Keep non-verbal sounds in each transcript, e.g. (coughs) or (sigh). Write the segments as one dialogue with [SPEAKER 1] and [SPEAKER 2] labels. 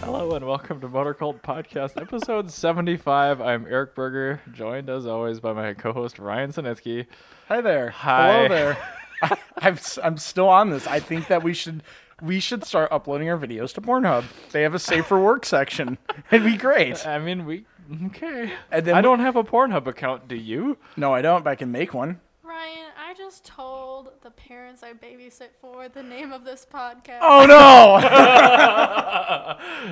[SPEAKER 1] Hello and welcome to Motor Cult Podcast, episode (laughs) 75. I'm Eric Berger, joined as always by my co-host Ryan Sinitsky.
[SPEAKER 2] Hi there.
[SPEAKER 1] Hi. (laughs)
[SPEAKER 2] Hello there. (laughs) I, I'm s- I'm still on this. I think that we should we should start uploading our videos to Pornhub. They have a
[SPEAKER 1] (laughs)
[SPEAKER 2] safer work section. It'd be great.
[SPEAKER 1] I mean, we okay.
[SPEAKER 2] And then
[SPEAKER 1] I
[SPEAKER 2] we-
[SPEAKER 1] don't have a Pornhub account, do you?
[SPEAKER 2] No, I don't, but I can make one.
[SPEAKER 3] Ryan, I just told the parents I babysit for the name of this podcast.
[SPEAKER 2] Oh no!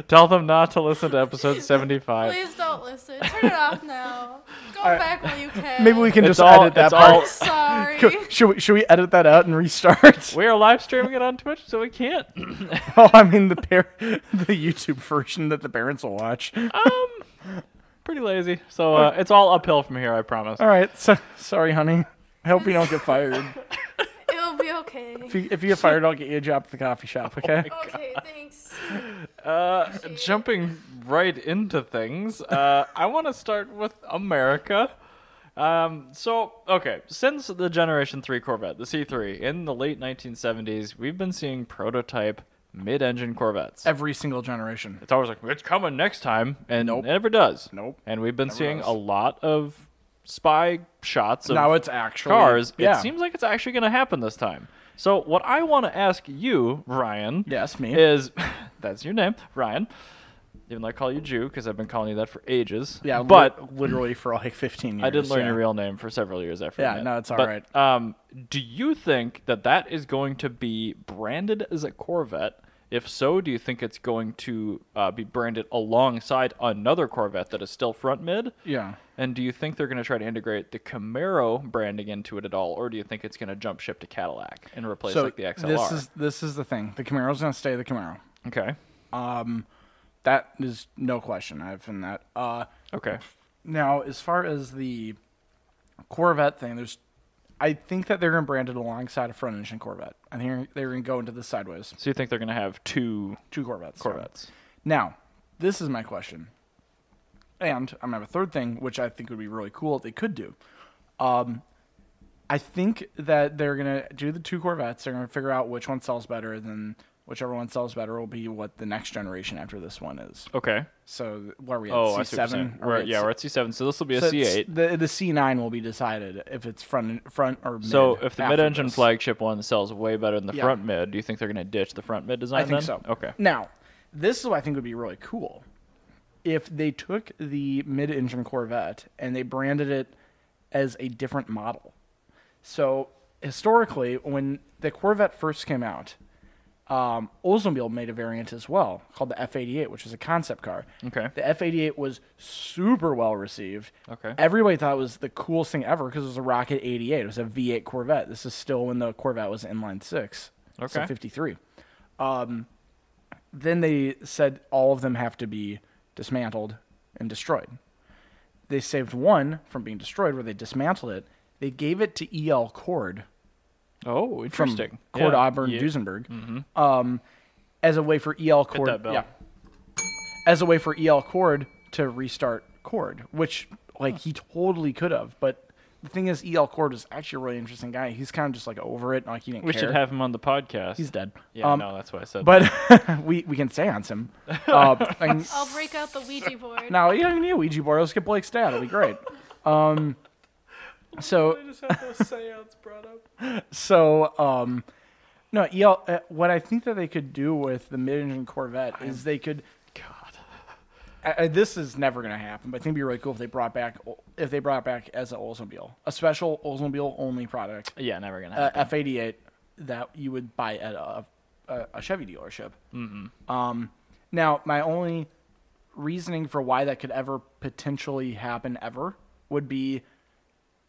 [SPEAKER 1] Tell them not to listen to episode
[SPEAKER 2] (laughs)
[SPEAKER 1] 75.
[SPEAKER 3] Please don't listen. Turn it off now. Go back while you can.
[SPEAKER 2] (laughs) (laughs) Maybe we can
[SPEAKER 1] It's
[SPEAKER 2] just
[SPEAKER 1] all-
[SPEAKER 2] edit that
[SPEAKER 1] it's
[SPEAKER 2] part.
[SPEAKER 1] all-
[SPEAKER 3] I'm sorry.
[SPEAKER 2] Should- Should we, should we edit that out and restart?
[SPEAKER 1] We are live streaming it on Twitch, so we can't.
[SPEAKER 2] (laughs) oh, I mean the par- (laughs) the YouTube version that the parents will watch.
[SPEAKER 1] Um, Pretty lazy. So uh, it's all uphill from here, I promise.
[SPEAKER 2] All right. So, sorry, honey. I hope you don't get fired.
[SPEAKER 3] It'll be
[SPEAKER 2] (laughs)
[SPEAKER 3] okay.
[SPEAKER 2] If you, if you get fired, I'll get you a job at the coffee shop.
[SPEAKER 1] Oh
[SPEAKER 2] Okay.
[SPEAKER 3] Okay, thanks.
[SPEAKER 1] Uh, jumping right into things, uh, I want to start with America. Um, so, okay, since the Generation 3 Corvette, the C3, in the late 1970s, we've been seeing prototype mid engine Corvettes.
[SPEAKER 2] Every single generation.
[SPEAKER 1] It's always like, it's coming next time, and
[SPEAKER 2] Nope.
[SPEAKER 1] it never does.
[SPEAKER 2] Nope.
[SPEAKER 1] And we've been seeing
[SPEAKER 2] does.
[SPEAKER 1] a lot of spy shots of
[SPEAKER 2] Now it's actually
[SPEAKER 1] cars.
[SPEAKER 2] Yeah.
[SPEAKER 1] It seems like it's actually going to happen this time. So, what I want to ask you, Ryan,
[SPEAKER 2] Yes, me.
[SPEAKER 1] is (laughs) that's your name, Ryan. Even though I call you Jew because I've been calling you that for ages.
[SPEAKER 2] Yeah, li-
[SPEAKER 1] but
[SPEAKER 2] literally for like 15 years.
[SPEAKER 1] I didn't learn
[SPEAKER 2] yeah.
[SPEAKER 1] your real name for several years after.
[SPEAKER 2] Yeah,
[SPEAKER 1] that.
[SPEAKER 2] no, it's all
[SPEAKER 1] But,
[SPEAKER 2] right.
[SPEAKER 1] Um, do you think that that is going to be branded as a Corvette? If so, do you think it's going to uh, be branded alongside another Corvette that is still front mid?
[SPEAKER 2] Yeah.
[SPEAKER 1] And do you think they're going to try to integrate the Camaro branding into it at all, or do you think it's going to jump ship to Cadillac and replace
[SPEAKER 2] So
[SPEAKER 1] like the XLR?
[SPEAKER 2] this is this is the thing. The Camaro's gonna stay the Camaro.
[SPEAKER 1] okay.
[SPEAKER 2] That is no question. I've been that. Uh,
[SPEAKER 1] Okay.
[SPEAKER 2] now, as far as the Corvette thing, there's, I think that they're gonna brand it alongside a front engine Corvette. I think they're gonna go into the sideways
[SPEAKER 1] So you think they're going to have two
[SPEAKER 2] two Corvettes.
[SPEAKER 1] Corvettes?
[SPEAKER 2] Now, this is my question. And I'm gonna have a third thing, which I think would be really cool if they could do. Um, I think that they're gonna do the two Corvettes. They're gonna figure out which one sells better, and then whichever one sells better will be what the next generation after this one is.
[SPEAKER 1] Okay.
[SPEAKER 2] So where are we at
[SPEAKER 1] Oh, I see. What you're saying.
[SPEAKER 2] C7? Are
[SPEAKER 1] We're-
[SPEAKER 2] we at
[SPEAKER 1] yeah,
[SPEAKER 2] C-
[SPEAKER 1] we're at C7, so this will be a
[SPEAKER 2] so it's-
[SPEAKER 1] C8.
[SPEAKER 2] The the C9 will be decided if it's front front or mid.
[SPEAKER 1] So if the
[SPEAKER 2] after
[SPEAKER 1] mid-engine
[SPEAKER 2] this.
[SPEAKER 1] flagship one sells way better than the
[SPEAKER 2] Yeah.
[SPEAKER 1] front mid, do you think they're going to ditch the front mid design?
[SPEAKER 2] I think
[SPEAKER 1] then?
[SPEAKER 2] so.
[SPEAKER 1] Okay.
[SPEAKER 2] Now, this is what I think would be really cool. If they took the mid engine Corvette and they branded it as a different model. So, historically, when the Corvette first came out, um, Oldsmobile made a variant as well called the F 88, which was a concept car.
[SPEAKER 1] Okay.
[SPEAKER 2] The F 88 was super well received.
[SPEAKER 1] Okay.
[SPEAKER 2] Everybody thought it was the coolest thing ever because it was a Rocket 88. It was a V 8 Corvette. This is still when the Corvette was inline six. So
[SPEAKER 1] Okay.
[SPEAKER 2] 53 then they said all of them have to be dismantled and destroyed. They saved one from being destroyed where they dismantled it. They gave it to EL Cord
[SPEAKER 1] Oh,
[SPEAKER 2] from
[SPEAKER 1] interesting.
[SPEAKER 2] Cord
[SPEAKER 1] Yeah.
[SPEAKER 2] Auburn
[SPEAKER 1] Yeah. Mm-hmm.
[SPEAKER 2] Duesenberg um, as a way for EL Cord
[SPEAKER 1] that bell.
[SPEAKER 2] yeah, as a way for EL Cord to restart Cord, which like he totally could have, but the thing is EL Cord is actually a really interesting guy. He's kind of just like over it, and, like he didn't
[SPEAKER 1] We
[SPEAKER 2] care.
[SPEAKER 1] should have him on the podcast.
[SPEAKER 2] He's dead.
[SPEAKER 1] yeah,
[SPEAKER 2] Um,
[SPEAKER 1] no, that's why I said.
[SPEAKER 2] But (laughs) we we can seance him.
[SPEAKER 1] (laughs)
[SPEAKER 2] Uh, I can-
[SPEAKER 3] I'll break out the Ouija board.
[SPEAKER 2] No, you don't need a Ouija board. Let's get Blake's dad. It'll be great. Um, so
[SPEAKER 1] just had those seance brought up.
[SPEAKER 2] so um, no, EL, uh, what I think that they could do with the mid-engine Corvette is they could.
[SPEAKER 1] God.
[SPEAKER 2] I, I, this is never going to happen, but I think it'd be really cool if they brought back if they brought back as an Oldsmobile, a special Oldsmobile only product,
[SPEAKER 1] Yeah, never gonna
[SPEAKER 2] uh,
[SPEAKER 1] happen.
[SPEAKER 2] F88 that you would buy at a, a, a Chevy dealership. Um, now, my only reasoning for why that could ever potentially happen ever would be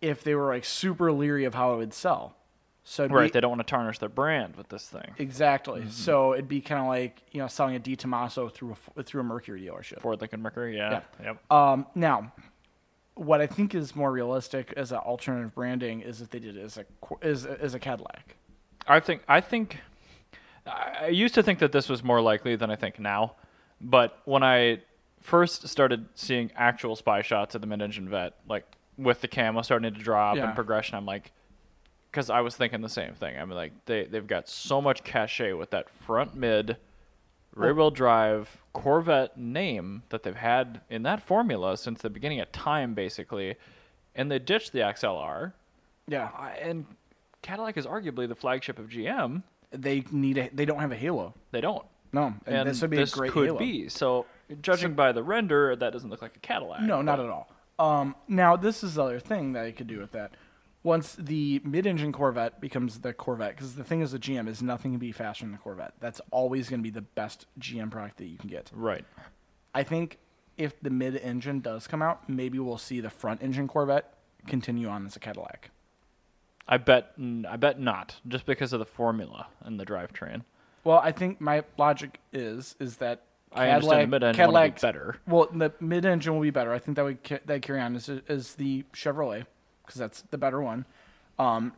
[SPEAKER 2] if they were like super leery of how it would sell. So it'd
[SPEAKER 1] right,
[SPEAKER 2] be,
[SPEAKER 1] they don't want to tarnish their brand with this thing.
[SPEAKER 2] exactly. So it'd be kind of like you know selling a D Tomaso through a F- through a Mercury dealership.
[SPEAKER 1] Ford Lincoln Mercury, yeah. Yep.
[SPEAKER 2] Um, now, what I think is more realistic as an alternative branding is if they did it as a qu- as, a- as a Cadillac.
[SPEAKER 1] I think I think I I used to think that this was more likely than I think now, but when I first started seeing actual spy shots of the mid-engine vet, like with the camera starting to drop
[SPEAKER 2] Yeah.
[SPEAKER 1] and progression, I'm like, because I was thinking the same thing. I mean, like they they've got so much cachet with that front mid, rear wheel drive Corvette name that they've had in that formula since the beginning of time, basically, and they ditched the XLR,
[SPEAKER 2] Yeah,
[SPEAKER 1] I- and Cadillac is arguably the flagship of GM.
[SPEAKER 2] they need a, they don't have a halo.
[SPEAKER 1] They don't.
[SPEAKER 2] No, and,
[SPEAKER 1] And
[SPEAKER 2] this would be a great
[SPEAKER 1] could
[SPEAKER 2] halo.
[SPEAKER 1] be. So, judging by the render, that doesn't look like a Cadillac.
[SPEAKER 2] No, not at all. Um, now this is the other thing that I could do with that. Once the mid-engine Corvette becomes the Corvette, because the thing is, the GM is nothing can be faster than the Corvette. That's always going to be the best GM product that you can get.
[SPEAKER 1] Right.
[SPEAKER 2] I think if the mid-engine does come out, maybe we'll see the front-engine Corvette continue on as a Cadillac.
[SPEAKER 1] I bet. mm, I bet not, just because of the formula and the drivetrain.
[SPEAKER 2] Well, I think my logic is is that
[SPEAKER 1] I understand the mid-engine
[SPEAKER 2] Cadillac-
[SPEAKER 1] wanna be
[SPEAKER 2] Cadillac's-
[SPEAKER 1] better.
[SPEAKER 2] Well, the mid-engine will be better. I think that would ca- that carry on is is the Chevrolet because that's the better one. Um,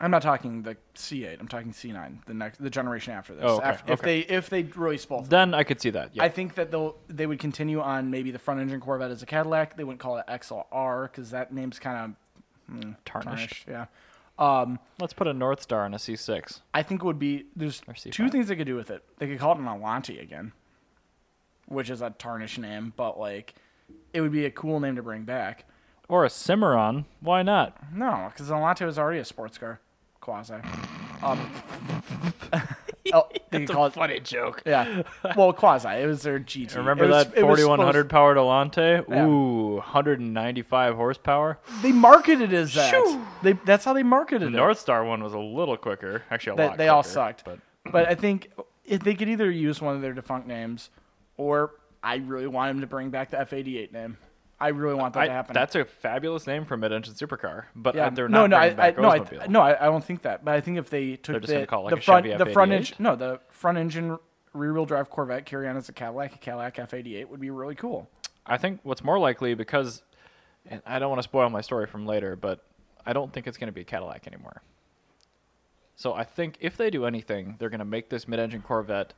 [SPEAKER 2] I'm not talking the C8. I'm talking C9, the next the generation after this.
[SPEAKER 1] Oh, okay,
[SPEAKER 2] Af- If
[SPEAKER 1] okay.
[SPEAKER 2] they if they really spoil
[SPEAKER 1] Then I could see that. Yeah.
[SPEAKER 2] I think that they'll they would continue on maybe the front engine Corvette as a Cadillac. They wouldn't call it XLR because that name's kind of
[SPEAKER 1] tarnished.
[SPEAKER 2] tarnished. Yeah. Um,
[SPEAKER 1] Let's put a North Star on a C6.
[SPEAKER 2] I think it would be there's
[SPEAKER 1] Or C5.
[SPEAKER 2] two things they could do with it. They could call it an Alanti again, which is a tarnished name, but like it would be a cool name to bring back.
[SPEAKER 1] Or a Cimarron. Why not?
[SPEAKER 2] No, because Alante was already a sports car, quasi. Um, oh, they could call it
[SPEAKER 1] Funny joke.
[SPEAKER 2] yeah. Well, quasi. It was their GT.
[SPEAKER 1] Remember
[SPEAKER 2] It was-
[SPEAKER 1] that
[SPEAKER 2] it was
[SPEAKER 1] 4100 powered Elante?
[SPEAKER 2] Yeah.
[SPEAKER 1] Ooh, 195 horsepower.
[SPEAKER 2] supposed- they marketed it as that. They that's how they marketed
[SPEAKER 1] The
[SPEAKER 2] it.
[SPEAKER 1] North Star one was a little quicker. Actually, a
[SPEAKER 2] they,
[SPEAKER 1] lot
[SPEAKER 2] they all
[SPEAKER 1] quicker,
[SPEAKER 2] sucked.
[SPEAKER 1] But
[SPEAKER 2] But, I think if they could either use one of their defunct names, or I really want them to bring back the F88 name. I really want that
[SPEAKER 1] I-
[SPEAKER 2] to happen.
[SPEAKER 1] that's a fabulous name for a mid-engine supercar, but
[SPEAKER 2] yeah.
[SPEAKER 1] uh, they're
[SPEAKER 2] no,
[SPEAKER 1] not
[SPEAKER 2] no, I,
[SPEAKER 1] bringing
[SPEAKER 2] I,
[SPEAKER 1] back
[SPEAKER 2] no, I,
[SPEAKER 1] Oldsmobile.
[SPEAKER 2] no, I, I don't think that. But I think if they took
[SPEAKER 1] just
[SPEAKER 2] the,
[SPEAKER 1] gonna call it
[SPEAKER 2] the
[SPEAKER 1] like a
[SPEAKER 2] front,
[SPEAKER 1] Chevy
[SPEAKER 2] the front
[SPEAKER 1] F88?
[SPEAKER 2] engine, no, the front engine rear wheel drive Corvette carry on as a Cadillac, a Cadillac F88 would be really cool.
[SPEAKER 1] I think what's more likely because, and I don't want to spoil my story from later, but I don't think it's going to be a Cadillac anymore. So I think if they do anything, they're going to make this mid-engine Corvette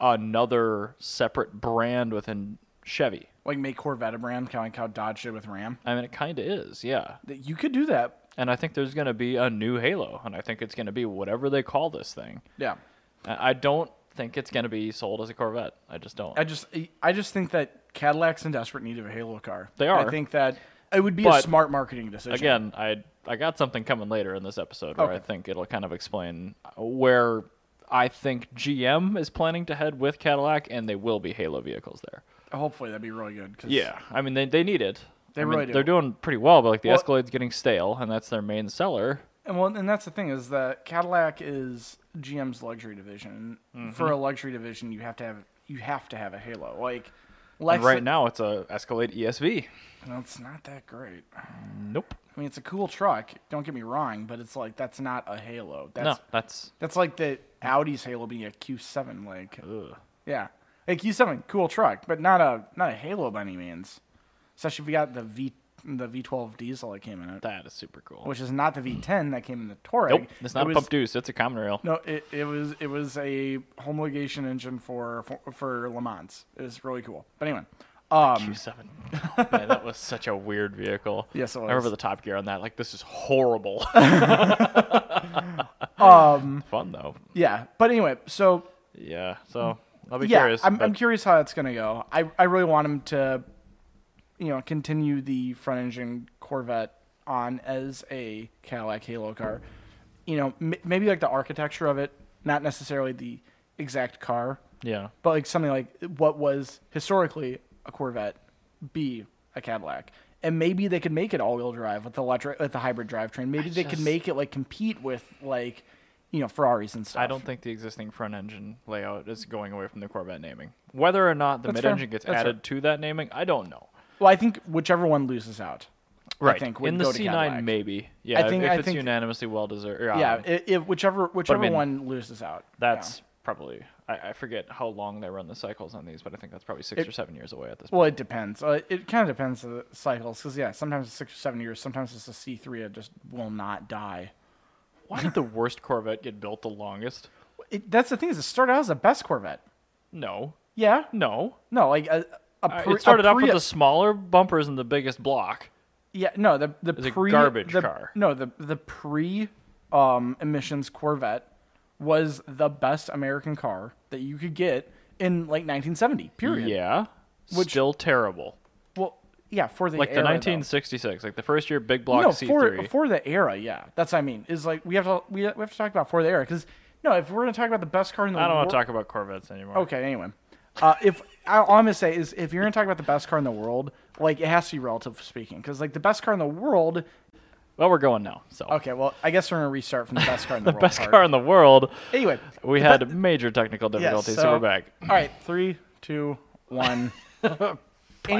[SPEAKER 1] another separate brand within Chevy.
[SPEAKER 2] Like make Corvette a brand, kind of like how Dodge did with Ram.
[SPEAKER 1] I mean, it kind of is, yeah.
[SPEAKER 2] That You could do that.
[SPEAKER 1] And I think there's going to be a new Halo, and I think it's going to be whatever they call this thing.
[SPEAKER 2] Yeah.
[SPEAKER 1] I I don't think it's going to be sold as a Corvette. I just don't.
[SPEAKER 2] I just I just think that Cadillac's in desperate need of a Halo car.
[SPEAKER 1] They are.
[SPEAKER 2] I think that it would be a
[SPEAKER 1] But-
[SPEAKER 2] smart marketing decision.
[SPEAKER 1] again, I I got something coming later in this episode where I
[SPEAKER 2] Okay.
[SPEAKER 1] think it'll kind of explain where I think GM is planning to head with Cadillac, and they will be Halo vehicles there.
[SPEAKER 2] hopefully that'd be really good. 'cause-
[SPEAKER 1] I mean they they need it.
[SPEAKER 2] They
[SPEAKER 1] I mean,
[SPEAKER 2] really do.
[SPEAKER 1] They're doing pretty well, but like the
[SPEAKER 2] Well-
[SPEAKER 1] Escalade's getting stale, and that's their main seller.
[SPEAKER 2] And well, and that's the thing is that Cadillac is GM's luxury division.
[SPEAKER 1] Mm-hmm.
[SPEAKER 2] For a luxury division, you have to have you have to have a Halo. Like,
[SPEAKER 1] And
[SPEAKER 2] Lexus,
[SPEAKER 1] right now, it's a Escalade ESV.
[SPEAKER 2] no, it's not that great. I
[SPEAKER 1] Nope.
[SPEAKER 2] mean, it's a cool truck. Don't get me wrong, but it's like that's not a Halo. That's
[SPEAKER 1] no, that's
[SPEAKER 2] that's like the Audi's Halo being a Q7. Like,
[SPEAKER 1] ugh.
[SPEAKER 2] Yeah, a Q7, cool truck, but not a not a Halo by any means. Especially if you got the V the V12 diesel that came in it,
[SPEAKER 1] that is super cool.
[SPEAKER 2] which is not the V10 that came in the Touareg.
[SPEAKER 1] nope, it's not
[SPEAKER 2] It
[SPEAKER 1] a
[SPEAKER 2] was-
[SPEAKER 1] pump deuce. It's a common rail.
[SPEAKER 2] No, it, it was it was a homologation engine for for, for Le Mans. It was really cool. But anyway, um,
[SPEAKER 1] Q7. (laughs) Man, that was such a weird vehicle.
[SPEAKER 2] Yes, it
[SPEAKER 1] I remember
[SPEAKER 2] was.
[SPEAKER 1] the Top Gear on that. Like, this is (laughs) horrible.
[SPEAKER 2] um,
[SPEAKER 1] Fun though.
[SPEAKER 2] yeah. But anyway, so
[SPEAKER 1] Mm. Yeah. So I'll be
[SPEAKER 2] yeah,
[SPEAKER 1] curious.
[SPEAKER 2] I'm,
[SPEAKER 1] but
[SPEAKER 2] I'm curious how that's gonna go. I I really want him to, you know, continue the front engine Corvette on as a Cadillac Halo car. You know, m- maybe like the architecture of it, not necessarily the exact car,
[SPEAKER 1] yeah.
[SPEAKER 2] but like something like what was historically a Corvette, be a Cadillac, and maybe they could make it all-wheel drive with the electric, with the hybrid drivetrain. Maybe they could
[SPEAKER 1] just-
[SPEAKER 2] make it like compete with like, you know, Ferraris and stuff.
[SPEAKER 1] I don't think the existing front engine layout is going away from the Corvette naming. Whether or not the
[SPEAKER 2] That's
[SPEAKER 1] mid
[SPEAKER 2] fair.
[SPEAKER 1] engine gets
[SPEAKER 2] That's
[SPEAKER 1] added to that naming, I don't know.
[SPEAKER 2] Well, I think whichever one loses out. I think would
[SPEAKER 1] in the
[SPEAKER 2] go to
[SPEAKER 1] C
[SPEAKER 2] Cadillac.
[SPEAKER 1] nine maybe. Yeah.
[SPEAKER 2] I think-
[SPEAKER 1] if
[SPEAKER 2] I
[SPEAKER 1] it's
[SPEAKER 2] think-
[SPEAKER 1] unanimously well deserved.
[SPEAKER 2] Yeah, i- if whichever whichever
[SPEAKER 1] Um, mean,
[SPEAKER 2] one loses out.
[SPEAKER 1] That's
[SPEAKER 2] yeah.
[SPEAKER 1] probably. I, I forget how long they run the cycles on these, but I think that's probably six or seven years away at this point.
[SPEAKER 2] well, it depends. Uh, it kind of depends on the cycles because yeah, sometimes it's six or seven years. Sometimes it's a C three that just will not die.
[SPEAKER 1] Why did the worst Corvette get built the longest?
[SPEAKER 2] It, that's the thing is it started out as the best Corvette.
[SPEAKER 1] No.
[SPEAKER 2] Yeah.
[SPEAKER 1] No.
[SPEAKER 2] No, like a, a
[SPEAKER 1] Uh,
[SPEAKER 2] Pri-
[SPEAKER 1] it started
[SPEAKER 2] a
[SPEAKER 1] off with
[SPEAKER 2] Prius-
[SPEAKER 1] the smaller bumpers and the biggest block.
[SPEAKER 2] Yeah, no, the the
[SPEAKER 1] a
[SPEAKER 2] pre
[SPEAKER 1] garbage
[SPEAKER 2] the-
[SPEAKER 1] car.
[SPEAKER 2] No, the the pre um, emissions Corvette was the best American car that you could get in like 1970. Period.
[SPEAKER 1] Yeah.
[SPEAKER 2] Which-
[SPEAKER 1] Still terrible.
[SPEAKER 2] Well, yeah, for the
[SPEAKER 1] Like the
[SPEAKER 2] era, though.
[SPEAKER 1] 1966, like the first year big block
[SPEAKER 2] no for
[SPEAKER 1] C3.
[SPEAKER 2] for the era. Yeah, that's what I mean. Is like we have to we, we have to talk about for the era because no, if we're gonna talk about the best car in the
[SPEAKER 1] I don't
[SPEAKER 2] world,
[SPEAKER 1] want to talk about Corvettes anymore.
[SPEAKER 2] Okay, anyway. Uh, if I, all I'm gonna say is, if you're gonna talk about the best car in the world, like it has to be relative speaking, because like the best car in the world.
[SPEAKER 1] Well, we're going now. So
[SPEAKER 2] Okay, well, I guess we're gonna restart from the best car in
[SPEAKER 1] (laughs)
[SPEAKER 2] the,
[SPEAKER 1] the
[SPEAKER 2] world.
[SPEAKER 1] best
[SPEAKER 2] part.
[SPEAKER 1] car in the world.
[SPEAKER 2] Anyway,
[SPEAKER 1] We
[SPEAKER 2] the
[SPEAKER 1] had
[SPEAKER 2] be-
[SPEAKER 1] major technical
[SPEAKER 2] yes,
[SPEAKER 1] difficulties, so, we're back.
[SPEAKER 2] All right, three, two,
[SPEAKER 1] (laughs)
[SPEAKER 2] one. Any-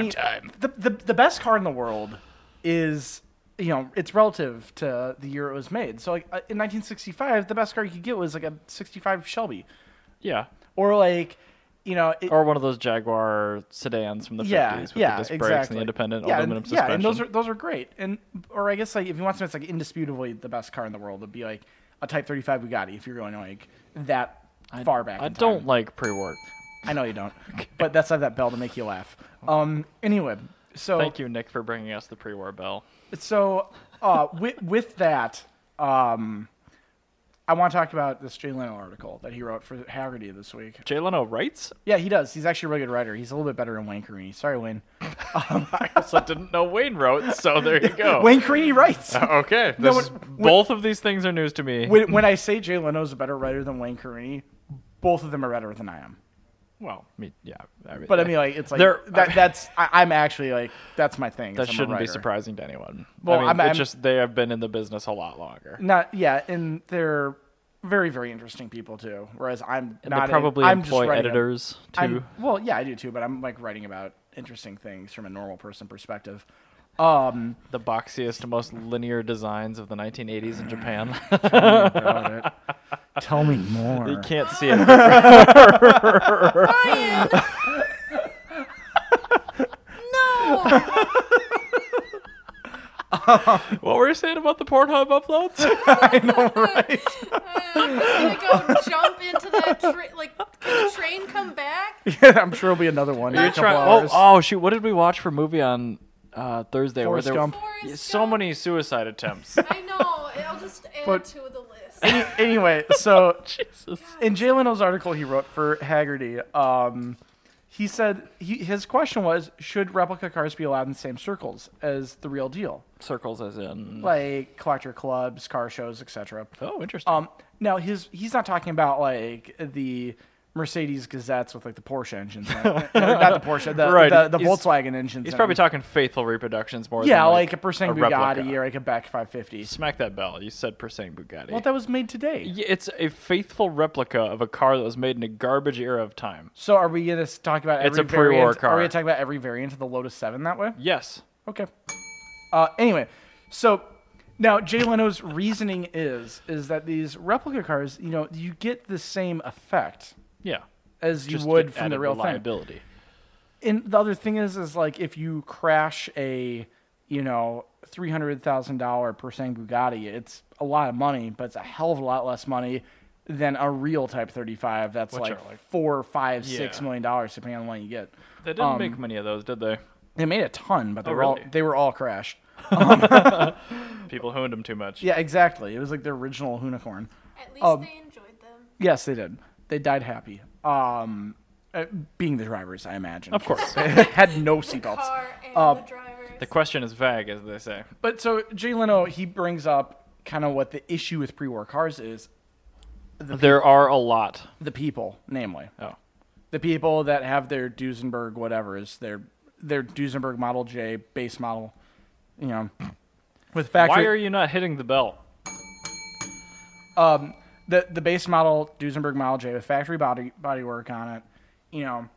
[SPEAKER 1] time.
[SPEAKER 2] The, the the best car in the world is you know it's relative to the year it was made. So like uh, in 1965, the best car you could get was like a 65 Shelby,
[SPEAKER 1] Yeah.
[SPEAKER 2] or like you know it,
[SPEAKER 1] Or one of those Jaguar sedans from the 50s with the disc brakes and the independent
[SPEAKER 2] yeah,
[SPEAKER 1] aluminum
[SPEAKER 2] and,
[SPEAKER 1] suspension.
[SPEAKER 2] Yeah, and those are those are great. And or I guess like if you want something that's like indisputably the best car in the world, it'd be like a Type 35 Bugatti if you're going like that far back.
[SPEAKER 1] I
[SPEAKER 2] in
[SPEAKER 1] don't
[SPEAKER 2] time.
[SPEAKER 1] like pre-work.
[SPEAKER 2] I know you don't, but that's have that bell to make you laugh. Um. Anyway, so
[SPEAKER 1] Thank you, Nick, for bringing us the pre-war bell.
[SPEAKER 2] so uh, with, with that, um, I want to talk about this Jay Leno article that he wrote for Haggerty this week.
[SPEAKER 1] Jay Leno writes?
[SPEAKER 2] Yeah, he does. He's actually a really good writer. He's a little bit better than Wayne Carini. Sorry, Wayne.
[SPEAKER 1] I also didn't know Wayne wrote, so there you go.
[SPEAKER 2] Wayne Carini writes.
[SPEAKER 1] Oh. Okay,
[SPEAKER 2] No,
[SPEAKER 1] this-
[SPEAKER 2] when- when-
[SPEAKER 1] both of these things are news to me.
[SPEAKER 2] when, when I say Jay Leno's a better writer than Wayne Carini, both of them are better than I am.
[SPEAKER 1] well, me, yeah, I mean,
[SPEAKER 2] But I mean, like it's like
[SPEAKER 1] They're-
[SPEAKER 2] that. that's I, I'm actually like that's my thing. is
[SPEAKER 1] that
[SPEAKER 2] I'm a
[SPEAKER 1] shouldn't be
[SPEAKER 2] writer.
[SPEAKER 1] surprising to anyone.
[SPEAKER 2] Well,
[SPEAKER 1] I mean,
[SPEAKER 2] I'm- I'm-
[SPEAKER 1] it's just they have been in the business a lot longer.
[SPEAKER 2] Not yeah, and they're very very interesting people too. Whereas I'm
[SPEAKER 1] And
[SPEAKER 2] not.
[SPEAKER 1] they probably
[SPEAKER 2] I'm just
[SPEAKER 1] employ
[SPEAKER 2] writing a-
[SPEAKER 1] editors
[SPEAKER 2] I'm-
[SPEAKER 1] too.
[SPEAKER 2] well, yeah, I do too. But I'm like writing about interesting things from a normal person perspective.
[SPEAKER 1] (laughs)
[SPEAKER 2] Um,
[SPEAKER 1] The boxiest, most linear designs of the 1980s in
[SPEAKER 2] (laughs)
[SPEAKER 1] Japan.
[SPEAKER 2] tell me more.
[SPEAKER 1] you can't see
[SPEAKER 2] (laughs)
[SPEAKER 1] it.
[SPEAKER 3] Brian! no!
[SPEAKER 1] what were you saying about the Pornhub
[SPEAKER 2] (laughs)
[SPEAKER 1] uploads?
[SPEAKER 3] I'm just gonna go jump into that train. Like, can the train come
[SPEAKER 2] (laughs)
[SPEAKER 3] back?
[SPEAKER 2] I'm sure it'll be another one. in a
[SPEAKER 1] You're
[SPEAKER 2] couple
[SPEAKER 1] trying-
[SPEAKER 2] hours.
[SPEAKER 1] Oh, oh shoot! What did we watch for movie on uh, Thursday?
[SPEAKER 2] Forrest
[SPEAKER 1] where there
[SPEAKER 2] Gump.
[SPEAKER 3] Forrest
[SPEAKER 1] Yeah, so
[SPEAKER 3] Gump.
[SPEAKER 1] many suicide attempts. (laughs)
[SPEAKER 3] I know. I'll just add
[SPEAKER 2] But-
[SPEAKER 3] to the list.
[SPEAKER 1] uh,
[SPEAKER 2] Any- anyway, so
[SPEAKER 1] Jesus.
[SPEAKER 2] in Jay Leno's article he wrote for Haggerty, um, he said he, his question was, should replica cars be allowed in the same circles as the real deal,
[SPEAKER 1] Circles as in.
[SPEAKER 2] like collector clubs, car shows, etc.
[SPEAKER 1] Oh, interesting.
[SPEAKER 2] Um, now his he's not talking about like the Mercedes Gazettes with like the Porsche engines, in it.
[SPEAKER 1] (laughs)
[SPEAKER 2] No, not the Porsche, the
[SPEAKER 1] Right,
[SPEAKER 2] the, the
[SPEAKER 1] he's-
[SPEAKER 2] Volkswagen engines.
[SPEAKER 1] He's
[SPEAKER 2] in
[SPEAKER 1] probably
[SPEAKER 2] it.
[SPEAKER 1] talking faithful reproductions more.
[SPEAKER 2] yeah,
[SPEAKER 1] than,
[SPEAKER 2] like,
[SPEAKER 1] like
[SPEAKER 2] a Persian Bugatti
[SPEAKER 1] replica.
[SPEAKER 2] or like a Beck 550.
[SPEAKER 1] Smack that bell. You said Persang Bugatti.
[SPEAKER 2] Well, that was made today.
[SPEAKER 1] Yeah, it's a faithful replica of a car that was made in a garbage era of time.
[SPEAKER 2] So are we gonna s- talk about
[SPEAKER 1] It's
[SPEAKER 2] every
[SPEAKER 1] a pre-war
[SPEAKER 2] variant? Are
[SPEAKER 1] car.
[SPEAKER 2] we gonna talk about every variant of the Lotus Seven that way?
[SPEAKER 1] Yes.
[SPEAKER 2] Okay. Uh, anyway, so now Jay Leno's reasoning is is that these replica cars, you know, you get the same effect
[SPEAKER 1] Yeah.
[SPEAKER 2] as you
[SPEAKER 1] Just
[SPEAKER 2] would
[SPEAKER 1] get
[SPEAKER 2] from the
[SPEAKER 1] added
[SPEAKER 2] real thing.
[SPEAKER 1] reliability.
[SPEAKER 2] And the other thing is, is like if you crash a, you know, three hundred thousand dollar Persang Bugatti, it's a lot of money, but it's a hell of a lot less money than a real Type Thirty Five. That's
[SPEAKER 1] Which
[SPEAKER 2] like,
[SPEAKER 1] are like-
[SPEAKER 2] four, five, six
[SPEAKER 1] Yeah.
[SPEAKER 2] million dollars, depending on the one you get.
[SPEAKER 1] They
[SPEAKER 2] Um,
[SPEAKER 1] didn't make many of those, did they?
[SPEAKER 2] They made a ton, but they
[SPEAKER 1] Oh,
[SPEAKER 2] were
[SPEAKER 1] really?
[SPEAKER 2] all they were all crashed.
[SPEAKER 1] People hooned them too much.
[SPEAKER 2] Yeah, exactly. It was like the original unicorn.
[SPEAKER 3] At least
[SPEAKER 2] Um,
[SPEAKER 3] they enjoyed them.
[SPEAKER 2] Yes, they did. They died happy. Um, uh, being the drivers, I imagine.
[SPEAKER 1] Of course.
[SPEAKER 2] they (laughs) had no seatbelts.
[SPEAKER 3] Car and
[SPEAKER 2] Uh,
[SPEAKER 3] the drivers.
[SPEAKER 1] The question is vague, as they say.
[SPEAKER 2] But so Jay Leno, he brings up kind of what the issue with pre-war cars is:
[SPEAKER 1] There are a lot.
[SPEAKER 2] the people, namely
[SPEAKER 1] Oh.
[SPEAKER 2] the people that have their Duesenberg whatever's their their Duesenberg Model J base model, you know, with
[SPEAKER 1] Why
[SPEAKER 2] factory.
[SPEAKER 1] are you not hitting the bell?
[SPEAKER 2] um, the the base model Duesenberg Model J with factory body body work on it. You know,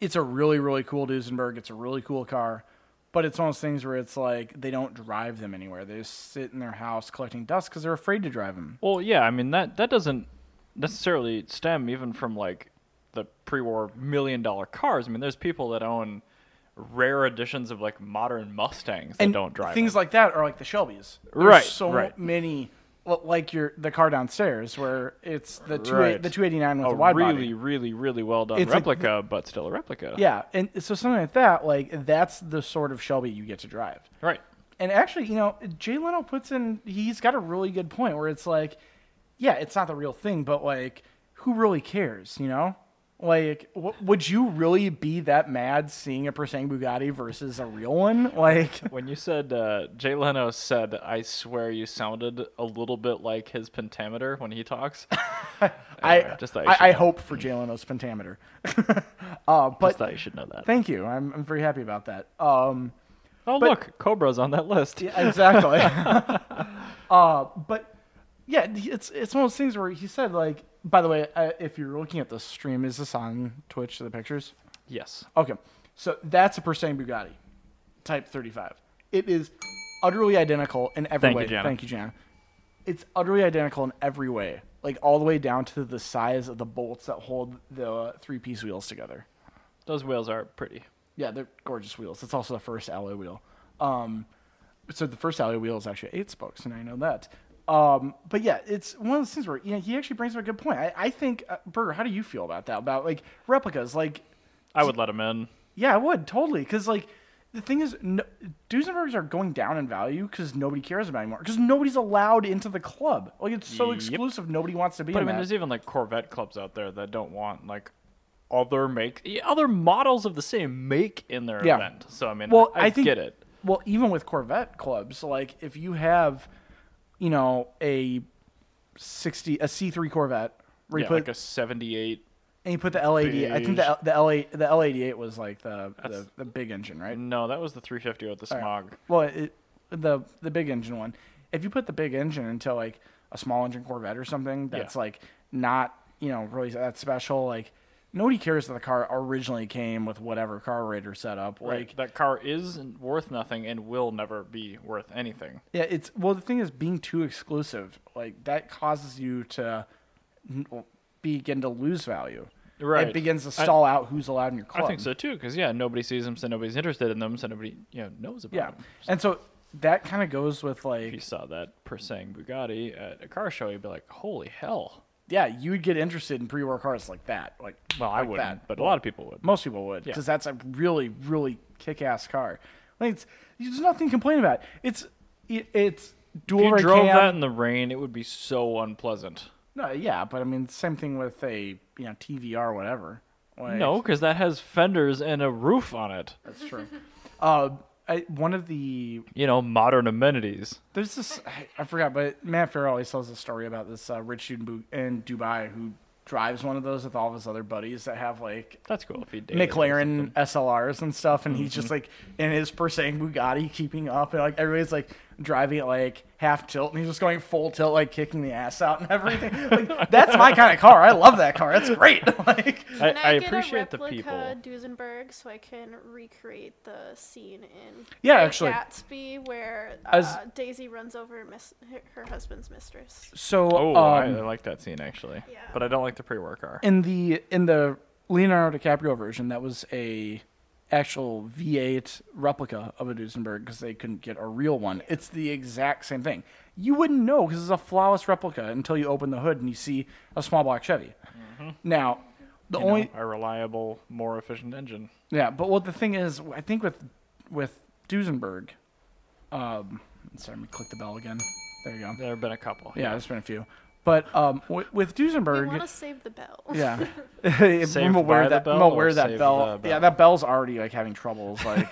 [SPEAKER 2] it's a really really cool Duesenberg. It's a really cool car, but it's one of those things where it's like they don't drive them anywhere. They just sit in their house collecting dust because they're afraid to drive them.
[SPEAKER 1] Well, yeah, I mean that that doesn't necessarily stem even from like the pre-war million-dollar cars. I mean, there's people that own rare editions of like modern Mustangs that don't drive.
[SPEAKER 2] things like that are like the Shelbys. There's
[SPEAKER 1] Right,
[SPEAKER 2] So
[SPEAKER 1] right.
[SPEAKER 2] many l- like your the car downstairs where it's the two
[SPEAKER 1] Right.
[SPEAKER 2] the 289 with
[SPEAKER 1] a
[SPEAKER 2] the wide
[SPEAKER 1] really,
[SPEAKER 2] body.
[SPEAKER 1] really, really well done
[SPEAKER 2] It's like
[SPEAKER 1] replica, but still a replica.
[SPEAKER 2] Yeah, and so something like that, like that's the sort of Shelby you get to drive.
[SPEAKER 1] Right.
[SPEAKER 2] And actually, you know, Jay Leno puts in he's got a really good point where it's like, yeah, it's not the real thing, but like who really cares, you know? Like, w- would you really be that mad seeing a Persang Bugatti versus a real one? (laughs) Like,
[SPEAKER 1] When you said uh, Jay Leno said, "I swear you sounded a little bit like his pentameter when he
[SPEAKER 2] (laughs)
[SPEAKER 1] talks," Uh,
[SPEAKER 2] I,
[SPEAKER 1] just thought you should
[SPEAKER 2] I, I
[SPEAKER 1] know.
[SPEAKER 2] hope for Jay Leno's pentameter. (laughs) uh,
[SPEAKER 1] just
[SPEAKER 2] but
[SPEAKER 1] thought you should know that.
[SPEAKER 2] thank you, I'm, I'm very happy about that. Um,
[SPEAKER 1] oh
[SPEAKER 2] but-
[SPEAKER 1] look, Cobra's on that list.
[SPEAKER 2] Yeah, exactly. (laughs) uh, but yeah, it's it's one of those things where he said like, by the way, uh, if you're looking at the stream, is this on Twitch? The pictures.
[SPEAKER 1] Yes.
[SPEAKER 2] Okay, so that's a Persian Bugatti, Type 35. It is utterly identical in every
[SPEAKER 1] Thank you,
[SPEAKER 2] way.
[SPEAKER 1] Jana.
[SPEAKER 2] Thank you, Jana. It's utterly identical in every way, like all the way down to the size of the bolts that hold the uh, three-piece wheels together.
[SPEAKER 1] Those whales are pretty.
[SPEAKER 2] Yeah, they're gorgeous wheels. It's also the first alloy wheel. Um, so the first alloy wheel is actually eight spokes, and I know that. Um, but yeah, it's one of those things where you know he actually brings up a good point. I, I think uh, Burger, how do you feel about that? About like replicas? Like,
[SPEAKER 1] I would let him in.
[SPEAKER 2] yeah, I would totally because like the thing is, no, Duesenbergs are going down in value because nobody cares about it anymore because nobody's allowed into the club. Like it's so
[SPEAKER 1] Yep.
[SPEAKER 2] exclusive, nobody wants to be.
[SPEAKER 1] But I
[SPEAKER 2] in
[SPEAKER 1] mean,
[SPEAKER 2] that.
[SPEAKER 1] there's even like Corvette clubs out there that don't want like other make yeah, other models of the same make in their
[SPEAKER 2] Yeah.
[SPEAKER 1] event. So I mean,
[SPEAKER 2] Well,
[SPEAKER 1] I,
[SPEAKER 2] I think-
[SPEAKER 1] get it.
[SPEAKER 2] Well, even with Corvette clubs, like if you have, you know, a sixty a C three Corvette, where you
[SPEAKER 1] Yeah,
[SPEAKER 2] put
[SPEAKER 1] like a '78.
[SPEAKER 2] and you put the L eighty. I think the L- the L eight the L eighty eight was like the, the the big engine, right?
[SPEAKER 1] No, that was the 350 with the smog.
[SPEAKER 2] Well, it, the the big engine one. If you put the big engine into like a small engine Corvette or something that's
[SPEAKER 1] Yeah.
[SPEAKER 2] like not you know really that special, like nobody cares that the car originally came with whatever carburetor setup. Like
[SPEAKER 1] Like that car is worth nothing and will never be worth anything.
[SPEAKER 2] Yeah, it's well. The thing is, being too exclusive, like that, causes you to n- begin to lose value.
[SPEAKER 1] Right.
[SPEAKER 2] It begins to
[SPEAKER 1] I-
[SPEAKER 2] stall out who's allowed in your club.
[SPEAKER 1] I think so too, because yeah, nobody sees them, so nobody's interested in them, so nobody you know knows about
[SPEAKER 2] Yeah,
[SPEAKER 1] them.
[SPEAKER 2] and so that kind of goes with
[SPEAKER 1] If you
[SPEAKER 2] like,
[SPEAKER 1] saw that Persang Bugatti at a car show, you'd be like, "Holy hell!"
[SPEAKER 2] yeah, you'd get interested in pre-war cars like that. Like,
[SPEAKER 1] Well, I
[SPEAKER 2] like
[SPEAKER 1] wouldn't,
[SPEAKER 2] that.
[SPEAKER 1] but a lot of people would.
[SPEAKER 2] Most people would,
[SPEAKER 1] Yeah.
[SPEAKER 2] because that's a really, really kick-ass car. Like, it's there's nothing to complain about. It's it, it's dual
[SPEAKER 1] If you drove
[SPEAKER 2] cam.
[SPEAKER 1] that in the rain, it would be so unpleasant.
[SPEAKER 2] No, yeah, but I mean, same thing with a you know TVR, whatever. Like,
[SPEAKER 1] No, because that has fenders and a roof on it.
[SPEAKER 2] That's true. uh, I, one of the
[SPEAKER 1] You know, modern amenities.
[SPEAKER 2] there's this I, I forgot, but Matt Farrell always tells a story about this uh, rich dude in, Bu- in Dubai who drives one of those with all of his other buddies that have like
[SPEAKER 1] That's cool. If you dated
[SPEAKER 2] McLaren SLRs and stuff, and he's just
[SPEAKER 1] Mm-hmm.
[SPEAKER 2] like in his Persang Bugatti keeping up, and like everybody's like driving it like half tilt, and he's just going full tilt, like kicking the ass out and everything. Like that's my kind of car. I love that car. That's great. (laughs) like
[SPEAKER 1] I,
[SPEAKER 3] Can I,
[SPEAKER 1] I
[SPEAKER 3] get
[SPEAKER 1] appreciate
[SPEAKER 3] a
[SPEAKER 1] the
[SPEAKER 3] replica
[SPEAKER 1] people.
[SPEAKER 3] Duesenberg so I can recreate the scene in
[SPEAKER 2] Yeah,
[SPEAKER 3] Great
[SPEAKER 2] actually.
[SPEAKER 3] Gatsby where uh,
[SPEAKER 2] As-
[SPEAKER 3] Daisy runs over miss, her, her husband's mistress.
[SPEAKER 2] so.
[SPEAKER 1] Oh, I,
[SPEAKER 2] um,
[SPEAKER 1] I like that scene actually,
[SPEAKER 3] Yeah.
[SPEAKER 1] but I don't like the pre-war car.
[SPEAKER 2] in the in the Leonardo DiCaprio version, that was a actual V8 replica of a Duesenberg because they couldn't get a real one. It's the exact same thing. You wouldn't know because it's a flawless replica until you open the hood and you see a small block Chevy. Now, the
[SPEAKER 1] You know,
[SPEAKER 2] only
[SPEAKER 1] a reliable, more efficient engine.
[SPEAKER 2] yeah, but what the thing is, I think with with Duesenberg, um, sorry, let me click the bell again. There you go.
[SPEAKER 1] There have been a couple.
[SPEAKER 2] Yeah, there's been a few, but um, wi- with
[SPEAKER 3] We
[SPEAKER 2] Duesenberg,
[SPEAKER 3] want to save the bell.
[SPEAKER 2] yeah,
[SPEAKER 1] (laughs)
[SPEAKER 2] I'm
[SPEAKER 1] Saved by
[SPEAKER 2] aware
[SPEAKER 1] the
[SPEAKER 2] that
[SPEAKER 1] bell
[SPEAKER 2] I'm aware
[SPEAKER 1] or
[SPEAKER 2] that
[SPEAKER 1] saved
[SPEAKER 2] bell,
[SPEAKER 1] the bell?
[SPEAKER 2] Yeah, that bell's already like having
[SPEAKER 1] (laughs)
[SPEAKER 2] troubles. Like,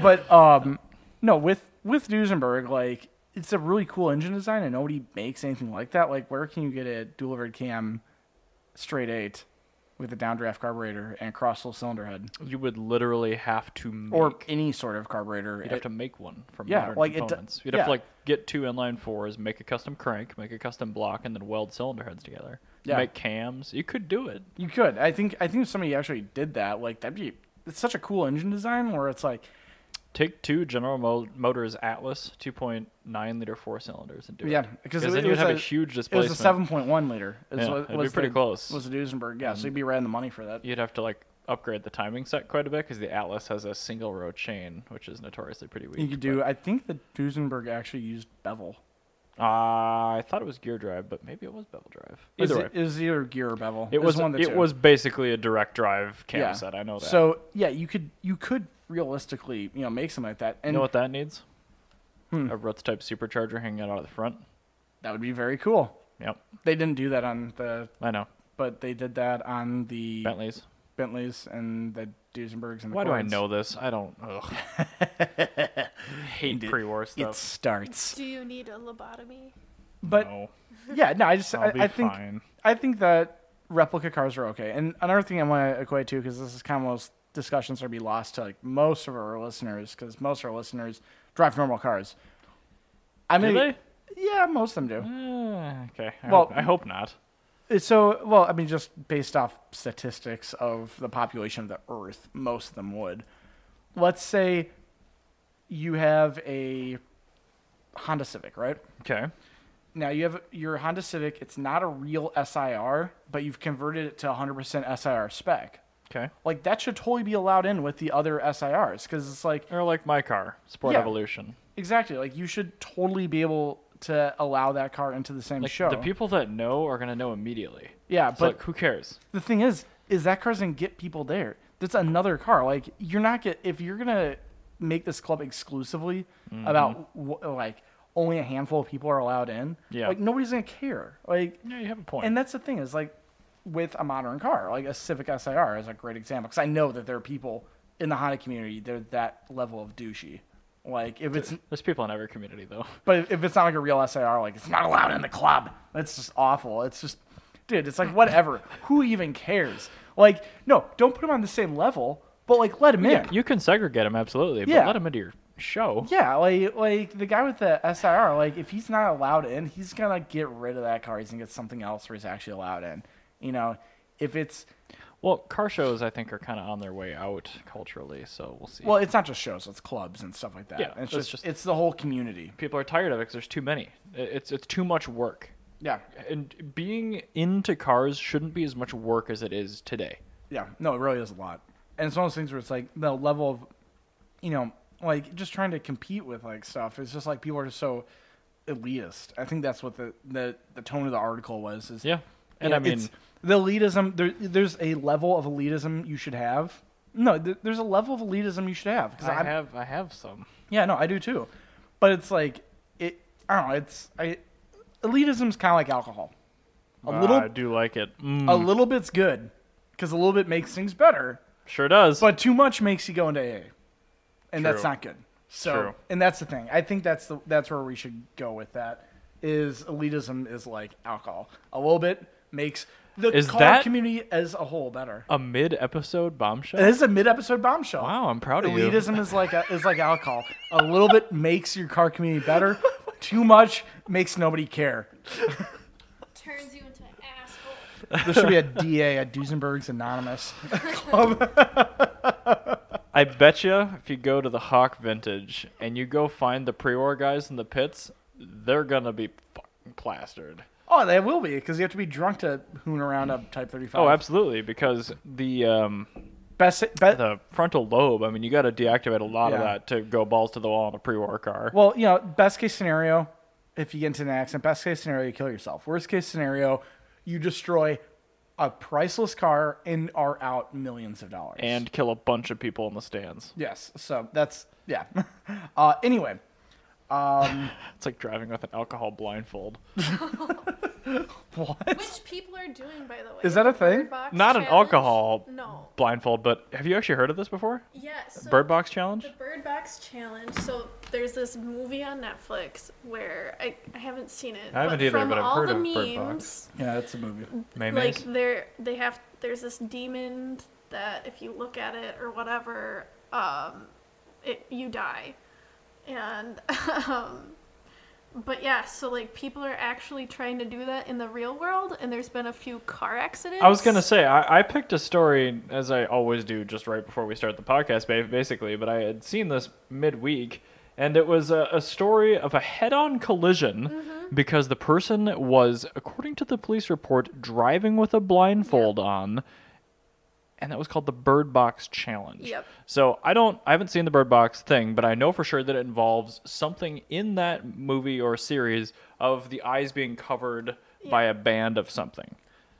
[SPEAKER 2] but um, no, with with Duesenberg, like it's a really cool engine design, and nobody makes anything like that. Like, where can you get a dual overhead cam, straight eight, with a downdraft carburetor and a cross flow cylinder head,
[SPEAKER 1] You would literally have to make.
[SPEAKER 2] or any sort of carburetor?
[SPEAKER 1] You'd have to make one from
[SPEAKER 2] Yeah,
[SPEAKER 1] modern
[SPEAKER 2] like, it do-
[SPEAKER 1] components. You'd have
[SPEAKER 2] yeah.
[SPEAKER 1] to like get two inline fours, make a custom crank, make a custom block, and then weld cylinder heads together.
[SPEAKER 2] Yeah.
[SPEAKER 1] Make cams. You could do it.
[SPEAKER 2] You could. I think. I think if somebody actually did that, like that'd be. It's such a cool engine design where it's like,
[SPEAKER 1] Take two General Mo- Motors Atlas 2.9 liter four cylinders and do
[SPEAKER 2] yeah,
[SPEAKER 1] it.
[SPEAKER 2] because
[SPEAKER 1] then
[SPEAKER 2] it
[SPEAKER 1] you'd
[SPEAKER 2] was
[SPEAKER 1] have a,
[SPEAKER 2] a-
[SPEAKER 1] huge
[SPEAKER 2] It was a
[SPEAKER 1] displacement.
[SPEAKER 2] seven point one liter. Is
[SPEAKER 1] Yeah,
[SPEAKER 2] what,
[SPEAKER 1] it'd be
[SPEAKER 2] was
[SPEAKER 1] pretty
[SPEAKER 2] the-
[SPEAKER 1] close.
[SPEAKER 2] Was the Duesenberg? Yeah, so you'd be right on the money for that.
[SPEAKER 1] You'd have to like upgrade the timing set quite a bit because the Atlas has a single row chain, which is notoriously pretty weak.
[SPEAKER 2] You could do. I think the Duesenberg actually used bevel.
[SPEAKER 1] but- Uh, I thought it was gear drive, but maybe it was bevel drive. Either
[SPEAKER 2] is
[SPEAKER 1] way,
[SPEAKER 2] It, is either gear or bevel.
[SPEAKER 1] it
[SPEAKER 2] It's
[SPEAKER 1] was
[SPEAKER 2] one of the
[SPEAKER 1] it
[SPEAKER 2] two.
[SPEAKER 1] was basically a direct drive cam
[SPEAKER 2] Yeah.
[SPEAKER 1] set. I know that.
[SPEAKER 2] So yeah, you could you could realistically you know make something like that,
[SPEAKER 1] you
[SPEAKER 2] and
[SPEAKER 1] know what that needs?
[SPEAKER 2] Hmm.
[SPEAKER 1] A Rutz type supercharger hanging out at the front.
[SPEAKER 2] that would be very cool.
[SPEAKER 1] Yep,
[SPEAKER 2] They didn't do that on the,
[SPEAKER 1] I know
[SPEAKER 2] but they did that on the
[SPEAKER 1] Bentleys.
[SPEAKER 2] Bentleys and the Duesenbergs and the.
[SPEAKER 1] Why do I
[SPEAKER 2] Cords.
[SPEAKER 1] know this? I don't.
[SPEAKER 2] (laughs)
[SPEAKER 1] Ugh. Hate
[SPEAKER 2] It-
[SPEAKER 1] pre-war stuff.
[SPEAKER 2] It starts,
[SPEAKER 3] Do you need a lobotomy?
[SPEAKER 2] but
[SPEAKER 1] no,
[SPEAKER 2] yeah, no, I just
[SPEAKER 1] I'll
[SPEAKER 2] I,
[SPEAKER 1] be
[SPEAKER 2] I think
[SPEAKER 1] fine.
[SPEAKER 2] I think that replica cars are okay. And another thing I want to equate to, because this is kind of those discussions are be lost to like most of our listeners, because most of our listeners drive normal cars. I
[SPEAKER 1] Do
[SPEAKER 2] mean,
[SPEAKER 1] they?
[SPEAKER 2] yeah, most of them
[SPEAKER 1] Eh, okay. I
[SPEAKER 2] Well-
[SPEAKER 1] hope, I hope not. Mm-hmm.
[SPEAKER 2] do. So, well, I mean, just based off statistics of the population of the Earth, most of them would. Let's say you have a Honda Civic, right?
[SPEAKER 1] Okay.
[SPEAKER 2] Now you have your Honda Civic. It's not a real SIR, but you've converted it to 100% SIR spec.
[SPEAKER 1] Okay.
[SPEAKER 2] Like that should totally be allowed in with the other SIRs because it's like
[SPEAKER 1] Or like my car, Sport
[SPEAKER 2] Yeah.
[SPEAKER 1] Evolution.
[SPEAKER 2] exactly like you should totally be able to allow that car into the same
[SPEAKER 1] Like
[SPEAKER 2] show.
[SPEAKER 1] the people that know are gonna know immediately.
[SPEAKER 2] yeah,
[SPEAKER 1] So
[SPEAKER 2] but
[SPEAKER 1] like, who cares?
[SPEAKER 2] the thing is, is that car's gonna get people there. That's another car. Like you're not get if you're gonna make this club exclusively
[SPEAKER 1] Mm-hmm.
[SPEAKER 2] about wh- like only a handful of people are allowed in.
[SPEAKER 1] Yeah.
[SPEAKER 2] like nobody's gonna care. Like
[SPEAKER 1] Yeah, you have a point.
[SPEAKER 2] And that's the thing is like with a modern car, like a Civic SIR is a great example because I know that there are people in the Honda community that are that level of douchey. Like if it's
[SPEAKER 1] There's people in every community
[SPEAKER 2] (laughs)
[SPEAKER 1] though.
[SPEAKER 2] but if it's not like a real SIR, like it's not allowed in the club. That's just awful. It's just dude, it's like whatever. Who even cares? Like no, don't put them on the same level, but like let them in.
[SPEAKER 1] You can segregate them absolutely, but
[SPEAKER 2] Yeah.
[SPEAKER 1] let them into your show.
[SPEAKER 2] Yeah, like like the guy with the SIR, like if he's not allowed in, he's gonna get rid of that car. He's gonna get something else where he's actually allowed in. You know, if it's
[SPEAKER 1] Well, car shows I think are kind of on their way out culturally, so we'll see.
[SPEAKER 2] Well, it's not just shows; it's clubs and stuff like that.
[SPEAKER 1] Yeah,
[SPEAKER 2] And it's
[SPEAKER 1] it's
[SPEAKER 2] just,
[SPEAKER 1] just-
[SPEAKER 2] it's the whole community.
[SPEAKER 1] people are tired of it because there's too many. I- It's it's too much work,
[SPEAKER 2] Yeah,
[SPEAKER 1] and being into cars shouldn't be as much work as it is today.
[SPEAKER 2] yeah. No, it really is a lot, and it's one of those things where it's like the level of, you know, like just trying to compete with like stuff. It's just like people are just so elitist. I think that's what the the, the tone of the article was. Is
[SPEAKER 1] Yeah, and
[SPEAKER 2] Yeah,
[SPEAKER 1] I mean,
[SPEAKER 2] it's- the elitism. There, there's a level of elitism you should have. No, th- there's a level of elitism you should have. Because
[SPEAKER 1] I have I have some.
[SPEAKER 2] Yeah, no, I do too. But it's like it. I don't know. It's I. Elitism's kind of like alcohol. A
[SPEAKER 1] Uh,
[SPEAKER 2] little,
[SPEAKER 1] I do like it. Mm,
[SPEAKER 2] a little bit's good, because a little bit makes things better.
[SPEAKER 1] sure does.
[SPEAKER 2] But too much makes you go into AA, and that's
[SPEAKER 1] True.
[SPEAKER 2] not good. So,
[SPEAKER 1] True.
[SPEAKER 2] and that's the thing. I think that's the that's where we should go with that. Is elitism is like alcohol. A little bit makes the
[SPEAKER 1] Is
[SPEAKER 2] car
[SPEAKER 1] that-
[SPEAKER 2] community as a whole better.
[SPEAKER 1] a mid-episode bombshell.
[SPEAKER 2] This is a mid-episode bombshell.
[SPEAKER 1] Wow, I'm proud of you.
[SPEAKER 2] Elitism is like a, is like alcohol. A little bit makes your car community better. Too much makes nobody care.
[SPEAKER 3] Turns you into an asshole.
[SPEAKER 2] There should be a DA at Duesenberg's Anonymous.
[SPEAKER 1] I bet you if you go to the Hawk Vintage and you go find the pre-war guys in the pits, they're gonna be fucking plastered.
[SPEAKER 2] Oh, they will be because you have to be drunk to hoon around a Type 35.
[SPEAKER 1] Oh, absolutely, because the um,
[SPEAKER 2] Best, be-
[SPEAKER 1] the frontal lobe. I mean, you got to deactivate a lot of
[SPEAKER 2] Yeah.
[SPEAKER 1] that to go balls to the wall in a pre-war car.
[SPEAKER 2] well, you know, best case scenario, if you get into an accident, best case scenario, you kill yourself. Worst case scenario, you destroy a priceless car and are out millions of dollars.
[SPEAKER 1] and kill a bunch of people in the stands.
[SPEAKER 2] yes, so that's yeah. (laughs) Uh, anyway, (laughs)
[SPEAKER 1] It's like driving with an alcohol blindfold.
[SPEAKER 2] (laughs)
[SPEAKER 3] Which people are doing, by the way.
[SPEAKER 2] Is that a
[SPEAKER 3] the Bird
[SPEAKER 2] thing?
[SPEAKER 3] Box
[SPEAKER 1] Not an
[SPEAKER 3] challenge?
[SPEAKER 1] alcohol
[SPEAKER 3] No.
[SPEAKER 1] blindfold, but have you actually heard of this before?
[SPEAKER 3] Yes. so-
[SPEAKER 1] Bird Box Challenge?
[SPEAKER 3] The Bird Box Challenge. So there's this movie on Netflix where I, I haven't seen it.
[SPEAKER 1] I haven't either,
[SPEAKER 3] from
[SPEAKER 1] but I've
[SPEAKER 3] all
[SPEAKER 1] heard
[SPEAKER 3] the
[SPEAKER 1] of
[SPEAKER 3] memes,
[SPEAKER 1] Bird
[SPEAKER 2] yeah, that's a movie.
[SPEAKER 1] Maymays?
[SPEAKER 3] Like there, they have. There's this demon that if you look at it or whatever, um, it you die, and (laughs) um, but yeah. So like people are actually trying to do that in the real world, and there's been a few car accidents.
[SPEAKER 1] I was gonna say I, I picked a story as I always do, just right before we start the podcast, ba- basically. But I had seen this midweek, and it was a, a story of a head-on collision because the person was, according to the police report, driving with a blindfold on, and that was called the Bird Box Challenge.
[SPEAKER 3] Yep.
[SPEAKER 1] So I don't, I haven't seen the Bird Box thing, but I know for sure that it involves something in that movie or series of the eyes being covered by a band of something.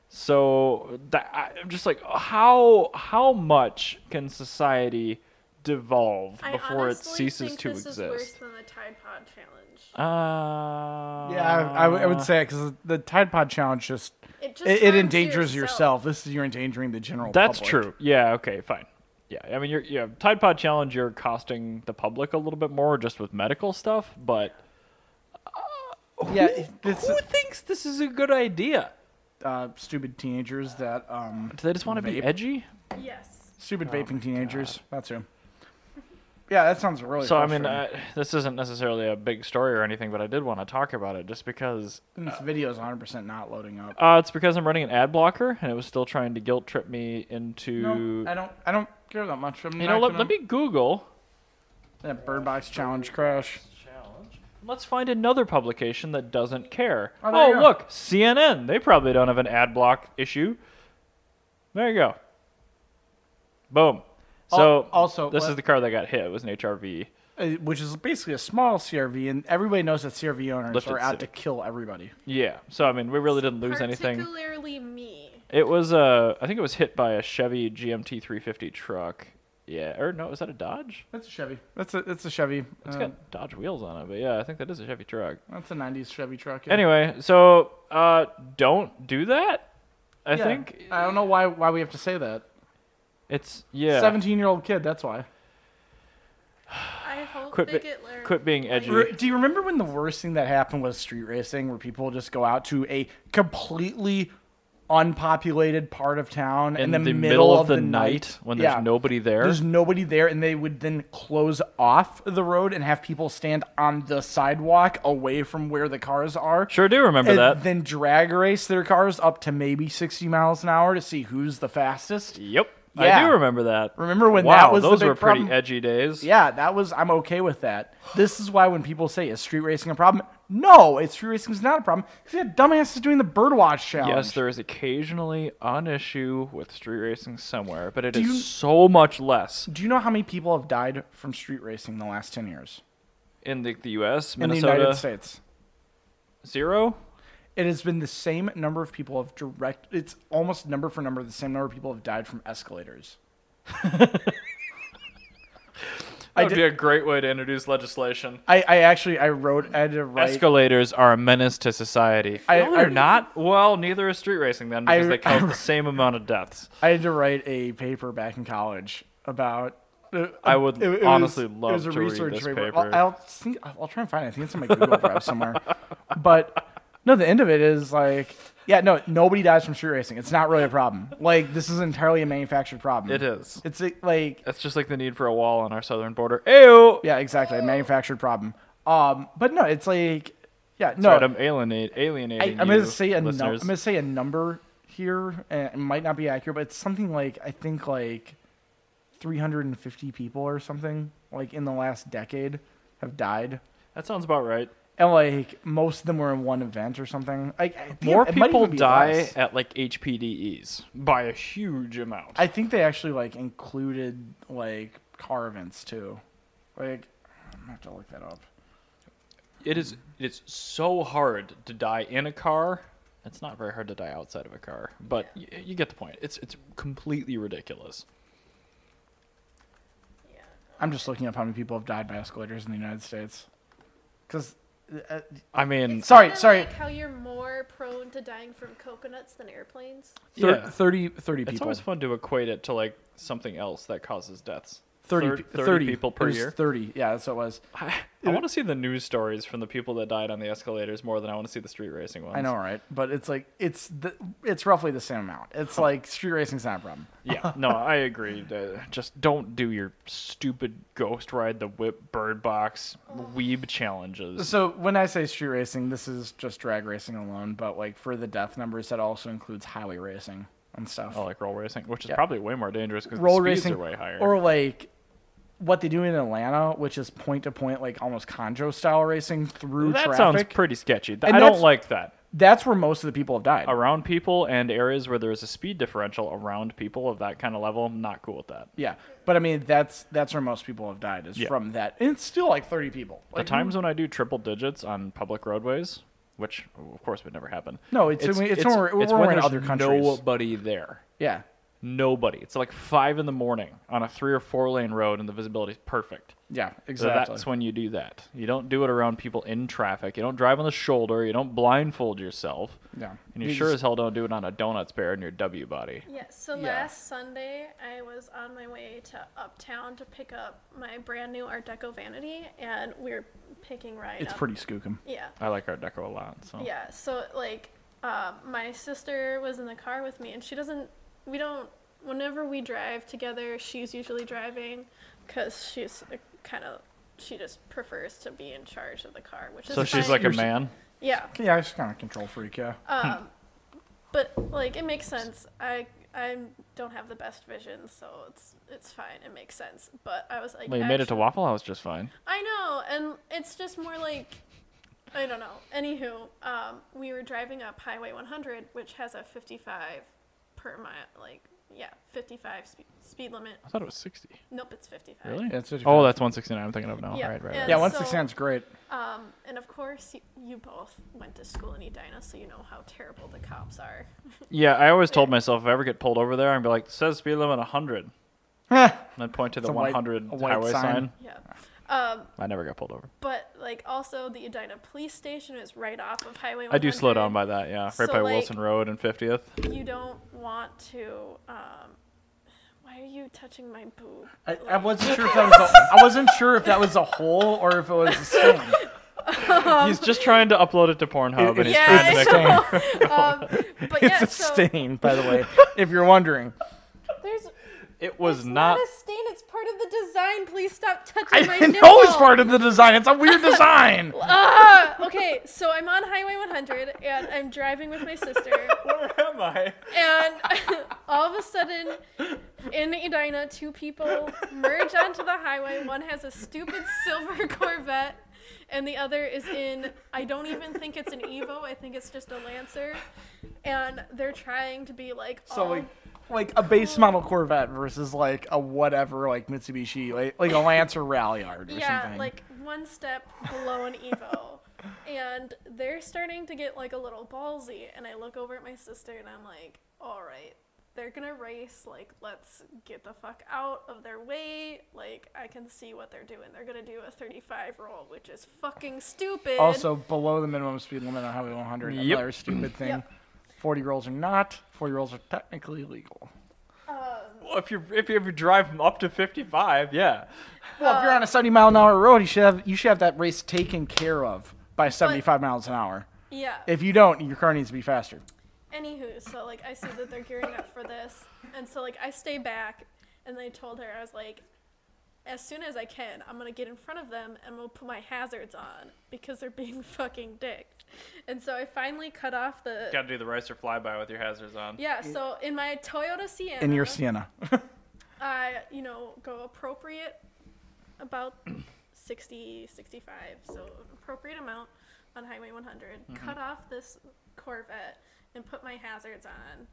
[SPEAKER 1] So that, I- I'm just like, how how much can society devolve
[SPEAKER 3] I
[SPEAKER 1] before it
[SPEAKER 3] honestly
[SPEAKER 1] ceases
[SPEAKER 3] think
[SPEAKER 1] to
[SPEAKER 3] this
[SPEAKER 1] exist?
[SPEAKER 3] Is worse than the Tide Pod challenge.
[SPEAKER 1] Uh,
[SPEAKER 2] Yeah, I, I would- I would say it because the Tide Pod challenge just
[SPEAKER 3] It
[SPEAKER 2] it,
[SPEAKER 3] just
[SPEAKER 2] it,
[SPEAKER 3] harms
[SPEAKER 2] endangers
[SPEAKER 3] yourself.
[SPEAKER 2] yourself. This is you're endangering the general.
[SPEAKER 1] That's
[SPEAKER 2] public.
[SPEAKER 1] true. Yeah. Okay. Fine. Yeah. I mean, you're yeah Tide Pod Challenge. You're costing the public a little bit more just with medical stuff, but uh,
[SPEAKER 2] Yeah, if this
[SPEAKER 1] who thinks this is a good idea?
[SPEAKER 2] uh, stupid teenagers that um
[SPEAKER 1] Do they just want to be
[SPEAKER 2] Vape.
[SPEAKER 1] edgy?
[SPEAKER 3] Yes.
[SPEAKER 2] stupid vaping teenagers. That's who. Yeah, that sounds really.
[SPEAKER 1] So I mean,
[SPEAKER 2] frustrating.
[SPEAKER 1] uh, this isn't necessarily a big story or anything, but I did want to talk about it just because
[SPEAKER 2] And this video is 100 percent not loading up.
[SPEAKER 1] uh, it's because I'm running an ad blocker and it was still trying to guilt trip me into.
[SPEAKER 2] No, I don't. I don't care that much. I'm
[SPEAKER 1] you
[SPEAKER 2] not
[SPEAKER 1] know, let,
[SPEAKER 2] gonna-
[SPEAKER 1] let me Google.
[SPEAKER 2] That Bird Box challenge crash.
[SPEAKER 1] Challenge. Let's find another publication that doesn't care.
[SPEAKER 2] Oh, there
[SPEAKER 1] Oh,
[SPEAKER 2] you go.
[SPEAKER 1] look, CNN. They probably don't have an ad block issue. There you go. Boom. So
[SPEAKER 2] Al- also,
[SPEAKER 1] this is
[SPEAKER 2] let-
[SPEAKER 1] the car that got hit. It was an HRV.
[SPEAKER 2] Uh, which is basically a small CRV, and everybody knows that CRV owners
[SPEAKER 1] Lifted
[SPEAKER 2] are out
[SPEAKER 1] Civic.
[SPEAKER 2] to kill everybody.
[SPEAKER 1] Yeah. So I mean, we really didn't lose anything.
[SPEAKER 3] Particularly me.
[SPEAKER 1] It was uh, I think it was hit by a Chevy GMT 350 truck. Yeah, or no, is that a Dodge?
[SPEAKER 2] That's a Chevy. That's a it's a Chevy.
[SPEAKER 1] It's
[SPEAKER 2] uh,
[SPEAKER 1] got Dodge wheels on it, but yeah, I think that is a Chevy truck.
[SPEAKER 2] That's a '90s Chevy truck. yeah.
[SPEAKER 1] Anyway, so uh, don't do that. I
[SPEAKER 2] Yeah.
[SPEAKER 1] think
[SPEAKER 2] I don't know why why we have to say that.
[SPEAKER 1] it's yeah.
[SPEAKER 2] 17 year old kid. That's why.
[SPEAKER 3] I hope
[SPEAKER 1] Quit
[SPEAKER 3] they
[SPEAKER 1] be-
[SPEAKER 3] get learned.
[SPEAKER 1] quit being edgy.
[SPEAKER 2] Re- Do you remember when the worst thing that happened was street racing, where people just go out to a completely unpopulated part of town
[SPEAKER 1] in
[SPEAKER 2] in,
[SPEAKER 1] the,
[SPEAKER 2] the,
[SPEAKER 1] middle of the night, when there's
[SPEAKER 2] Yeah.
[SPEAKER 1] nobody there.
[SPEAKER 2] There's nobody there, and they would then close off the road and have people stand on the sidewalk away from where the cars are.
[SPEAKER 1] Sure do remember
[SPEAKER 2] And
[SPEAKER 1] that.
[SPEAKER 2] then drag race their cars up to maybe 60 miles an hour to see who's the fastest.
[SPEAKER 1] yep, I
[SPEAKER 2] Yeah.
[SPEAKER 1] do remember that.
[SPEAKER 2] Remember when
[SPEAKER 1] wow,
[SPEAKER 2] that was the
[SPEAKER 1] those
[SPEAKER 2] big
[SPEAKER 1] were pretty
[SPEAKER 2] problem?
[SPEAKER 1] edgy days.
[SPEAKER 2] Yeah, that was, I'm okay with that. This is why when people say, is street racing a problem? No, it's street racing is not a problem because you had dumbasses doing the birdwatch challenge.
[SPEAKER 1] Yes, there is occasionally an issue with street racing somewhere, but it is
[SPEAKER 2] you-
[SPEAKER 1] so much less
[SPEAKER 2] Do you know how many people have died from street racing in the last 10 years?
[SPEAKER 1] in the, the U.S.
[SPEAKER 2] In the
[SPEAKER 1] Minnesota
[SPEAKER 2] United States.
[SPEAKER 1] zero.
[SPEAKER 2] It has been the same number of people have direct. It's almost number for number the same number of people have died from
[SPEAKER 1] (laughs)
[SPEAKER 2] escalators. I
[SPEAKER 1] That would
[SPEAKER 2] did.
[SPEAKER 1] be a great way to introduce legislation.
[SPEAKER 2] I, I actually I wrote I had to write.
[SPEAKER 1] Escalators are a menace to society.
[SPEAKER 2] I-
[SPEAKER 1] no, they're
[SPEAKER 2] I-
[SPEAKER 1] not. Well, neither is street racing then, because
[SPEAKER 2] I-
[SPEAKER 1] they cause
[SPEAKER 2] (laughs)
[SPEAKER 1] the same amount of deaths.
[SPEAKER 2] I had to write a paper back in college about. uh,
[SPEAKER 1] I would
[SPEAKER 2] it- it
[SPEAKER 1] honestly
[SPEAKER 2] was-
[SPEAKER 1] love
[SPEAKER 2] it was a
[SPEAKER 1] to read
[SPEAKER 2] research
[SPEAKER 1] this
[SPEAKER 2] paper.
[SPEAKER 1] paper.
[SPEAKER 2] I'll, I'll think, I'll try and find it. I think it's in my Google Drive somewhere. (laughs) But no, the end of it is like, yeah, no, nobody dies from street racing. It's not really a problem. Like this is entirely a manufactured problem.
[SPEAKER 1] It is.
[SPEAKER 2] It's like- like
[SPEAKER 1] That's just like the need for a wall on our southern border. Ew.
[SPEAKER 2] Yeah, exactly. A manufactured problem. Um, but no, it's like, yeah, no.
[SPEAKER 1] Sorry, I'm alienate,
[SPEAKER 2] I,
[SPEAKER 1] alienating
[SPEAKER 2] am
[SPEAKER 1] you,
[SPEAKER 2] gonna say a num- I'm
[SPEAKER 1] listeners.
[SPEAKER 2] gonna say a number here, and it might not be accurate, but it's something like I think like 350 people or something like in the last decade have died,
[SPEAKER 1] that sounds about right.
[SPEAKER 2] and like most of them were in one event or something. Like I think
[SPEAKER 1] More
[SPEAKER 2] it might
[SPEAKER 1] people
[SPEAKER 2] even be
[SPEAKER 1] die
[SPEAKER 2] less.
[SPEAKER 1] at like HPDEs by a huge amount.
[SPEAKER 2] I think they actually like included like car events too. Like I'm gonna have to look that up.
[SPEAKER 1] it is it is so hard to die in a car. It's not very hard to die outside of a car, but y you, get the point. It's it's completely ridiculous.
[SPEAKER 2] I'm just looking up how many people have died by escalators in the United States. Because, uh,
[SPEAKER 1] I mean,
[SPEAKER 2] Sorry,
[SPEAKER 3] Kinda
[SPEAKER 2] sorry.
[SPEAKER 3] Like how you're more prone to dying from coconuts than airplanes.
[SPEAKER 1] thir-
[SPEAKER 2] yeah. 30, 30
[SPEAKER 1] it's
[SPEAKER 2] people.
[SPEAKER 1] always fun to equate it to like something else that causes deaths.
[SPEAKER 2] 30,
[SPEAKER 1] Thir-
[SPEAKER 2] pe-
[SPEAKER 1] 30 people
[SPEAKER 2] It
[SPEAKER 1] per
[SPEAKER 2] was
[SPEAKER 1] year.
[SPEAKER 2] 30. Yeah, that's what it was.
[SPEAKER 1] I, want to see the news stories from the people that died on the escalators more than I want to see the street racing ones.
[SPEAKER 2] I know, right? But it's like, it's the, it's roughly the same amount. It's like street racing's not a problem.
[SPEAKER 1] Yeah, no, I agree. Uh, Just don't do your stupid ghost ride the whip bird box weeb challenges.
[SPEAKER 2] So when I say street racing, this is just drag racing alone. But like for the death numbers, that also includes highway racing and stuff.
[SPEAKER 1] Oh, like roll racing, which is
[SPEAKER 2] Yeah.
[SPEAKER 1] probably way more dangerous because
[SPEAKER 2] roll
[SPEAKER 1] the speeds
[SPEAKER 2] racing
[SPEAKER 1] are way higher.
[SPEAKER 2] or like what they do in Atlanta, which is point to point, like almost conjo style racing through
[SPEAKER 1] that
[SPEAKER 2] traffic.
[SPEAKER 1] sounds pretty sketchy. Th-
[SPEAKER 2] And
[SPEAKER 1] I don't
[SPEAKER 2] that's-
[SPEAKER 1] like that.
[SPEAKER 2] That's where most of the people have died.
[SPEAKER 1] around people and areas where there is a speed differential around people of that kind of level. I'm not cool with that.
[SPEAKER 2] Yeah, but I mean that's that's where most people have died is
[SPEAKER 1] Yeah.
[SPEAKER 2] from that, and it's still like thirty people.
[SPEAKER 1] The
[SPEAKER 2] Like,
[SPEAKER 1] times when I do triple digits on public roadways, which of course would never happen.
[SPEAKER 2] No, it's- I mean, it's when we're- we're in
[SPEAKER 1] there's
[SPEAKER 2] other countries.
[SPEAKER 1] Nobody there.
[SPEAKER 2] yeah,
[SPEAKER 1] Nobody. It's like five in the morning on a three or four lane road, and the visibility is perfect.
[SPEAKER 2] yeah,
[SPEAKER 1] So
[SPEAKER 2] exactly.
[SPEAKER 1] that's when you do that. You don't do it around people in traffic. You don't drive on the shoulder. You don't blindfold yourself.
[SPEAKER 2] Yeah.
[SPEAKER 1] And you,
[SPEAKER 2] You
[SPEAKER 1] sure
[SPEAKER 2] just-
[SPEAKER 1] as hell don't do it on a donuts bear in your W body.
[SPEAKER 3] Yeah, so
[SPEAKER 2] Yeah.
[SPEAKER 3] last Sunday I was on my way to Uptown to pick up my brand new Art Deco vanity, and we are picking right
[SPEAKER 2] it's
[SPEAKER 3] up.
[SPEAKER 2] pretty skookum.
[SPEAKER 3] Yeah,
[SPEAKER 1] I like Art Deco a lot. So
[SPEAKER 3] yeah. So like, um, my sister was in the car with me, and she doesn't. We don't. Whenever we drive together, she's usually driving, because she's kind of. She just prefers to be in charge of the car, which is
[SPEAKER 1] so she's
[SPEAKER 3] fine.
[SPEAKER 1] like a
[SPEAKER 2] You're s-
[SPEAKER 1] man.
[SPEAKER 3] yeah.
[SPEAKER 2] Yeah, it's kind of control freak. Yeah,
[SPEAKER 3] Um, but like it makes sense. I I don't have the best vision, so it's it's fine. It makes sense. But I was like,
[SPEAKER 1] Well, you made it to
[SPEAKER 3] actually-
[SPEAKER 1] Waffle House just fine.
[SPEAKER 3] I know, and it's just more like I don't know. Anywho, um, we were driving up Highway 100, which has a 55 per mile, like yeah, 55 spe- speed limit.
[SPEAKER 1] I thought it was 60.
[SPEAKER 3] Nope, it's 55.
[SPEAKER 1] Really?
[SPEAKER 2] Yeah, it's
[SPEAKER 1] oh,
[SPEAKER 2] 55.
[SPEAKER 1] that's 169. I'm thinking of now.
[SPEAKER 3] Yeah,
[SPEAKER 1] Right, right,
[SPEAKER 3] and-
[SPEAKER 1] right.
[SPEAKER 2] yeah.
[SPEAKER 3] so-
[SPEAKER 2] Once the sound's great.
[SPEAKER 3] Um, and of course, you, you both went to school in Edina, so you know how terrible the cops are.
[SPEAKER 1] Yeah, I always told myself if I ever get pulled over there, I'd be like, says speed limit
[SPEAKER 2] (laughs)
[SPEAKER 1] 100. And then point to the
[SPEAKER 2] a white-
[SPEAKER 1] 100
[SPEAKER 2] a white
[SPEAKER 1] highway sign.
[SPEAKER 2] sign.
[SPEAKER 3] yeah. Um,
[SPEAKER 1] I never got pulled over.
[SPEAKER 3] But like also the Edina police station is right off of Highway. 100.
[SPEAKER 1] I do slow down by that, yeah. Right
[SPEAKER 3] So,
[SPEAKER 1] by
[SPEAKER 3] like-
[SPEAKER 1] Wilson Road and 50th.
[SPEAKER 3] You don't want to. Um, why are you touching my boob?
[SPEAKER 2] I, I wasn't sure if that was
[SPEAKER 3] (laughs)
[SPEAKER 2] a, I wasn't sure if that was a hole or if it was a stain.
[SPEAKER 1] (laughs) he's just trying to upload Oh, it to Pornhub, and
[SPEAKER 2] It- it's
[SPEAKER 1] he's
[SPEAKER 3] Um, yeah,
[SPEAKER 1] trying to
[SPEAKER 3] I
[SPEAKER 1] make
[SPEAKER 2] know.
[SPEAKER 1] (laughs)
[SPEAKER 2] (laughs)
[SPEAKER 3] Um, but yeah,
[SPEAKER 2] It's a
[SPEAKER 3] so
[SPEAKER 2] stain, by the
[SPEAKER 3] (laughs)
[SPEAKER 2] way. If you're wondering,
[SPEAKER 3] there's
[SPEAKER 1] it was
[SPEAKER 3] it's
[SPEAKER 1] not.
[SPEAKER 3] a stain. It's part of the design. Please stop touching
[SPEAKER 2] I
[SPEAKER 3] my
[SPEAKER 2] didn't
[SPEAKER 3] nipple.
[SPEAKER 2] know it's part of the design. It's a
[SPEAKER 3] (laughs)
[SPEAKER 2] weird design.
[SPEAKER 3] Ah, okay, so I'm on Highway 100 and I'm driving with my sister.
[SPEAKER 1] Where am I?
[SPEAKER 3] And (laughs) all of a sudden, in Edina, two people merge onto the highway. One has a stupid (laughs) silver Corvette, and the other is in, I don't even think it's an Evo, I think it's just a Lancer. And they're trying to be like,
[SPEAKER 2] So
[SPEAKER 3] all-
[SPEAKER 2] like, like a base model Corvette versus like a whatever like Mitsubishi, like, like a Lancer Rally Yard or
[SPEAKER 3] yeah,
[SPEAKER 2] something.
[SPEAKER 3] like one step below an Evo.
[SPEAKER 2] (laughs)
[SPEAKER 3] and they're starting to get like a little ballsy. And I look over at my sister and I'm like, all right, they're gonna race. Like, let's get the fuck out of their way. Like, I can see what they're doing. They're gonna do a 35 roll, which is fucking stupid.
[SPEAKER 2] also below the minimum speed limit on Highway 100.
[SPEAKER 1] Yep.
[SPEAKER 2] Another
[SPEAKER 3] (clears throat)
[SPEAKER 2] stupid thing.
[SPEAKER 3] Yep.
[SPEAKER 2] 40 rolls are not. 40 rolls are technically legal.
[SPEAKER 1] Well, if you if you if you drive up to 55, yeah.
[SPEAKER 2] Well, if you're on a 70 mile an hour road, you should have you should have that race taken care of by 75 miles an hour.
[SPEAKER 3] yeah.
[SPEAKER 2] If you don't, your car needs to be faster.
[SPEAKER 3] Anywho, so like I see that they're gearing up for this, and so like I stay back, and I told her I was like, as soon as I can, I'm gonna get in front of them and we'll put my hazards on because they're being (laughs) fucking dicks. And so I finally cut off the
[SPEAKER 1] Got to do the racer flyby with your hazards on.
[SPEAKER 3] yeah. So in my Toyota Sienna,
[SPEAKER 2] In your Sienna.
[SPEAKER 3] I you know go appropriate about 60, 65, so appropriate amount on Highway 100.
[SPEAKER 2] Mm-hmm.
[SPEAKER 3] Cut off this Corvette and put my hazards on.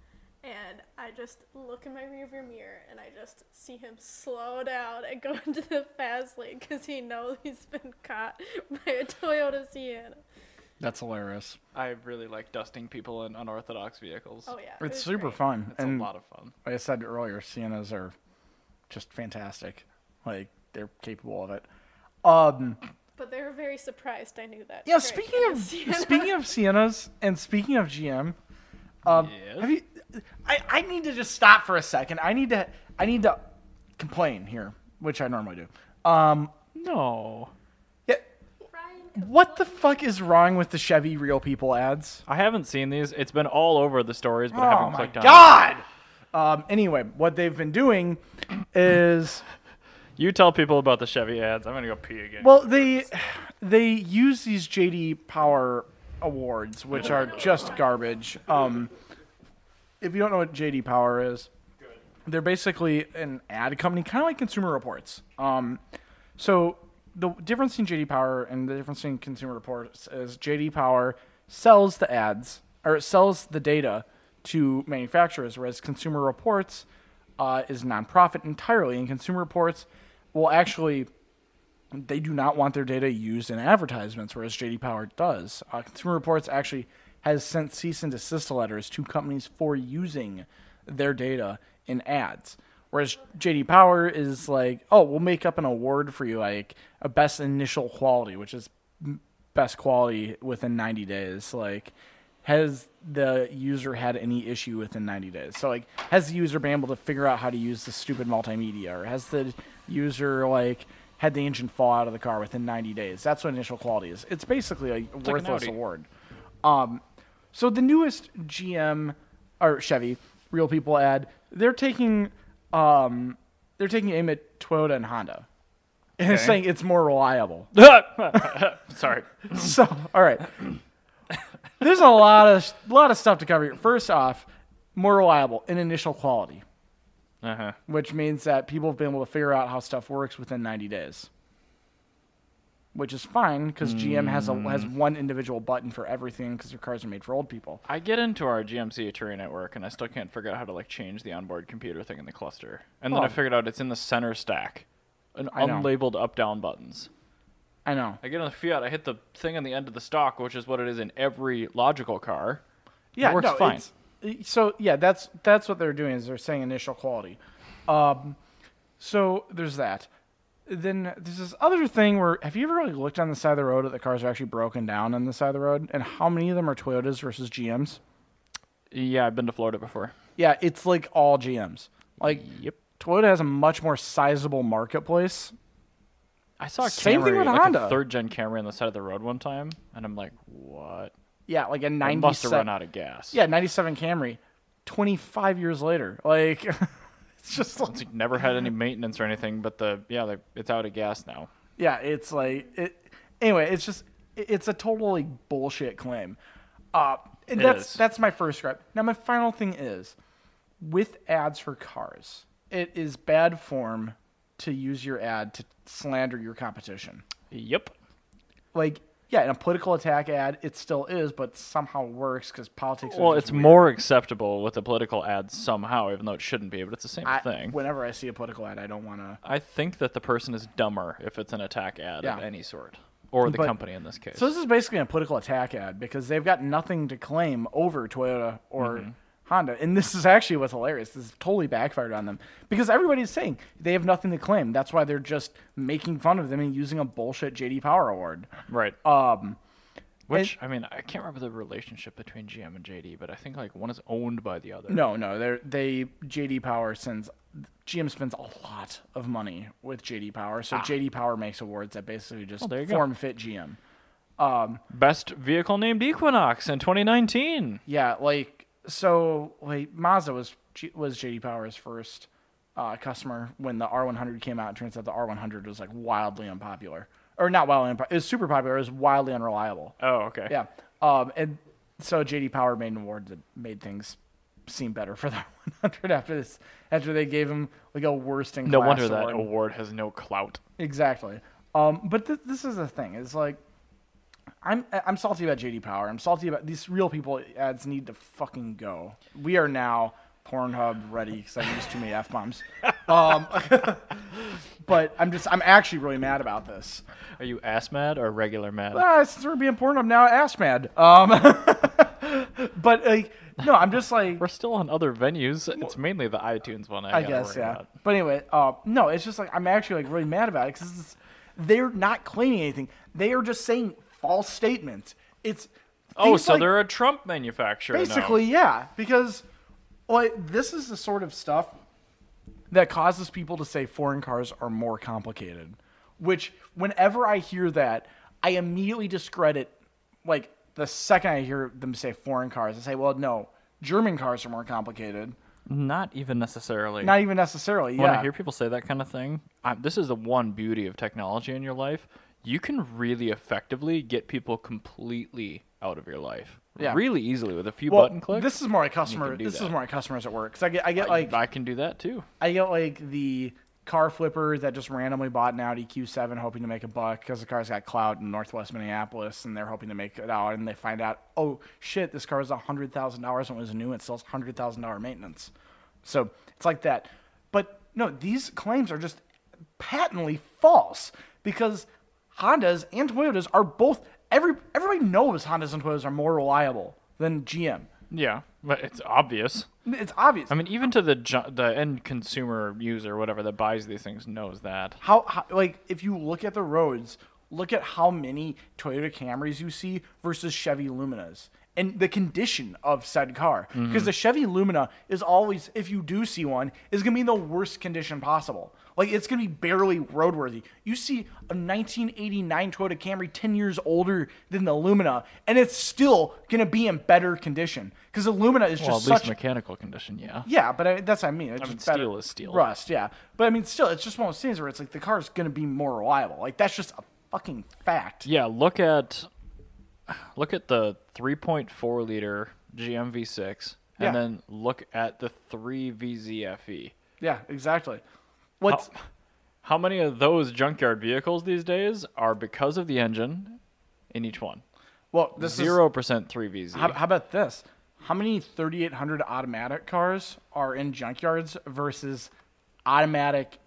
[SPEAKER 3] And I just look in my rearview mirror and I just see him slow down and go (laughs) into the fast lane because he knows he's been caught by a Toyota Sienna.
[SPEAKER 2] (laughs) That's hilarious.
[SPEAKER 1] I really like dusting people in unorthodox vehicles.
[SPEAKER 3] Oh yeah, it
[SPEAKER 2] It's
[SPEAKER 3] was
[SPEAKER 2] super
[SPEAKER 3] great.
[SPEAKER 2] fun.
[SPEAKER 1] It's
[SPEAKER 2] and
[SPEAKER 1] a lot of fun.
[SPEAKER 2] like I said earlier, Siennas are just fantastic. Like they're capable of it. Um,
[SPEAKER 3] But they were very surprised. I knew that.
[SPEAKER 2] yeah.
[SPEAKER 3] straight
[SPEAKER 2] Speaking
[SPEAKER 3] from
[SPEAKER 2] of
[SPEAKER 3] the (laughs) Sienna.
[SPEAKER 2] speaking of Siennas and speaking of GM, um,
[SPEAKER 1] Yes?
[SPEAKER 2] have you? I, I need to just stop for a second. I need to I need to complain here, which I normally do. Um,
[SPEAKER 1] No.
[SPEAKER 2] yeah,
[SPEAKER 3] Ryan,
[SPEAKER 2] what the fuck is wrong with the Chevy Real People ads?
[SPEAKER 1] I haven't seen these. It's been all over the stories, but I
[SPEAKER 2] Oh
[SPEAKER 1] haven't
[SPEAKER 2] my
[SPEAKER 1] clicked on
[SPEAKER 2] god! Um, anyway, what they've been doing is.
[SPEAKER 1] it. You tell people about the Chevy ads. I'm going to go pee again.
[SPEAKER 2] Well, they (sighs) they use these JD Power awards, which are just garbage. Um, if you don't know what JD Power is, they're basically an ad company, kind of like Consumer Reports. Um, so the difference in JD Power and the difference in Consumer Reports is JD Power sells the ads or sells the data to manufacturers, whereas Consumer Reports uh, is nonprofit entirely, and Consumer Reports will actually they do not want their data used in advertisements, whereas JD Power does. Uh, Consumer Reports actually has sent cease and desist letters to companies for using their data in ads. Whereas JD Power is like, oh, we'll make up an award for you, like a best initial quality, which is m- best quality within 90 days. Like, has the user had any issue within 90 days? So, like, has the user been able to figure out how to use the stupid multimedia, or has the user like had the engine fall out of the car within 90 days? That's what initial quality is. It's basically a
[SPEAKER 1] an
[SPEAKER 2] worthless
[SPEAKER 1] Audi.
[SPEAKER 2] award. Um, so the newest GM or Chevy Real People ad, they're taking um, they're taking aim at Toyota and Honda, and
[SPEAKER 1] Okay.
[SPEAKER 2] saying it's more reliable.
[SPEAKER 1] (laughs) Sorry.
[SPEAKER 2] (laughs) so all right, there's a lot of lot of stuff to cover here. First off, more reliable in initial quality,
[SPEAKER 1] Uh huh.
[SPEAKER 2] which means that people have been able to figure out how stuff works within 90 days. Which is fine because GM has a has one individual button for everything because their cars are made for old people.
[SPEAKER 1] I get into our GMC Aturi network and I still can't figure out how to like change the onboard computer thing in the cluster. And then I
[SPEAKER 2] Oh.
[SPEAKER 1] figured out it's in the center stack, and
[SPEAKER 2] I know.
[SPEAKER 1] unlabeled up down buttons.
[SPEAKER 2] I know.
[SPEAKER 1] I get on the Fiat, I hit the thing on the end of the stock, which is what it is in every logical car.
[SPEAKER 2] yeah,
[SPEAKER 1] it works
[SPEAKER 2] no,
[SPEAKER 1] fine.
[SPEAKER 2] it's- it- So yeah, that's that's what they're doing is they're saying initial quality. Um, so there's that. Then there's this other thing where have you ever really looked on the side of the road at the cars are actually broken down on the side of the road and how many of them are Toyotas versus GMs?
[SPEAKER 1] Yeah, I've been to Florida before.
[SPEAKER 2] Yeah, it's like all GMs. Like
[SPEAKER 1] Yep.
[SPEAKER 2] Toyota has a much more sizable marketplace.
[SPEAKER 1] I saw a
[SPEAKER 2] Same thing
[SPEAKER 1] Camry,
[SPEAKER 2] with
[SPEAKER 1] like
[SPEAKER 2] Honda.
[SPEAKER 1] a third gen Camry on the side of the road one time, and I'm like, what?
[SPEAKER 2] Yeah, like a
[SPEAKER 1] I
[SPEAKER 2] ninety.
[SPEAKER 1] must have run out of gas.
[SPEAKER 2] Yeah, ninety-seven Camry. Twenty-five years later, like (laughs)
[SPEAKER 1] (laughs)
[SPEAKER 2] it's just like,
[SPEAKER 1] It's like never had any maintenance or anything, but the yeah, like, it's out of gas now.
[SPEAKER 2] Yeah, it's like it. Anyway, it's just it- it's a totally bullshit claim. Uh, and
[SPEAKER 1] It
[SPEAKER 2] that's
[SPEAKER 1] is.
[SPEAKER 2] that's my first gripe. Now my final thing is, with ads for cars, it is bad form to use your ad to slander your competition.
[SPEAKER 1] Yep.
[SPEAKER 2] Like, yeah, in a political attack ad, it still is, but somehow works because politics. are
[SPEAKER 1] Well,
[SPEAKER 2] just
[SPEAKER 1] it's
[SPEAKER 2] weird.
[SPEAKER 1] more acceptable with a political ad somehow, even though it shouldn't be. But it's the same
[SPEAKER 2] I,
[SPEAKER 1] thing.
[SPEAKER 2] Whenever I see a political ad, I don't want to.
[SPEAKER 1] I think that the person is dumber if it's an attack ad
[SPEAKER 2] Yeah.
[SPEAKER 1] of any sort, or the
[SPEAKER 2] But-
[SPEAKER 1] company in this case.
[SPEAKER 2] So this is basically a political attack ad because they've got nothing to claim over Toyota or
[SPEAKER 1] Mm-hmm.
[SPEAKER 2] Honda. And this is actually what's hilarious. This is totally backfired on them because everybody's saying they have nothing to claim. That's why they're just making fun of them and using a bullshit JD Power award.
[SPEAKER 1] right.
[SPEAKER 2] Um,
[SPEAKER 1] Which I mean, I can't remember the relationship between GM and JD, but I think like one is owned by the other.
[SPEAKER 2] no, no, they they JD Power sends GM spends a lot of money with JD Power. So JD Power makes awards that basically just
[SPEAKER 1] Ah. there you go.
[SPEAKER 2] form fit GM.
[SPEAKER 1] Best vehicle named Equinox in 2019.
[SPEAKER 2] Yeah, like so, like Mazda was G- was JD Power's first uh, customer when the R100 came out. It turns out the R100 was like wildly unpopular, or not wildly unpopular. It was super popular. It was wildly unreliable.
[SPEAKER 1] Oh, okay.
[SPEAKER 2] Yeah, um, and so JD Power made an award that made things seem better for the (laughs) R100 after this. After they gave him like a worst in
[SPEAKER 1] No
[SPEAKER 2] class
[SPEAKER 1] wonder that
[SPEAKER 2] award.
[SPEAKER 1] award has no clout.
[SPEAKER 2] Exactly. Um, but th- this is the thing. It's like I'm I'm salty about JD Power. I'm salty about these real people ads need to fucking go. We are now Pornhub ready because I used too many f bombs. Um, (laughs) but I'm just I'm actually really mad about this.
[SPEAKER 1] Are you ass mad or regular mad?
[SPEAKER 2] Ah, since we're being Pornhub now, ass mad. Um, (laughs) but like no, I'm just like
[SPEAKER 1] We're still on other venues. It's mainly the iTunes one. I,
[SPEAKER 2] I
[SPEAKER 1] gotta
[SPEAKER 2] guess,
[SPEAKER 1] worry
[SPEAKER 2] yeah.
[SPEAKER 1] about.
[SPEAKER 2] But anyway, uh, no, it's just like I'm actually like really mad about it because they're not claiming anything. They are just saying false statements. It's
[SPEAKER 1] Oh,
[SPEAKER 2] things
[SPEAKER 1] so
[SPEAKER 2] like-
[SPEAKER 1] they're a Trump manufacturer. now.
[SPEAKER 2] basically yeah because like this is the sort of stuff that causes people to say foreign cars are more complicated. Which whenever I hear that, I immediately discredit like the second I hear them say foreign cars, I say, well, no, German cars are more complicated.
[SPEAKER 1] Not even necessarily.
[SPEAKER 2] Not even necessarily.
[SPEAKER 1] when
[SPEAKER 2] yeah.
[SPEAKER 1] I hear people say that kind of thing, i this is the one beauty of technology in your life. You can really effectively get people completely out of your life.
[SPEAKER 2] Yeah.
[SPEAKER 1] Really easily with a few
[SPEAKER 2] Well,
[SPEAKER 1] button clicks.
[SPEAKER 2] This is more like customer.
[SPEAKER 1] do
[SPEAKER 2] This is
[SPEAKER 1] that.
[SPEAKER 2] more like customers at work. Cause I get, I get like,
[SPEAKER 1] I can do that too.
[SPEAKER 2] I get like the car flipper that just randomly bought an Audi Q7 hoping to make a buck because the car's got clout in Northwest Minneapolis and they're hoping to make it out. And they find out, oh shit, this car is hundred thousand dollars when it was new. It sells hundred thousand dollar maintenance. So it's like that. But no, these claims are just patently false because Hondas and Toyotas are both. Every everybody knows Hondas and Toyotas are more reliable than GM.
[SPEAKER 1] Yeah, but it's obvious.
[SPEAKER 2] It's obvious.
[SPEAKER 1] I mean, even to the ju- the end consumer user, whatever that buys these things, knows that.
[SPEAKER 2] how, how like if you look at the roads, look at how many Toyota Camrys you see versus Chevy Luminas and the condition of said car
[SPEAKER 1] Mm-hmm.
[SPEAKER 2] because the Chevy Lumina is always if you do see one is going to be in the worst condition possible. Like it's going to be barely roadworthy. You see a 1989 Toyota Camry 10 years older than the Lumina and it's still going to be in better condition because the Lumina is just
[SPEAKER 1] Well, at least
[SPEAKER 2] such
[SPEAKER 1] mechanical condition, yeah.
[SPEAKER 2] yeah, but I, that's what I mean. It's
[SPEAKER 1] mean,
[SPEAKER 2] just better-
[SPEAKER 1] steel is steel.
[SPEAKER 2] Rust, yeah. But I mean, still, it's just one of those things where it's like the car's going to be more reliable. Like, that's just a fucking fact.
[SPEAKER 1] Yeah, look at look at the 3.4 liter GM V6, and
[SPEAKER 2] Yeah.
[SPEAKER 1] then look at the 3 VZFE.
[SPEAKER 2] Yeah, exactly. What's.
[SPEAKER 1] E. How many of those junkyard vehicles these days are because of the engine in each one?
[SPEAKER 2] well, this is.
[SPEAKER 1] Zero percent 3VZ.
[SPEAKER 2] How, how about this? How many 3800 automatic cars are in junkyards versus automatic,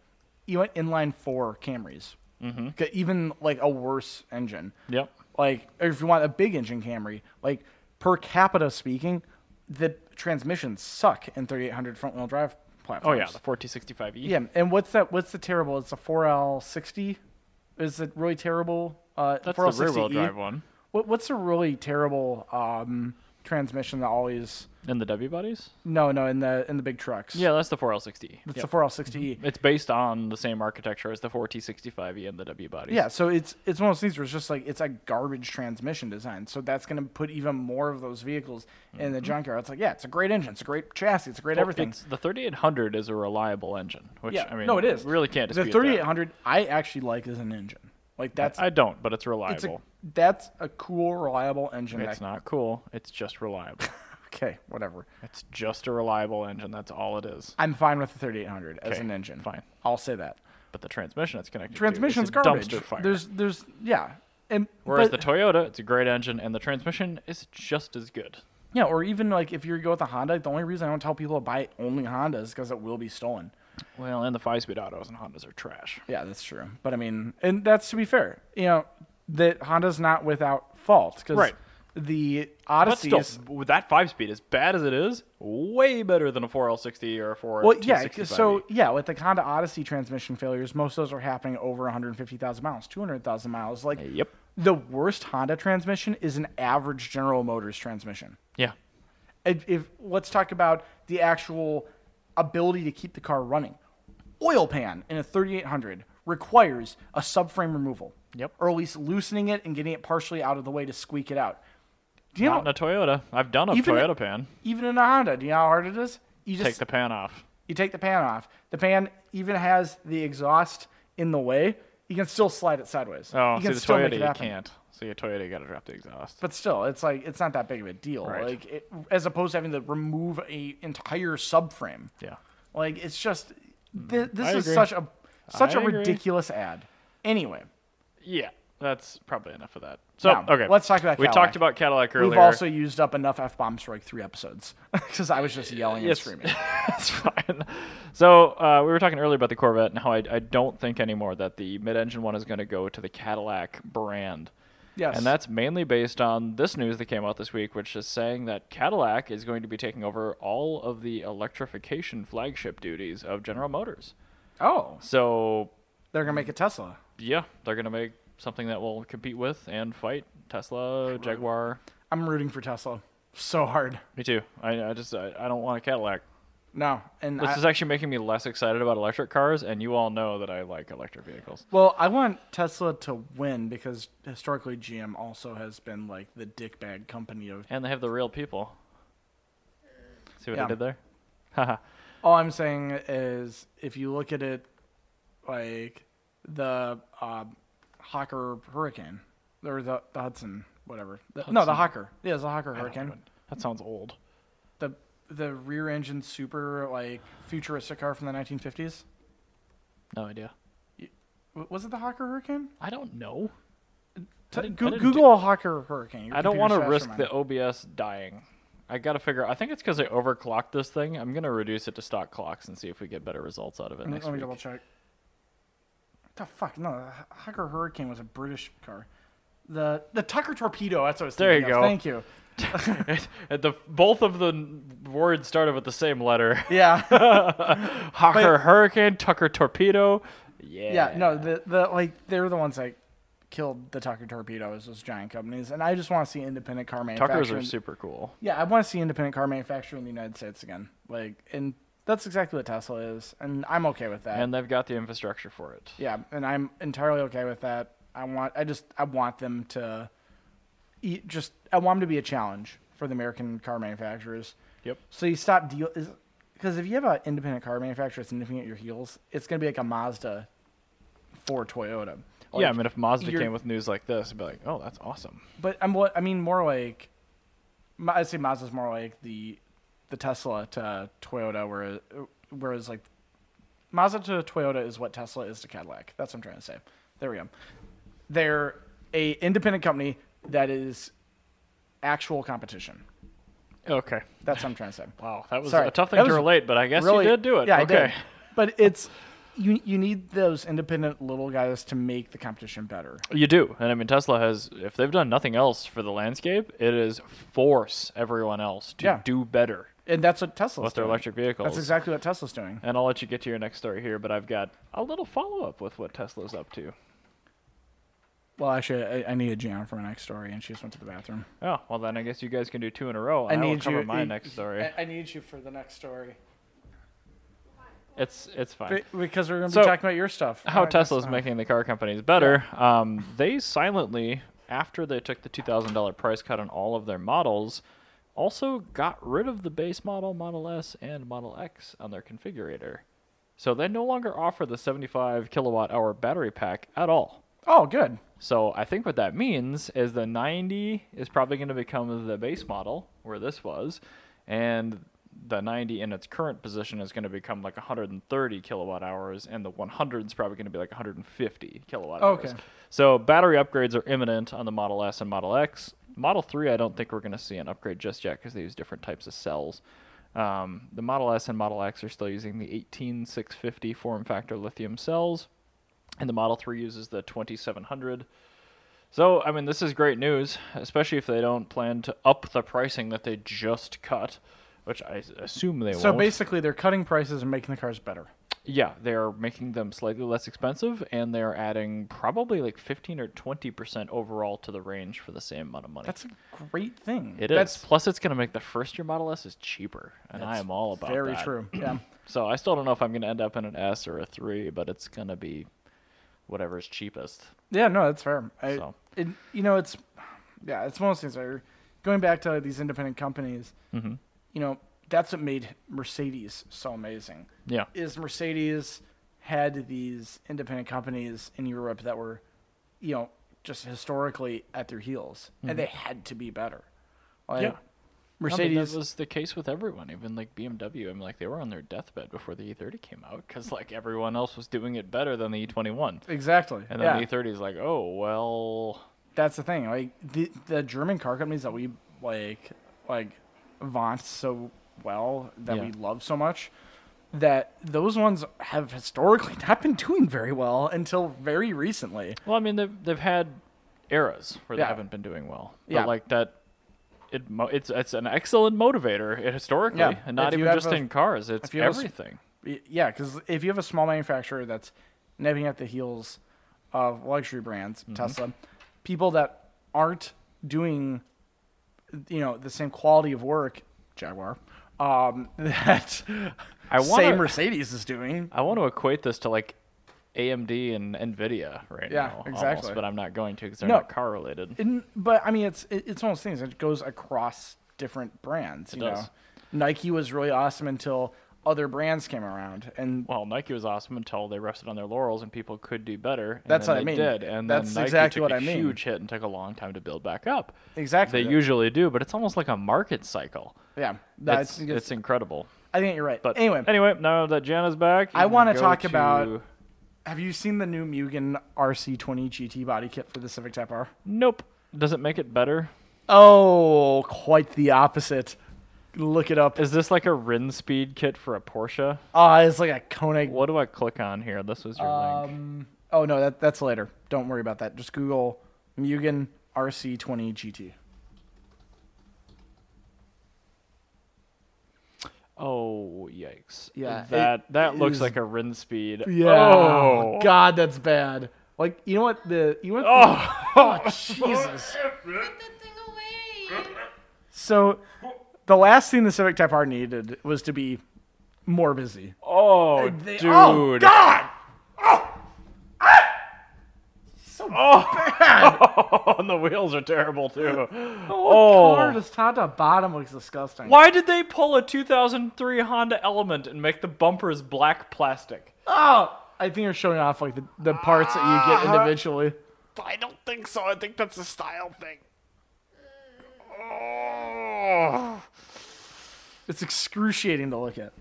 [SPEAKER 2] even inline four Camrys? Mm-hmm. Even like a worse engine.
[SPEAKER 1] yep.
[SPEAKER 2] like or if you want a big engine Camry, like per capita speaking, the transmissions suck in 3800 front wheel drive
[SPEAKER 1] Oh
[SPEAKER 2] platforms.
[SPEAKER 1] yeah, the 4265E.
[SPEAKER 2] yeah. And what's that? What's the terrible? It's a 4L60. Is it really terrible? Uh,
[SPEAKER 1] that's the
[SPEAKER 2] 4L60E?
[SPEAKER 1] rear wheel drive one.
[SPEAKER 2] What, what's a really terrible um, transmission that always?
[SPEAKER 1] And the W bodies?
[SPEAKER 2] No, no, in the in the big trucks.
[SPEAKER 1] Yeah, that's the 4L60.
[SPEAKER 2] it's
[SPEAKER 1] E. Yep.
[SPEAKER 2] the 4L60e.
[SPEAKER 1] It's based on the same architecture as the 4T65E E and the W bodies.
[SPEAKER 2] Yeah, so it's it's one of those things where it's just like it's a garbage transmission design. So that's going to put even more of those vehicles in
[SPEAKER 1] Mm-hmm.
[SPEAKER 2] the junkyard. It's like, yeah, it's a great engine, it's a great chassis, it's a great
[SPEAKER 1] Well,
[SPEAKER 2] everything.
[SPEAKER 1] it's- the 3800 is a reliable engine, which
[SPEAKER 2] yeah,
[SPEAKER 1] I mean,
[SPEAKER 2] no, it is
[SPEAKER 1] Really can't dispute
[SPEAKER 2] the
[SPEAKER 1] that.
[SPEAKER 2] 3800. I actually like as an engine. Like that's
[SPEAKER 1] I don't, but it's
[SPEAKER 2] it's a,
[SPEAKER 1] reliable.
[SPEAKER 2] that's a cool, reliable engine.
[SPEAKER 1] It's,
[SPEAKER 2] that-
[SPEAKER 1] not cool. It's just
[SPEAKER 2] (laughs)
[SPEAKER 1] reliable.
[SPEAKER 2] okay, whatever.
[SPEAKER 1] it's just a reliable engine. That's all it is.
[SPEAKER 2] I'm fine with the 3800 as
[SPEAKER 1] Okay,
[SPEAKER 2] an engine.
[SPEAKER 1] fine.
[SPEAKER 2] I'll say that.
[SPEAKER 1] But the transmission it's connected
[SPEAKER 2] Transmission's
[SPEAKER 1] to is a
[SPEAKER 2] garbage.
[SPEAKER 1] dumpster fire.
[SPEAKER 2] There's there's yeah. And
[SPEAKER 1] Whereas
[SPEAKER 2] but-
[SPEAKER 1] the Toyota, it's a great engine, and the transmission is just as good.
[SPEAKER 2] Yeah, or even like if you go with a Honda, the only reason I don't tell people to buy only Hondas is because it will be stolen.
[SPEAKER 1] Well, and the five-speed autos and Hondas are trash.
[SPEAKER 2] Yeah, that's true. But I mean, and that's to be fair. You know, that Honda's not without fault because
[SPEAKER 1] Right.
[SPEAKER 2] the
[SPEAKER 1] But
[SPEAKER 2] Odyssey.
[SPEAKER 1] still, with that five-speed, as bad as it is, way better than a 4L60 or a 4
[SPEAKER 2] well, yeah.
[SPEAKER 1] E.
[SPEAKER 2] So yeah, with the Honda Odyssey transmission failures, most of those are happening over 150,000 miles, 200,000 miles. Like,
[SPEAKER 1] Yep.
[SPEAKER 2] The worst Honda transmission is an average General Motors transmission.
[SPEAKER 1] yeah.
[SPEAKER 2] if, if let's talk about the actual ability to keep the car running. Oil pan in a 3800 requires a subframe removal.
[SPEAKER 1] Yep.
[SPEAKER 2] Or at least loosening it and getting it partially out of the way to squeak it out. Do you
[SPEAKER 1] Not in
[SPEAKER 2] know
[SPEAKER 1] a Toyota. I've done a
[SPEAKER 2] Even-
[SPEAKER 1] Toyota pan.
[SPEAKER 2] even in a Honda, do you know how hard it is? You just
[SPEAKER 1] Take the pan off.
[SPEAKER 2] you take the pan off. The pan even has the exhaust in the way. You can still slide it sideways.
[SPEAKER 1] Oh,
[SPEAKER 2] you
[SPEAKER 1] see,
[SPEAKER 2] can
[SPEAKER 1] the
[SPEAKER 2] still make
[SPEAKER 1] Toyota
[SPEAKER 2] it
[SPEAKER 1] you
[SPEAKER 2] happen.
[SPEAKER 1] can't. So your Toyota, you got to drop the exhaust.
[SPEAKER 2] But still, it's like it's not that big of a deal.
[SPEAKER 1] Right.
[SPEAKER 2] Like it, as opposed to having to remove a entire subframe.
[SPEAKER 1] yeah.
[SPEAKER 2] Like it's just th- this
[SPEAKER 1] Mm, I
[SPEAKER 2] is
[SPEAKER 1] agree.
[SPEAKER 2] such a such a
[SPEAKER 1] I agree.
[SPEAKER 2] ridiculous ad. Anyway,
[SPEAKER 1] Yeah, that's probably enough of that. So
[SPEAKER 2] Now,
[SPEAKER 1] okay,
[SPEAKER 2] let's talk about
[SPEAKER 1] We
[SPEAKER 2] Cadillac.
[SPEAKER 1] talked about Cadillac earlier.
[SPEAKER 2] we've also used up enough f bombs for like three episodes (laughs) because I was just yelling and
[SPEAKER 1] Yes. (laughs)
[SPEAKER 2] screaming.
[SPEAKER 1] That's fine. So uh, we were talking earlier about the Corvette and how I, I don't think anymore that the mid-engine one is going to go to the Cadillac brand.
[SPEAKER 2] Yes,
[SPEAKER 1] And that's mainly based on this news that came out this week, which is saying that Cadillac is going to be taking over all of the electrification flagship duties of General Motors.
[SPEAKER 2] oh,
[SPEAKER 1] So
[SPEAKER 2] they're gonna make a Tesla.
[SPEAKER 1] yeah, they're going to make something that will compete with and fight Tesla, Jaguar.
[SPEAKER 2] I'm rooting for Tesla so hard.
[SPEAKER 1] Me too. I, I just I, I don't want a Cadillac.
[SPEAKER 2] No, and
[SPEAKER 1] This
[SPEAKER 2] I,
[SPEAKER 1] is actually making me less excited about electric cars, and you all know that I like electric vehicles.
[SPEAKER 2] well, I want Tesla to win because historically GM also has been like the dickbag company of.
[SPEAKER 1] And they have the real people. See what
[SPEAKER 2] Yeah.
[SPEAKER 1] I did there? (laughs) Haha.
[SPEAKER 2] All I'm saying is, if you look at it, like the uh, Hawker Hurricane or the, the Hudson, whatever. The- No, the
[SPEAKER 1] Hudson.
[SPEAKER 2] Hawker. Yeah, it's the Hawker Hurricane.
[SPEAKER 1] that sounds old.
[SPEAKER 2] The the rear engine super like futuristic car from the 1950s.
[SPEAKER 1] No idea.
[SPEAKER 2] W- Was it the Hawker Hurricane?
[SPEAKER 1] I don't know.
[SPEAKER 2] T-
[SPEAKER 1] didn't- I
[SPEAKER 2] Go-
[SPEAKER 1] didn't
[SPEAKER 2] Google a Hawker Hurricane. Your
[SPEAKER 1] I don't want
[SPEAKER 2] computer's
[SPEAKER 1] to
[SPEAKER 2] faster
[SPEAKER 1] risk
[SPEAKER 2] than mine.
[SPEAKER 1] the OBS dying. I gotta figure. I think it's because I overclocked this thing. I'm gonna reduce it to stock clocks and see if we get better results out of it
[SPEAKER 2] Let me-
[SPEAKER 1] next
[SPEAKER 2] Let me
[SPEAKER 1] week.
[SPEAKER 2] double check. The fuck no, the H- Hawker Hurricane was a British car. The the Tucker torpedo. That's what I was
[SPEAKER 1] There
[SPEAKER 2] thinking
[SPEAKER 1] you
[SPEAKER 2] of.
[SPEAKER 1] go.
[SPEAKER 2] Thank you.
[SPEAKER 1] (laughs) At the both of the n- words started with the same letter. (laughs)
[SPEAKER 2] Yeah. (laughs)
[SPEAKER 1] Hawker Hurricane, Tucker Torpedo. Yeah.
[SPEAKER 2] yeah no the, the like they were the ones that killed the tucker torpedoes those giant companies and i just want to see independent car manufacturing
[SPEAKER 1] Tuckers are super cool.
[SPEAKER 2] yeah i want to see independent car manufacturing in the united states again like and that's exactly what tesla is and i'm okay with that
[SPEAKER 1] And they've got the infrastructure for it.
[SPEAKER 2] yeah and i'm entirely okay with that i want i just i want them to eat just i want them to be a challenge for the american car manufacturers
[SPEAKER 1] Yep.
[SPEAKER 2] so you stop deal is because if you have an independent car manufacturer that's nipping at your heels it's going to be like a mazda for toyota
[SPEAKER 1] yeah, I
[SPEAKER 2] Like,
[SPEAKER 1] mean, if Mazda
[SPEAKER 2] you're-
[SPEAKER 1] came with news like this, I'd be like, oh, that's awesome.
[SPEAKER 2] But I'm what I mean more like Ma- I'd say Mazda's more like the the Tesla to Toyota, whereas whereas like Mazda to Toyota is what Tesla is to Cadillac. That's what I'm trying to say. There we go. They're a independent company that is actual competition.
[SPEAKER 1] Okay.
[SPEAKER 2] That's what
[SPEAKER 1] (laughs)
[SPEAKER 2] I'm trying to say.
[SPEAKER 1] Wow, that was
[SPEAKER 2] Sorry.
[SPEAKER 1] a tough thing
[SPEAKER 2] That
[SPEAKER 1] to
[SPEAKER 2] was
[SPEAKER 1] relate, but I guess
[SPEAKER 2] really,
[SPEAKER 1] you did do it.
[SPEAKER 2] Yeah,
[SPEAKER 1] okay.
[SPEAKER 2] I did. But it's you you need those independent little guys to make the competition better.
[SPEAKER 1] You do. And I mean, Tesla has, if they've done nothing else for the landscape, it is force everyone else to
[SPEAKER 2] Yeah.
[SPEAKER 1] do better
[SPEAKER 2] And that's what Tesla's
[SPEAKER 1] with their
[SPEAKER 2] doing.
[SPEAKER 1] electric vehicles.
[SPEAKER 2] That's exactly what Tesla's doing.
[SPEAKER 1] and I'll let you get to your next story here, but I've got a little follow up with what Tesla's up to.
[SPEAKER 2] Well, actually, I, I needed Gianna for my next story, and she just went to the bathroom.
[SPEAKER 1] Oh, well, then I guess you guys can do two in a row. And I, will cover my next story.
[SPEAKER 2] I, need you for the next story
[SPEAKER 1] it's it's fine.
[SPEAKER 2] because we're going to
[SPEAKER 1] So,
[SPEAKER 2] be talking about your stuff.
[SPEAKER 1] how
[SPEAKER 2] Alright, that's
[SPEAKER 1] Tesla's
[SPEAKER 2] fine.
[SPEAKER 1] making the car companies better. Um, they silently, after they took the two thousand dollar price cut on all of their models, also got rid of the base model, Model S, and Model X on their configurator. So they no longer offer the seventy five kilowatt hour battery pack at all.
[SPEAKER 2] Oh, good.
[SPEAKER 1] So I think what that means is the 90 is probably going to become the base model where this was, and the 90 in its current position is going to become like 130 kilowatt hours, and the 100 is probably going to be like 150 kilowatt hours.
[SPEAKER 2] Okay.
[SPEAKER 1] So battery upgrades are imminent on the Model S and Model X. Model 3, I don't think we're going to see an upgrade just yet because they use different types of cells. Um, the Model S and Model X are still using the 18650 form factor lithium cells and the Model 3 uses the 2700. So, I mean, this is great news, especially if they don't plan to up the pricing that they just cut, which I s- assume they
[SPEAKER 2] So
[SPEAKER 1] won't.
[SPEAKER 2] basically, they're cutting prices and making the cars better.
[SPEAKER 1] yeah, they are making them slightly less expensive, and they are adding probably like 15 or 20% overall to the range for the same amount of money.
[SPEAKER 2] That's a great thing.
[SPEAKER 1] It is.
[SPEAKER 2] That's
[SPEAKER 1] Plus, it's going to make the first year Model S is cheaper, and I
[SPEAKER 2] That's
[SPEAKER 1] am all about
[SPEAKER 2] very
[SPEAKER 1] that. (clears throat)
[SPEAKER 2] true. Yeah.
[SPEAKER 1] So I still don't know if I'm going to end up in an S or a 3, but it's going to be whatever's cheapest.
[SPEAKER 2] Yeah, no, that's fair. I,
[SPEAKER 1] So.
[SPEAKER 2] it, you know, it's yeah, it's one of those things. Where going back to these independent companies,
[SPEAKER 1] Mm-hmm.
[SPEAKER 2] you know, that's what made Mercedes so amazing.
[SPEAKER 1] Yeah.
[SPEAKER 2] is Mercedes had these independent companies in Europe that were, you know, just historically at their heels, and they had to be better. Like,
[SPEAKER 1] Mm-hmm. Yeah.
[SPEAKER 2] Mercedes.
[SPEAKER 1] I mean, that was the case with everyone, even like BMW. I mean, like they were on their deathbed before the E30 came out because like everyone else was doing it better than the E21,
[SPEAKER 2] exactly.
[SPEAKER 1] and
[SPEAKER 2] yeah,
[SPEAKER 1] then the E30 is like, oh well,
[SPEAKER 2] that's the thing. Like the the German car companies that we like like vaunt so well that
[SPEAKER 1] Yeah.
[SPEAKER 2] we love so much. That those ones have historically (laughs) not been doing very well until very recently.
[SPEAKER 1] well, I mean they've they've had eras where they
[SPEAKER 2] Yeah.
[SPEAKER 1] haven't been doing well, but
[SPEAKER 2] Yeah.
[SPEAKER 1] like that. It, mo- it's it's an excellent motivator it, historically,
[SPEAKER 2] Yeah.
[SPEAKER 1] and not
[SPEAKER 2] If you
[SPEAKER 1] even
[SPEAKER 2] have
[SPEAKER 1] just
[SPEAKER 2] a-
[SPEAKER 1] in cars. It's
[SPEAKER 2] if you have a s-
[SPEAKER 1] everything.
[SPEAKER 2] Y- Yeah, because if you have a small manufacturer that's nipping at the heels of luxury brands,
[SPEAKER 1] Mm-hmm.
[SPEAKER 2] Tesla, people that aren't doing, you know, the same quality of work, Jaguar, um, (laughs) that
[SPEAKER 1] I
[SPEAKER 2] say
[SPEAKER 1] wanna-
[SPEAKER 2] Mercedes is doing.
[SPEAKER 1] I want to equate this to like AMD and Nvidia right
[SPEAKER 2] Yeah,
[SPEAKER 1] now, almost,
[SPEAKER 2] exactly.
[SPEAKER 1] but I'm not going to because they're
[SPEAKER 2] No.
[SPEAKER 1] not car related.
[SPEAKER 2] And, but I mean, it's it, it's one of those things. It goes across different brands. you
[SPEAKER 1] does.
[SPEAKER 2] know, Nike was really awesome until other brands came around, and
[SPEAKER 1] well, Nike was awesome until they rested on their laurels and people could do better. And
[SPEAKER 2] That's
[SPEAKER 1] then
[SPEAKER 2] what I
[SPEAKER 1] they
[SPEAKER 2] mean.
[SPEAKER 1] Did and
[SPEAKER 2] That's
[SPEAKER 1] then Nike
[SPEAKER 2] exactly
[SPEAKER 1] took
[SPEAKER 2] what
[SPEAKER 1] a
[SPEAKER 2] I mean.
[SPEAKER 1] Huge hit and took a long time to build back up.
[SPEAKER 2] Exactly.
[SPEAKER 1] They usually do, but it's almost like a market cycle.
[SPEAKER 2] yeah,
[SPEAKER 1] That's
[SPEAKER 2] that's.
[SPEAKER 1] it's, incredible.
[SPEAKER 2] I think you're right.
[SPEAKER 1] But
[SPEAKER 2] anyway,
[SPEAKER 1] anyway, now that Jana's back,
[SPEAKER 2] I
[SPEAKER 1] you can
[SPEAKER 2] want to
[SPEAKER 1] go
[SPEAKER 2] talk about Have you seen the new Mugen RC20 GT body kit for the Civic Type R?
[SPEAKER 1] Nope. Does it make it better?
[SPEAKER 2] Oh, quite the opposite. Look it up.
[SPEAKER 1] Is this like a Rin speed kit for a Porsche?
[SPEAKER 2] Ah, it's like a Koenig.
[SPEAKER 1] What do I click on here? This was your link.
[SPEAKER 2] Um, oh no, that that's later. Don't worry about that. Just Google Mugen RC20 GT.
[SPEAKER 1] Oh yikes!
[SPEAKER 2] yeah, it
[SPEAKER 1] that that looks
[SPEAKER 2] is-
[SPEAKER 1] like a Rin speed.
[SPEAKER 2] Yeah.
[SPEAKER 1] Oh
[SPEAKER 2] God, that's bad. Like you know what the you know
[SPEAKER 1] (laughs)
[SPEAKER 2] what
[SPEAKER 1] Oh.
[SPEAKER 2] the, oh (laughs) Jesus.
[SPEAKER 3] Put that thing away.
[SPEAKER 2] So the last thing the Civic Type R needed was to be more busy.
[SPEAKER 1] Oh,
[SPEAKER 2] They-
[SPEAKER 1] dude.
[SPEAKER 2] Oh God. Oh, ah!
[SPEAKER 1] Oh. (laughs) and the wheels are terrible too.
[SPEAKER 2] (laughs) Oh. Car,
[SPEAKER 1] Oh.
[SPEAKER 2] just top to bottom looks disgusting.
[SPEAKER 1] Why did they pull a 2003 Honda Element and make the bumpers black plastic?
[SPEAKER 2] Oh, I think you're showing off like the, the parts that you get individually.
[SPEAKER 1] Uh-huh. I don't think so. I think that's a style thing. Oh,
[SPEAKER 2] It's excruciating to look at.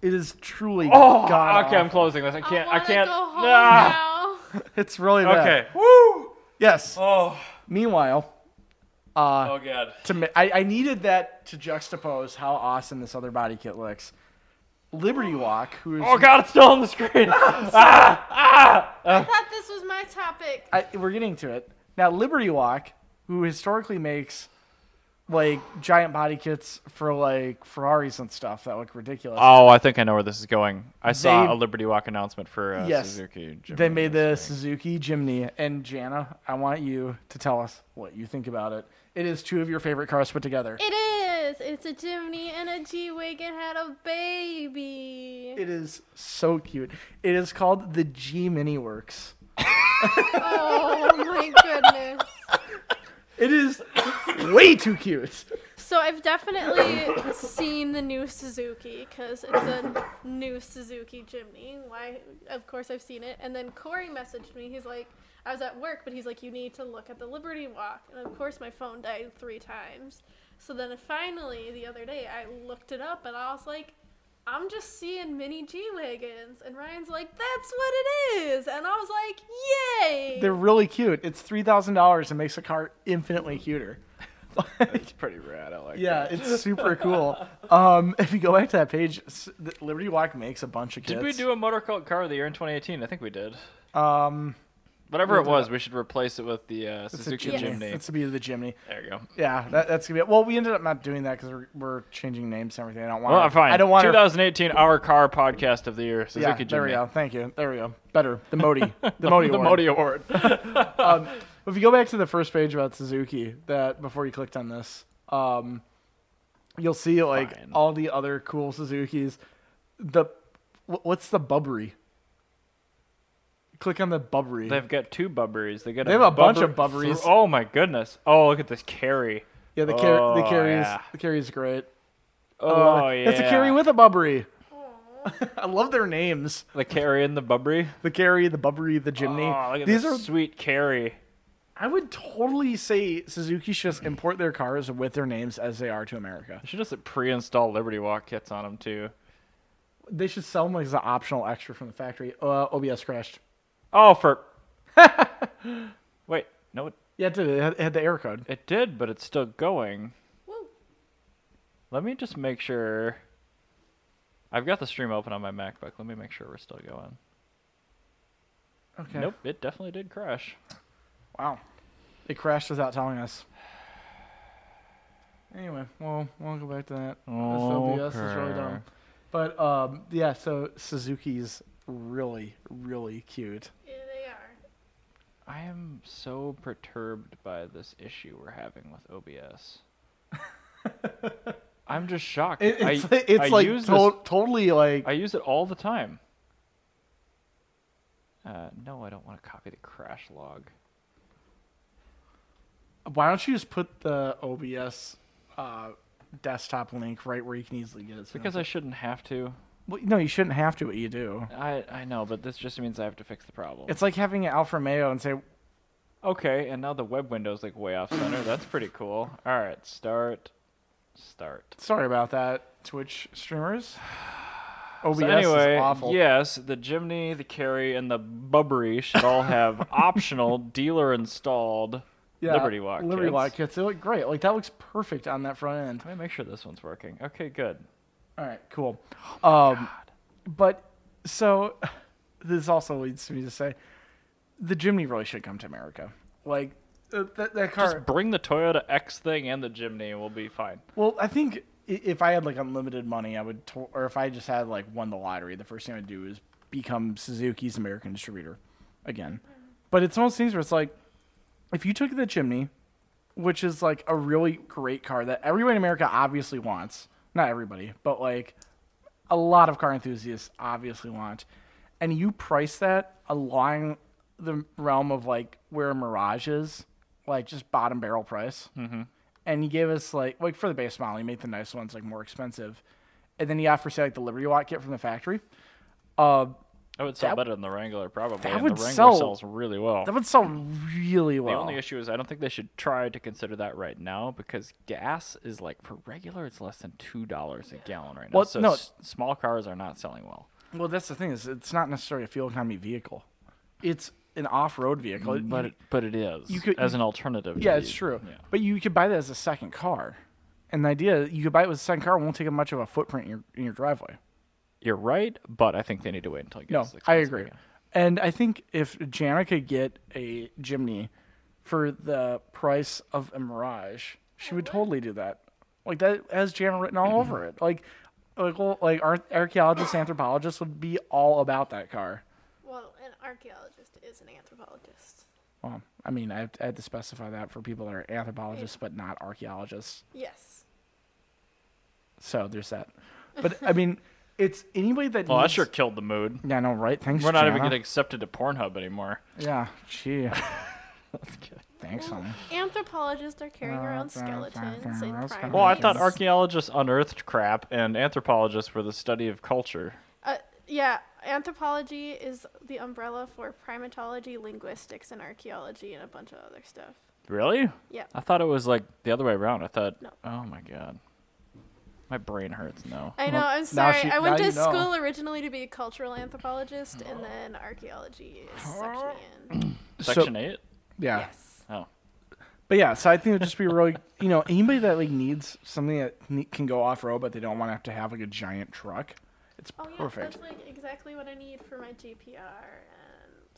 [SPEAKER 2] It is truly Oh, god.
[SPEAKER 1] Oh, okay, I'm closing this. I can't. I,
[SPEAKER 3] wanna
[SPEAKER 1] can't.
[SPEAKER 3] Go home
[SPEAKER 1] Ah.
[SPEAKER 3] now.
[SPEAKER 2] It's really bad.
[SPEAKER 1] Okay. Woo.
[SPEAKER 2] Yes.
[SPEAKER 1] Oh.
[SPEAKER 2] Meanwhile, uh,
[SPEAKER 1] Oh god.
[SPEAKER 2] to ma- I, I needed that to juxtapose how awesome this other body kit looks. Liberty Walk, who is
[SPEAKER 1] Oh god, it's still on the screen. ah. Ah.
[SPEAKER 3] I thought this was my topic.
[SPEAKER 2] I, we're getting to it now. Liberty Walk, who historically makes like giant body kits for like Ferraris and stuff that look ridiculous.
[SPEAKER 1] (laughs) Oh, I think I know where this is going. I saw
[SPEAKER 2] They-
[SPEAKER 1] a Liberty Walk announcement for uh,
[SPEAKER 2] Yes.
[SPEAKER 1] Suzuki. Jimny
[SPEAKER 2] They made the
[SPEAKER 1] this week.
[SPEAKER 2] Suzuki Jimny. And Jana, I want you to tell us what you think about it. It is two of your favorite cars put together.
[SPEAKER 3] It is. It's a Jimny and a G wagon had a baby.
[SPEAKER 2] It is so cute. It is called the G Mini Works.
[SPEAKER 3] Oh my goodness.
[SPEAKER 2] It is (coughs) way too cute.
[SPEAKER 3] So I've definitely seen the new Suzuki because it's a new Suzuki Jimny. Why? Of course I've seen it. And then Corey messaged me. He's like, I was at work, but he's like, you need to look at the Liberty Walk. And of course my phone died three times. So then finally the other day I looked it up and I was like, I'm just seeing mini G wagons. And Ryan's like, that's what it is. And I was like, yay!
[SPEAKER 2] They're really cute. It's three thousand dollars and makes a car
[SPEAKER 1] (laughs)
[SPEAKER 2] infinitely cuter.
[SPEAKER 1] It's pretty rad. I like.
[SPEAKER 2] yeah,
[SPEAKER 1] that.
[SPEAKER 2] it's super cool. Um, (laughs) if you go back to that page, s- the- Liberty Walk makes a bunch of kits.
[SPEAKER 1] Did we do a motor cult car of the year in 2018? I think we did.
[SPEAKER 2] Um,
[SPEAKER 1] Whatever
[SPEAKER 2] We
[SPEAKER 1] it
[SPEAKER 2] did.
[SPEAKER 1] was, we should replace it with the uh,
[SPEAKER 2] it's a
[SPEAKER 1] Suzuki
[SPEAKER 3] Jimny.
[SPEAKER 1] Jimny.
[SPEAKER 2] It's to be the Jimny.
[SPEAKER 1] There you go.
[SPEAKER 2] Yeah, that, that's gonna be it. Well, we ended up not doing that because we're, we're changing names and everything. I don't want.
[SPEAKER 1] Well, I'm fine.
[SPEAKER 2] I don't want.
[SPEAKER 1] 2018 our car podcast of the year. Suzuki
[SPEAKER 2] yeah,
[SPEAKER 1] Jimny.
[SPEAKER 2] there we go. Thank you. There we go. Better the Modi. The (laughs)
[SPEAKER 1] (laughs)
[SPEAKER 2] Modi.
[SPEAKER 1] the
[SPEAKER 2] award.
[SPEAKER 1] Modi Award.
[SPEAKER 2] um, if you go back to the first page about Suzuki, that before you clicked on this, um, you'll see like
[SPEAKER 1] Fine.
[SPEAKER 2] all the other cool Suzukis. The wh- what's the bubbery? Click on the bubbery.
[SPEAKER 1] They've got two bubberies. They got.
[SPEAKER 2] They have a bunch of
[SPEAKER 1] bubber
[SPEAKER 2] bubberies.
[SPEAKER 1] thro- oh my goodness. Oh look at this carry.
[SPEAKER 2] yeah, the carry, the
[SPEAKER 1] Oh,
[SPEAKER 2] carries,
[SPEAKER 1] yeah.
[SPEAKER 2] the carries great. I love
[SPEAKER 1] Oh
[SPEAKER 2] it.
[SPEAKER 1] yeah.
[SPEAKER 2] it's a carry with a bubbery. (laughs) I love their names.
[SPEAKER 1] the carry and the bubbery.
[SPEAKER 2] The carry, the bubbery, the Jimny.
[SPEAKER 1] Oh, look at
[SPEAKER 2] These
[SPEAKER 1] this
[SPEAKER 2] are.
[SPEAKER 1] sweet carry.
[SPEAKER 2] I would totally say Suzuki should just import their cars with their names as they are to America.
[SPEAKER 1] I should just pre-install Liberty Walk kits on them too.
[SPEAKER 2] They should sell them as an optional extra from the factory. Uh, OBS crashed.
[SPEAKER 1] Oh,
[SPEAKER 2] (laughs)
[SPEAKER 1] for. Wait, no, it,
[SPEAKER 2] Yeah, it did. It had, it had the error code.
[SPEAKER 1] it did, but it's still going.
[SPEAKER 3] Woo.
[SPEAKER 1] Let me just make sure. I've got the stream open on my MacBook. Let me make sure we're still going.
[SPEAKER 2] Okay.
[SPEAKER 1] Nope, it definitely did crash.
[SPEAKER 2] Wow. It crashed without telling us. Anyway, well, we'll go back to that. This OBS is really dumb.
[SPEAKER 1] Okay.
[SPEAKER 2] But um, yeah, so Suzuki's really, really cute.
[SPEAKER 3] Here they are.
[SPEAKER 1] I am so perturbed by this issue we're having with
[SPEAKER 2] (laughs)
[SPEAKER 1] OBS. I'm just shocked.
[SPEAKER 2] It, it's
[SPEAKER 1] I,
[SPEAKER 2] like, it's
[SPEAKER 1] I
[SPEAKER 2] like
[SPEAKER 1] use
[SPEAKER 2] to-
[SPEAKER 1] this-
[SPEAKER 2] totally like
[SPEAKER 1] I use it all the time. Uh, no, I don't want to copy the crash log.
[SPEAKER 2] Why don't you just put the OBS uh, desktop link right where you can easily get it? so you
[SPEAKER 1] Because
[SPEAKER 2] don't-
[SPEAKER 1] I shouldn't have to.
[SPEAKER 2] well, no, you shouldn't have to, but you do.
[SPEAKER 1] I I know, but this just means I have to fix the problem.
[SPEAKER 2] It's like having an Alfa Romeo and say,
[SPEAKER 1] okay, and now the web window's like way off center. That's pretty cool. All right, start, start. (sighs)
[SPEAKER 2] "Sorry about that, Twitch streamers." OBS
[SPEAKER 1] So anyway,
[SPEAKER 2] is awful.
[SPEAKER 1] yes, the Jimny, the Carry, and the Bubbery should all
[SPEAKER 2] (laughs)
[SPEAKER 1] have optional dealer installed Liberty Walk.
[SPEAKER 2] Liberty
[SPEAKER 1] kits.
[SPEAKER 2] Lock kits. They look great. Like that looks perfect on that front end.
[SPEAKER 1] Let me make sure this one's working. Okay, good.
[SPEAKER 2] All right, cool. Um, but so (laughs) this also leads me to say the Jimny really should come to America. Like uh, that, that car.
[SPEAKER 1] Just bring the Toyota X thing and the Jimny, and we'll be fine.
[SPEAKER 2] Well, I think i- if I had like unlimited money, I would, to- or if I just had like won the lottery, the first thing I'd do is become Suzuki's American distributor again. But it's one of those things where it's like, if you took the chimney, which is like a really great car that everyone in America obviously wants, not everybody, but like a lot of car enthusiasts obviously want, and you price that along the realm of like where Mirage is, like just bottom barrel price and you gave us like like for the base model, you made the nice ones like more expensive, and then you offer say like the Liberty Watt kit from the factory. Uh,
[SPEAKER 1] That would sell
[SPEAKER 2] That-
[SPEAKER 1] better than the Wrangler, probably.
[SPEAKER 2] that
[SPEAKER 1] and
[SPEAKER 2] would
[SPEAKER 1] the Wrangler
[SPEAKER 2] sell-
[SPEAKER 1] sells really well.
[SPEAKER 2] that would sell really
[SPEAKER 1] the
[SPEAKER 2] well.
[SPEAKER 1] only issue is I don't think they should try to consider that right now because gas is like for regular it's less than two dollars a gallon right now.
[SPEAKER 2] Well,
[SPEAKER 1] so
[SPEAKER 2] no.
[SPEAKER 1] s- small cars are not selling well.
[SPEAKER 2] well, that's the thing is it's not necessarily a fuel economy vehicle, it's an off-road vehicle. It-
[SPEAKER 1] Mm, But
[SPEAKER 2] you-
[SPEAKER 1] it, but it is
[SPEAKER 2] you could-
[SPEAKER 1] as an alternative. to
[SPEAKER 2] yeah, it's
[SPEAKER 1] the-
[SPEAKER 2] true.
[SPEAKER 1] yeah.
[SPEAKER 2] But you could buy that as a second car, and the idea you could buy it with a second car it won't take up much of a footprint in your in your driveway.
[SPEAKER 1] You're right, but I think they need to wait until it
[SPEAKER 2] No,
[SPEAKER 1] gets.
[SPEAKER 2] I
[SPEAKER 1] expensive
[SPEAKER 2] agree.
[SPEAKER 1] again.
[SPEAKER 2] And I think if Jana could get a Jimny for the price of a Mirage, she would totally do that. Like that has Jana written all over it. Like, like, well, like ar- archaeologists, anthropologists would be all about that car.
[SPEAKER 3] Well, an archaeologist is an anthropologist.
[SPEAKER 2] Well, I mean, I, I had to specify that for people that are anthropologists but not archaeologists.
[SPEAKER 3] Yes.
[SPEAKER 2] So there's that. But I mean, it's anybody that.
[SPEAKER 1] Well, that
[SPEAKER 2] needs-
[SPEAKER 1] sure killed the mood.
[SPEAKER 2] Yeah, no, right? Thanks.
[SPEAKER 1] Oh, We're not even
[SPEAKER 2] Jana.
[SPEAKER 1] getting accepted to Pornhub anymore.
[SPEAKER 2] Yeah,
[SPEAKER 1] (laughs)
[SPEAKER 2] gee. Thanks, honey.
[SPEAKER 3] Anthropologists are carrying around skeletons and
[SPEAKER 2] That's kinda
[SPEAKER 1] Well, I thought
[SPEAKER 3] primates.
[SPEAKER 1] archaeologists unearthed crap, and anthropologists were the study of culture.
[SPEAKER 3] Uh, yeah, anthropology is the umbrella for primatology, linguistics, and archaeology, and a bunch of other stuff.
[SPEAKER 1] Really?
[SPEAKER 3] Yeah.
[SPEAKER 2] Uh,
[SPEAKER 1] I thought it was like the other way around. I thought,
[SPEAKER 3] No.
[SPEAKER 1] oh my god, my brain hurts now.
[SPEAKER 3] I
[SPEAKER 2] Well,
[SPEAKER 3] know, I'm
[SPEAKER 2] now
[SPEAKER 3] sorry.
[SPEAKER 2] she-
[SPEAKER 3] I went
[SPEAKER 2] now
[SPEAKER 3] to
[SPEAKER 2] you know. Oh.
[SPEAKER 3] school originally to be a cultural anthropologist, and then archaeology is section in.
[SPEAKER 1] Section eight.
[SPEAKER 2] yeah.
[SPEAKER 3] yes.
[SPEAKER 1] Oh,
[SPEAKER 2] But yeah, so I think it would just be really, (laughs) you know, anybody that like needs something that ne- can go off road, but they don't want to have to have like a giant truck. It's
[SPEAKER 3] Oh, yeah,
[SPEAKER 2] perfect.
[SPEAKER 3] that's like exactly what I need for my GPR. And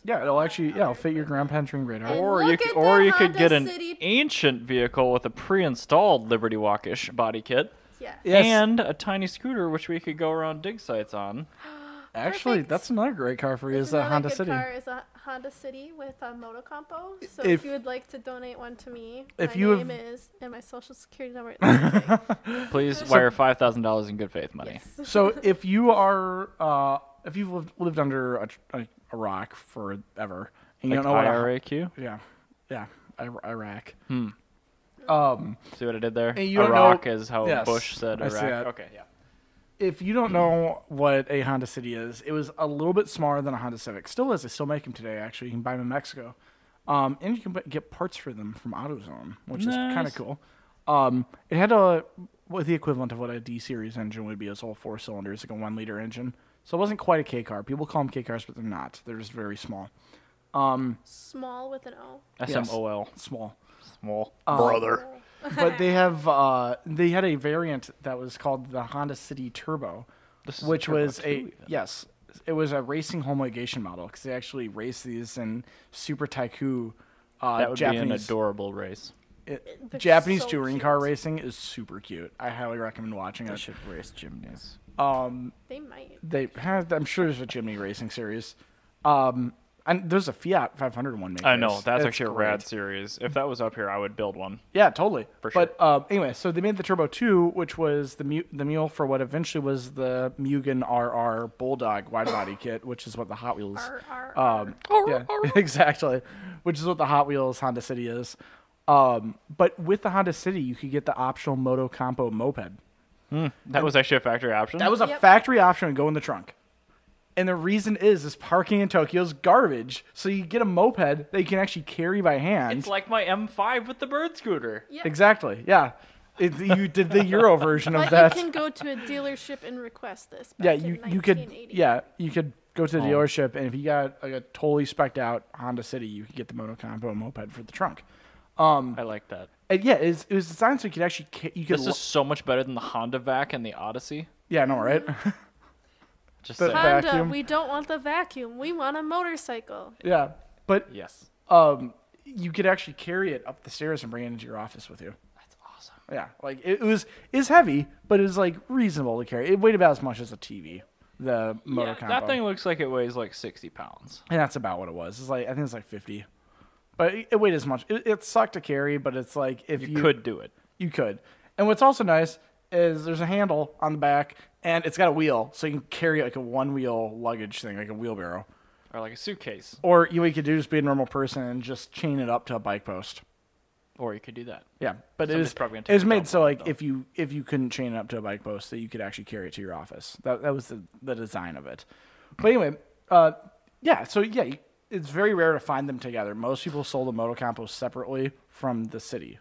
[SPEAKER 2] Yeah, it'll actually, yeah, it'll fit your ground penetrating radar.
[SPEAKER 3] And
[SPEAKER 1] or you
[SPEAKER 3] look
[SPEAKER 1] could,
[SPEAKER 3] at
[SPEAKER 1] or
[SPEAKER 3] the
[SPEAKER 1] you could get
[SPEAKER 3] Honda
[SPEAKER 1] an
[SPEAKER 3] City-
[SPEAKER 1] ancient vehicle with a pre-installed Liberty Walkish body kit
[SPEAKER 3] yeah.
[SPEAKER 2] Yes,
[SPEAKER 1] and a tiny scooter, which we could go around dig sites on.
[SPEAKER 2] actually,
[SPEAKER 3] perfect.
[SPEAKER 2] that's another great car for you is a
[SPEAKER 3] Another
[SPEAKER 2] Honda
[SPEAKER 3] good
[SPEAKER 2] City.
[SPEAKER 3] car is a Honda City with a motocompo. So if,
[SPEAKER 2] If-
[SPEAKER 3] you would like to donate one to me,
[SPEAKER 2] if
[SPEAKER 3] my
[SPEAKER 2] you have-
[SPEAKER 3] name is and my social security
[SPEAKER 2] (laughs)
[SPEAKER 3] number. is-
[SPEAKER 1] Please wire five thousand dollars in good faith money.
[SPEAKER 2] (laughs)
[SPEAKER 3] yes.
[SPEAKER 2] So if you are, uh, if you've lived, lived under a, tr- a, a rock forever, and you
[SPEAKER 1] Like
[SPEAKER 2] don't know what, a,
[SPEAKER 1] IRAQ.
[SPEAKER 2] yeah, yeah, Ir- Iraq.
[SPEAKER 1] Hmm.
[SPEAKER 2] Um,
[SPEAKER 1] See what I did there?
[SPEAKER 2] And you don't know-
[SPEAKER 1] Iraq is how
[SPEAKER 2] Yes,
[SPEAKER 1] Bush said
[SPEAKER 2] I see
[SPEAKER 1] Iraq.
[SPEAKER 2] that.
[SPEAKER 1] Okay, yeah.
[SPEAKER 2] if you don't know what a Honda City is, it was a little bit smaller than a Honda Civic. Still is. They still make them today. Actually, you can buy them in Mexico, um, and you can bu- get parts for them from AutoZone, which is kind of
[SPEAKER 1] Nice.
[SPEAKER 2] cool. Um, it had a what the equivalent of what a D series engine would be. It's all four cylinders, like a one liter engine. So it wasn't quite a K car. People call them K cars, but they're not. They're just very small.
[SPEAKER 3] Small with an O.
[SPEAKER 1] S
[SPEAKER 2] Yes. Um,
[SPEAKER 1] M O L.
[SPEAKER 2] Small.
[SPEAKER 1] Small.
[SPEAKER 2] brother. but
[SPEAKER 3] (laughs)
[SPEAKER 2] they have uh, they had a variant that was called the Honda City Turbo,
[SPEAKER 1] This is a
[SPEAKER 2] which
[SPEAKER 1] turbo
[SPEAKER 2] was
[SPEAKER 1] too,
[SPEAKER 2] a
[SPEAKER 1] even.
[SPEAKER 2] yes, it was a racing homologation model because they actually raced these in Super Tycoon. Uh,
[SPEAKER 1] That would be an
[SPEAKER 2] Japanese
[SPEAKER 1] adorable race.
[SPEAKER 2] it-
[SPEAKER 3] They're
[SPEAKER 2] Japanese
[SPEAKER 3] so
[SPEAKER 2] touring car
[SPEAKER 3] cute.
[SPEAKER 2] racing is super cute. I highly recommend watching
[SPEAKER 1] I
[SPEAKER 2] it. Um,
[SPEAKER 1] should race Jimneys.
[SPEAKER 3] They might.
[SPEAKER 2] They have, I'm sure there's a Jimny racing series. Um, and there's a Fiat 500 one. making
[SPEAKER 1] I know
[SPEAKER 2] this.
[SPEAKER 1] that's
[SPEAKER 2] It's
[SPEAKER 1] actually a
[SPEAKER 2] great.
[SPEAKER 1] rad series. If that was up here, I would build one.
[SPEAKER 2] Yeah, totally.
[SPEAKER 1] For
[SPEAKER 2] but um, anyway, so they made the Turbo 2, which was the mu- the mule for what eventually was the Mugen RR Bulldog wide body kit, which is what the Hot Wheels.
[SPEAKER 3] (laughs) R, R, R.
[SPEAKER 2] Um, yeah, (laughs) exactly. Which is what the Hot Wheels Honda City is. Um, but with the Honda City, you could get the optional Moto Compo moped.
[SPEAKER 1] That was actually a factory option.
[SPEAKER 2] That was a
[SPEAKER 3] Yep.
[SPEAKER 2] factory option and go in the trunk. And the reason is, is parking in Tokyo is garbage. So you get a moped that you can actually carry by hand.
[SPEAKER 1] It's like my M5 with the bird scooter.
[SPEAKER 3] Yeah.
[SPEAKER 2] Exactly. Yeah. It, you did the
[SPEAKER 3] (laughs)
[SPEAKER 2] Euro version of
[SPEAKER 3] But
[SPEAKER 2] that.
[SPEAKER 3] you can go to a dealership and request this. Back
[SPEAKER 2] yeah, you
[SPEAKER 3] in
[SPEAKER 2] you could
[SPEAKER 3] 1980.
[SPEAKER 2] yeah you could go to the
[SPEAKER 1] Oh.
[SPEAKER 2] dealership and if you got like a totally specked out Honda City, you could get the monocombo moped for the trunk. Um,
[SPEAKER 1] I like that.
[SPEAKER 2] and yeah, it was, it was designed so you could actually ca- you could
[SPEAKER 1] This
[SPEAKER 2] lo-
[SPEAKER 1] is so much better than the Honda Vac and the Odyssey.
[SPEAKER 2] yeah, I know,
[SPEAKER 1] (laughs)
[SPEAKER 2] right? (laughs)
[SPEAKER 1] Just
[SPEAKER 2] But-
[SPEAKER 1] saying.
[SPEAKER 2] Huh?
[SPEAKER 3] Honda,
[SPEAKER 2] Vacuum.
[SPEAKER 3] we don't want the vacuum. We want a motorcycle.
[SPEAKER 2] yeah, but
[SPEAKER 1] yes,
[SPEAKER 2] um, you could actually carry it up the stairs and bring it into your office with you.
[SPEAKER 1] that's awesome.
[SPEAKER 2] Yeah, like it, it was is heavy, but it was like reasonable to carry. It weighed about as much as a TV. The motor
[SPEAKER 1] Yeah, that thing looks like it weighs like sixty pounds.
[SPEAKER 2] and that's about what it was. It's like I think it's like fifty, but it, it weighed as much. It, it sucked to carry, but it's like if you,
[SPEAKER 1] You, could do it.
[SPEAKER 2] you could. And what's also nice is there's a handle on the back, and it's got a wheel, so you can carry like a one wheel luggage thing, like a wheelbarrow.
[SPEAKER 1] Or like a suitcase.
[SPEAKER 2] Or you, you could do just be a normal person and just chain it up to a bike post.
[SPEAKER 1] Or you could do that.
[SPEAKER 2] Yeah, but it
[SPEAKER 1] Somebody's
[SPEAKER 2] was,
[SPEAKER 1] probably gonna
[SPEAKER 2] it
[SPEAKER 1] take
[SPEAKER 2] was
[SPEAKER 1] a
[SPEAKER 2] made
[SPEAKER 1] dump
[SPEAKER 2] so
[SPEAKER 1] on it,
[SPEAKER 2] like
[SPEAKER 1] though.
[SPEAKER 2] if you if you couldn't chain it up to a bike post that you could actually carry it to your office. That that was the, the design of it. But anyway, uh, yeah. So yeah, you- it's very rare to find them together. Most people sold the motocompo separately from the city.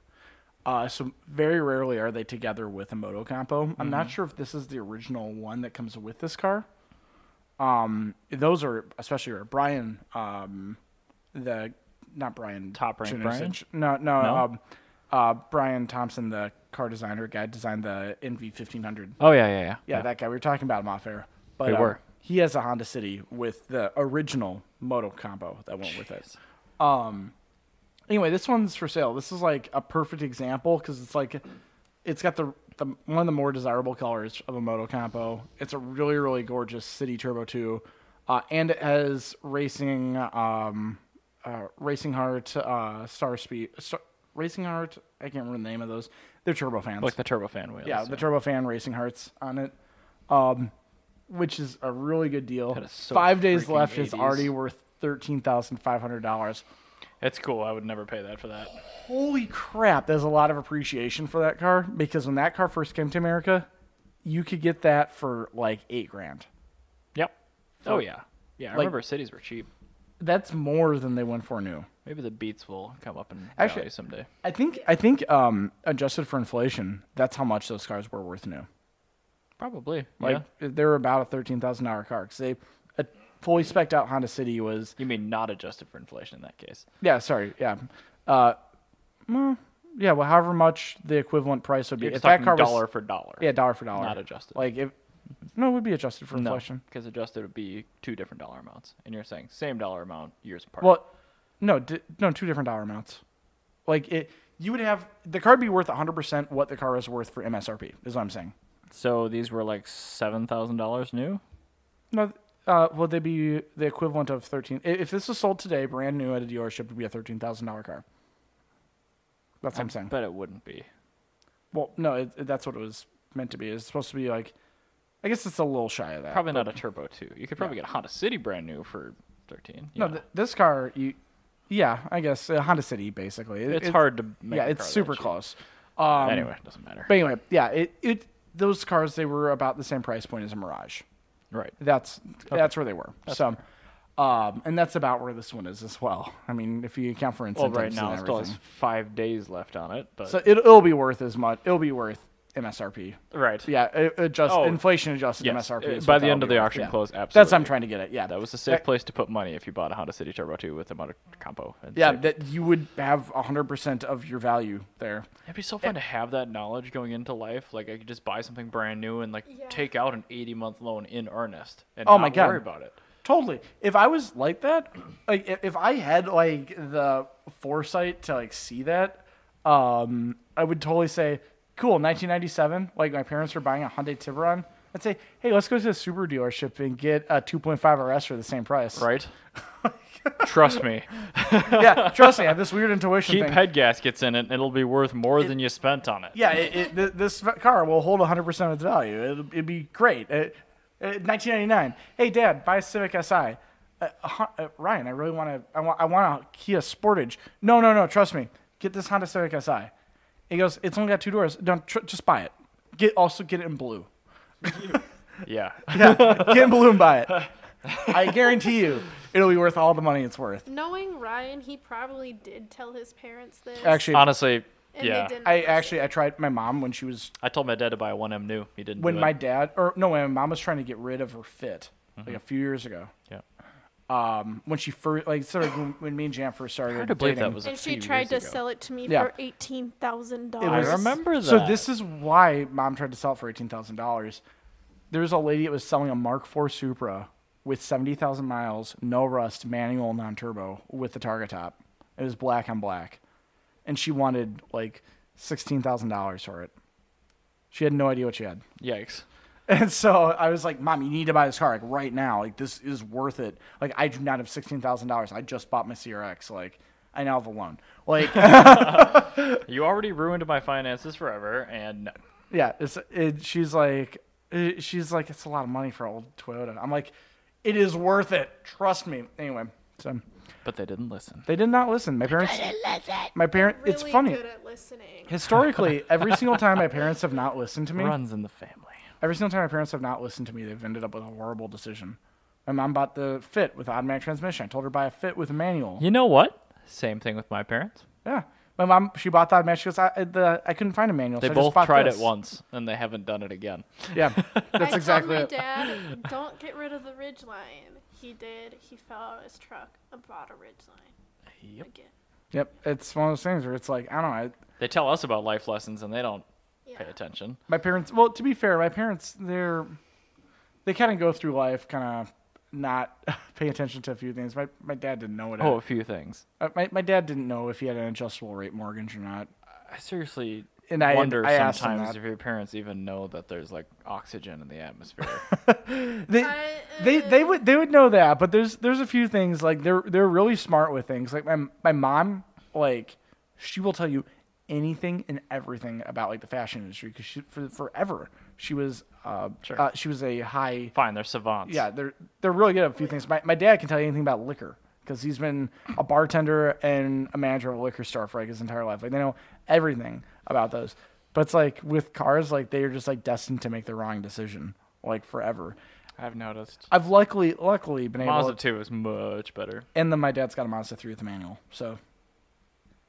[SPEAKER 2] Uh, so very rarely are they together with a motocompo. I'm
[SPEAKER 1] Mm-hmm.
[SPEAKER 2] not sure if this is the original one that comes with this car. Um, those are especially rare. Brian, um, the not Brian
[SPEAKER 1] Top Rank Brian?
[SPEAKER 2] Janusich. No, no.
[SPEAKER 1] No?
[SPEAKER 2] Um, uh, Brian Thompson, the car designer guy, designed the NV fifteen hundred.
[SPEAKER 1] Oh yeah, yeah, yeah.
[SPEAKER 2] Yeah, that guy. We were talking about him off air. But
[SPEAKER 1] We
[SPEAKER 2] um,
[SPEAKER 1] were.
[SPEAKER 2] he has a Honda City with the original Moto combo that went with it.
[SPEAKER 1] Jeez.
[SPEAKER 2] Anyway, this one's for sale. This is like a perfect example because it's like it's got the, the one of the more desirable colors of a Moto combo. It's a really really gorgeous City Turbo two, uh, and it has racing um, uh, racing heart uh, star speed star, racing heart. I can't remember the name of those. They're turbo fans.
[SPEAKER 1] Like the turbofan wheels.
[SPEAKER 2] Yeah, the turbofan racing hearts on it, um, which is a really good deal.
[SPEAKER 1] That is so
[SPEAKER 2] Five days
[SPEAKER 1] freaking
[SPEAKER 2] left is
[SPEAKER 1] 80s.
[SPEAKER 2] already worth thirteen thousand five hundred dollars.
[SPEAKER 1] It's cool. I would never pay that for that.
[SPEAKER 2] Holy crap! There's a lot of appreciation for that car because when that car first came to America, you could get that for like eight grand.
[SPEAKER 1] Yep. Oh yeah. Yeah, I
[SPEAKER 2] Like-
[SPEAKER 1] remember cities were cheap.
[SPEAKER 2] That's more than they went for new.
[SPEAKER 1] Maybe the Beats will come up in
[SPEAKER 2] Actually-
[SPEAKER 1] value someday.
[SPEAKER 2] I think I think um, adjusted for inflation, that's how much those cars were worth new.
[SPEAKER 1] Probably.
[SPEAKER 2] Like
[SPEAKER 1] yeah.
[SPEAKER 2] they were about a thirteen thousand dollar car because they a fully specced out Honda City was
[SPEAKER 1] You mean not adjusted for inflation in that case?
[SPEAKER 2] Yeah, sorry. Yeah. Uh, well, yeah. Well, however much the equivalent price would be
[SPEAKER 1] You're
[SPEAKER 2] if
[SPEAKER 1] just
[SPEAKER 2] that
[SPEAKER 1] talking
[SPEAKER 2] car was
[SPEAKER 1] dollar for dollar.
[SPEAKER 2] yeah dollar for dollar
[SPEAKER 1] Not adjusted.
[SPEAKER 2] Like if no, it would be adjusted for
[SPEAKER 1] no,
[SPEAKER 2] inflation.
[SPEAKER 1] because adjusted would be two different dollar amounts, and you're saying same dollar amount years apart.
[SPEAKER 2] Well, no, di- no, two different dollar amounts. Like it, you would have the car would be worth 100 percent what the car is worth for MSRP. Is what I'm saying.
[SPEAKER 1] so these were like seven thousand dollars new.
[SPEAKER 2] No, uh, would they be the equivalent of 13? i- If this was sold today, brand new at a dealership, it would be a thirteen thousand dollar car. That's what I'm saying.
[SPEAKER 1] But it wouldn't be.
[SPEAKER 2] Well, no, it, it- that's what it was meant to be. It's supposed to be like, I guess it's a little shy of that.
[SPEAKER 1] Probably not a turbo two. You could probably get a Honda City brand new for thirteen.
[SPEAKER 2] No,
[SPEAKER 1] Yeah.
[SPEAKER 2] th- this car, you, yeah, I guess uh, Honda City basically. It-
[SPEAKER 1] it's, hard to. Make
[SPEAKER 2] Yeah,
[SPEAKER 1] a
[SPEAKER 2] it's
[SPEAKER 1] car that
[SPEAKER 2] super
[SPEAKER 1] cheap.
[SPEAKER 2] close. Um,
[SPEAKER 1] anyway, it doesn't matter.
[SPEAKER 2] but anyway, yeah, it it those cars they were about the same price point as a Mirage.
[SPEAKER 1] right.
[SPEAKER 2] That's that's where they were. so, um, and that's about where this one is as well. I mean, if you account for
[SPEAKER 1] Well,
[SPEAKER 2] incentives
[SPEAKER 1] right now it
[SPEAKER 2] and
[SPEAKER 1] still
[SPEAKER 2] everything,
[SPEAKER 1] has five days left on it, but
[SPEAKER 2] so it, it'll be worth as much. It'll be worth MSRP.
[SPEAKER 1] right.
[SPEAKER 2] Yeah, it, adjust
[SPEAKER 1] Oh,
[SPEAKER 2] inflation adjusted
[SPEAKER 1] yes,
[SPEAKER 2] MSRP.
[SPEAKER 1] uh,
[SPEAKER 2] is
[SPEAKER 1] by
[SPEAKER 2] what
[SPEAKER 1] the
[SPEAKER 2] that'll
[SPEAKER 1] end of
[SPEAKER 2] be
[SPEAKER 1] the
[SPEAKER 2] worth,
[SPEAKER 1] auction
[SPEAKER 2] yeah.
[SPEAKER 1] close,
[SPEAKER 2] That's what I'm
[SPEAKER 1] absolutely.
[SPEAKER 2] trying to get at. Yeah,
[SPEAKER 1] That was a safe place to put money if you bought a Honda City Turbo 2 with a motor compo. And
[SPEAKER 2] Yeah,
[SPEAKER 1] saved-
[SPEAKER 2] that you would have 100% of your value there.
[SPEAKER 1] it'd be so fun to have that knowledge going into life. Like I could just buy something brand new and like
[SPEAKER 3] Yeah.
[SPEAKER 1] take out an 80 month loan in earnest and
[SPEAKER 2] Oh
[SPEAKER 1] not
[SPEAKER 2] my God.
[SPEAKER 1] worry about it.
[SPEAKER 2] Totally. If I was like that, like i- if I had like the foresight to like see that, um, I would totally say, "Cool, 1997." Like my parents were buying a Hyundai Tiburon. I'd say, "Hey, let's go to the Subaru dealership and get a 2.5 RS for the same price."
[SPEAKER 1] Right? Trust me.
[SPEAKER 2] (laughs) yeah, trust me. I have this weird intuition
[SPEAKER 1] Keep
[SPEAKER 2] thing.
[SPEAKER 1] head gaskets in it, and it'll be worth more than you spent on it.
[SPEAKER 2] yeah, it, it, th- this v- car will hold 100% of its value. It'll, it'd be great. It, it, 1999. Hey, Dad, buy a Civic SI. Uh, uh, uh, Ryan, I really want to. I want. I want a Kia Sportage. No, no, no. Trust me. Get this Honda Civic SI. He goes. It's only got two doors. Don't tr- just buy it. Get also get it in blue. (laughs)
[SPEAKER 1] Yeah.
[SPEAKER 2] Yeah, get in blue and buy it. I guarantee you, it'll be worth all the money it's worth.
[SPEAKER 3] Knowing Ryan, he probably did tell his parents this.
[SPEAKER 1] Um,
[SPEAKER 2] Actually,
[SPEAKER 1] (laughs) Honestly,
[SPEAKER 3] And
[SPEAKER 1] Yeah.
[SPEAKER 3] they didn't
[SPEAKER 2] I
[SPEAKER 3] listen.
[SPEAKER 2] actually I tried my mom when she was
[SPEAKER 1] I told my dad to buy a 1M new. He didn't.
[SPEAKER 2] when
[SPEAKER 1] do
[SPEAKER 2] my
[SPEAKER 1] it.
[SPEAKER 2] dad or no when my mom was trying to get rid of her fit like a few years ago.
[SPEAKER 1] Mm-hmm. Yeah.
[SPEAKER 2] Um, when she first like sort of when- when me and Jan first started
[SPEAKER 1] Hard to believe
[SPEAKER 2] dating.
[SPEAKER 1] that was a
[SPEAKER 3] And she
[SPEAKER 1] few
[SPEAKER 3] tried to
[SPEAKER 1] years ago.
[SPEAKER 3] sell it to me
[SPEAKER 2] Yeah.
[SPEAKER 3] for eighteen thousand
[SPEAKER 1] I
[SPEAKER 2] was-
[SPEAKER 3] dollars.
[SPEAKER 1] remember that.
[SPEAKER 2] So this is why mom tried to sell it for eighteen thousand dollars. There was a lady that was selling a Mark IV Supra with seventy thousand miles, no rust, manual, non-turbo, with the target top. It was black on black, and she wanted like sixteen thousand dollars for it. She had no idea what she had,
[SPEAKER 1] Yikes.
[SPEAKER 2] and so I was like, "Mom, you need to buy this car like right now. Like this is worth it. Like I do not have sixteen thousand dollars. I just bought my CRX. Like I now have a loan. Like
[SPEAKER 1] You already ruined my finances forever, and no.
[SPEAKER 2] Yeah, it's it, she's like it, she's like it's a lot of money for an old Toyota. I'm like, it is worth it. Trust me. Anyway, so
[SPEAKER 1] but they didn't listen.
[SPEAKER 2] they did not listen. My parents. My parents.
[SPEAKER 3] Really
[SPEAKER 2] it's funny.
[SPEAKER 3] good at listening.
[SPEAKER 2] Historically, every single time (laughs) my parents have not listened to me,
[SPEAKER 1] Runs in the family.
[SPEAKER 2] every single time my parents have not listened to me, they've ended up with a horrible decision. My mom bought the Fit with automatic transmission. I told her to buy a Fit with a manual.
[SPEAKER 1] You know what? Same thing with my parents.
[SPEAKER 2] Yeah. My mom, she bought the automatic. She goes, I, the, I couldn't find a manual.
[SPEAKER 1] They
[SPEAKER 2] so I just
[SPEAKER 1] both
[SPEAKER 2] bought
[SPEAKER 1] tried
[SPEAKER 2] this."
[SPEAKER 1] it once, and they haven't done it again. (laughs)
[SPEAKER 2] Yeah, that's
[SPEAKER 3] I
[SPEAKER 2] exactly
[SPEAKER 3] told
[SPEAKER 2] it. (laughs)
[SPEAKER 3] my dad, don't get rid of the ridge line. He did. He fell out of his truck and bought a ridge line
[SPEAKER 1] Yep.
[SPEAKER 3] again.
[SPEAKER 2] Yep, it's one of those things where it's like I don't know. I,
[SPEAKER 1] They tell us about life lessons, and they don't
[SPEAKER 3] Yeah.
[SPEAKER 1] pay attention.
[SPEAKER 2] my parents well to be fair my parents they're they kind of go through life kind of not (laughs) paying attention to a few things my, my dad didn't know what
[SPEAKER 1] Oh, a few things.
[SPEAKER 2] uh, my, my dad didn't know if he had an adjustable rate mortgage or not
[SPEAKER 1] I seriously
[SPEAKER 2] And I-
[SPEAKER 1] wonder
[SPEAKER 2] I asked him
[SPEAKER 1] sometimes
[SPEAKER 2] that.
[SPEAKER 1] if your parents even know that there's like oxygen in the atmosphere. (laughs)
[SPEAKER 2] they,
[SPEAKER 3] I-
[SPEAKER 2] they they would they would know that but there's there's a few things like they're they're really smart with things like my my mom like she will tell you anything and everything about like the fashion industry because she for forever she was uh,
[SPEAKER 1] Sure.
[SPEAKER 2] uh she was a high
[SPEAKER 1] Fine, they're savants.
[SPEAKER 2] Yeah, they're they're really good at a few things. My my dad can tell you anything about liquor because he's been a bartender and a manager of a liquor store for like his entire life. Like they know everything about those. But it's like with cars, like they are just like destined to make the wrong decision like forever.
[SPEAKER 1] I've noticed.
[SPEAKER 2] I've luckily luckily been able.
[SPEAKER 1] Mazda 2 is much better.
[SPEAKER 2] and then my dad's got a Mazda three with a manual. So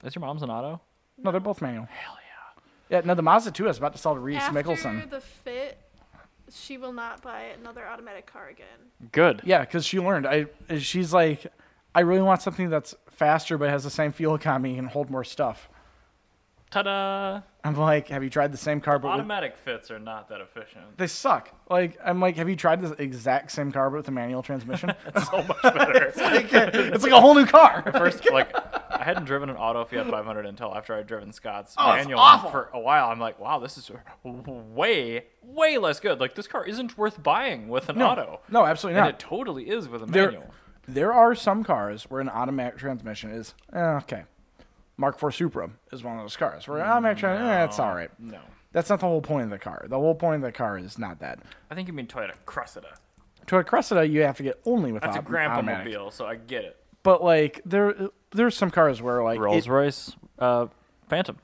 [SPEAKER 1] Is your mom's an auto?
[SPEAKER 2] no, they're both manual. Hell yeah. Yeah, no, the Mazda two I was about to sell to Reese
[SPEAKER 3] After
[SPEAKER 2] Mickelson.
[SPEAKER 3] the fit, she will not buy another automatic car again.
[SPEAKER 1] Good.
[SPEAKER 2] Yeah, because she learned. I she's like, I really want something that's faster but has the same fuel economy and hold more stuff.
[SPEAKER 1] Ta da!
[SPEAKER 2] I'm like, have you tried the same car? But with,
[SPEAKER 1] Automatic fits are not that efficient.
[SPEAKER 2] (laughs) they suck. Like, I'm like, have you tried this exact same car but with a manual transmission?
[SPEAKER 1] so much better.
[SPEAKER 2] it's like a whole new car.
[SPEAKER 1] (laughs) First,
[SPEAKER 2] (laughs)
[SPEAKER 1] like, I hadn't driven an auto Fiat 500 until after I'd driven Scott's
[SPEAKER 2] Oh, it's
[SPEAKER 1] manual
[SPEAKER 2] awful.
[SPEAKER 1] for a while. I'm like, wow, this is way, way less good. Like, this car isn't worth buying with an auto.
[SPEAKER 2] No, absolutely
[SPEAKER 1] And
[SPEAKER 2] not.
[SPEAKER 1] it totally is with a
[SPEAKER 2] There,
[SPEAKER 1] manual.
[SPEAKER 2] there are some cars where an automatic transmission is eh, okay. Mark IV Supra is one of those cars where an automatic transmission, that's all right.
[SPEAKER 1] No.
[SPEAKER 2] That's not the whole point of the car. The whole point of the car is not that.
[SPEAKER 1] I think you mean Toyota Cressida.
[SPEAKER 2] To a Cressida, you have to get only with
[SPEAKER 1] That's a
[SPEAKER 2] auto-
[SPEAKER 1] grandpa
[SPEAKER 2] automatic.
[SPEAKER 1] mobile, so I get it.
[SPEAKER 2] But like there, there's some cars where like
[SPEAKER 1] Rolls
[SPEAKER 2] it,
[SPEAKER 1] Royce uh, Phantom.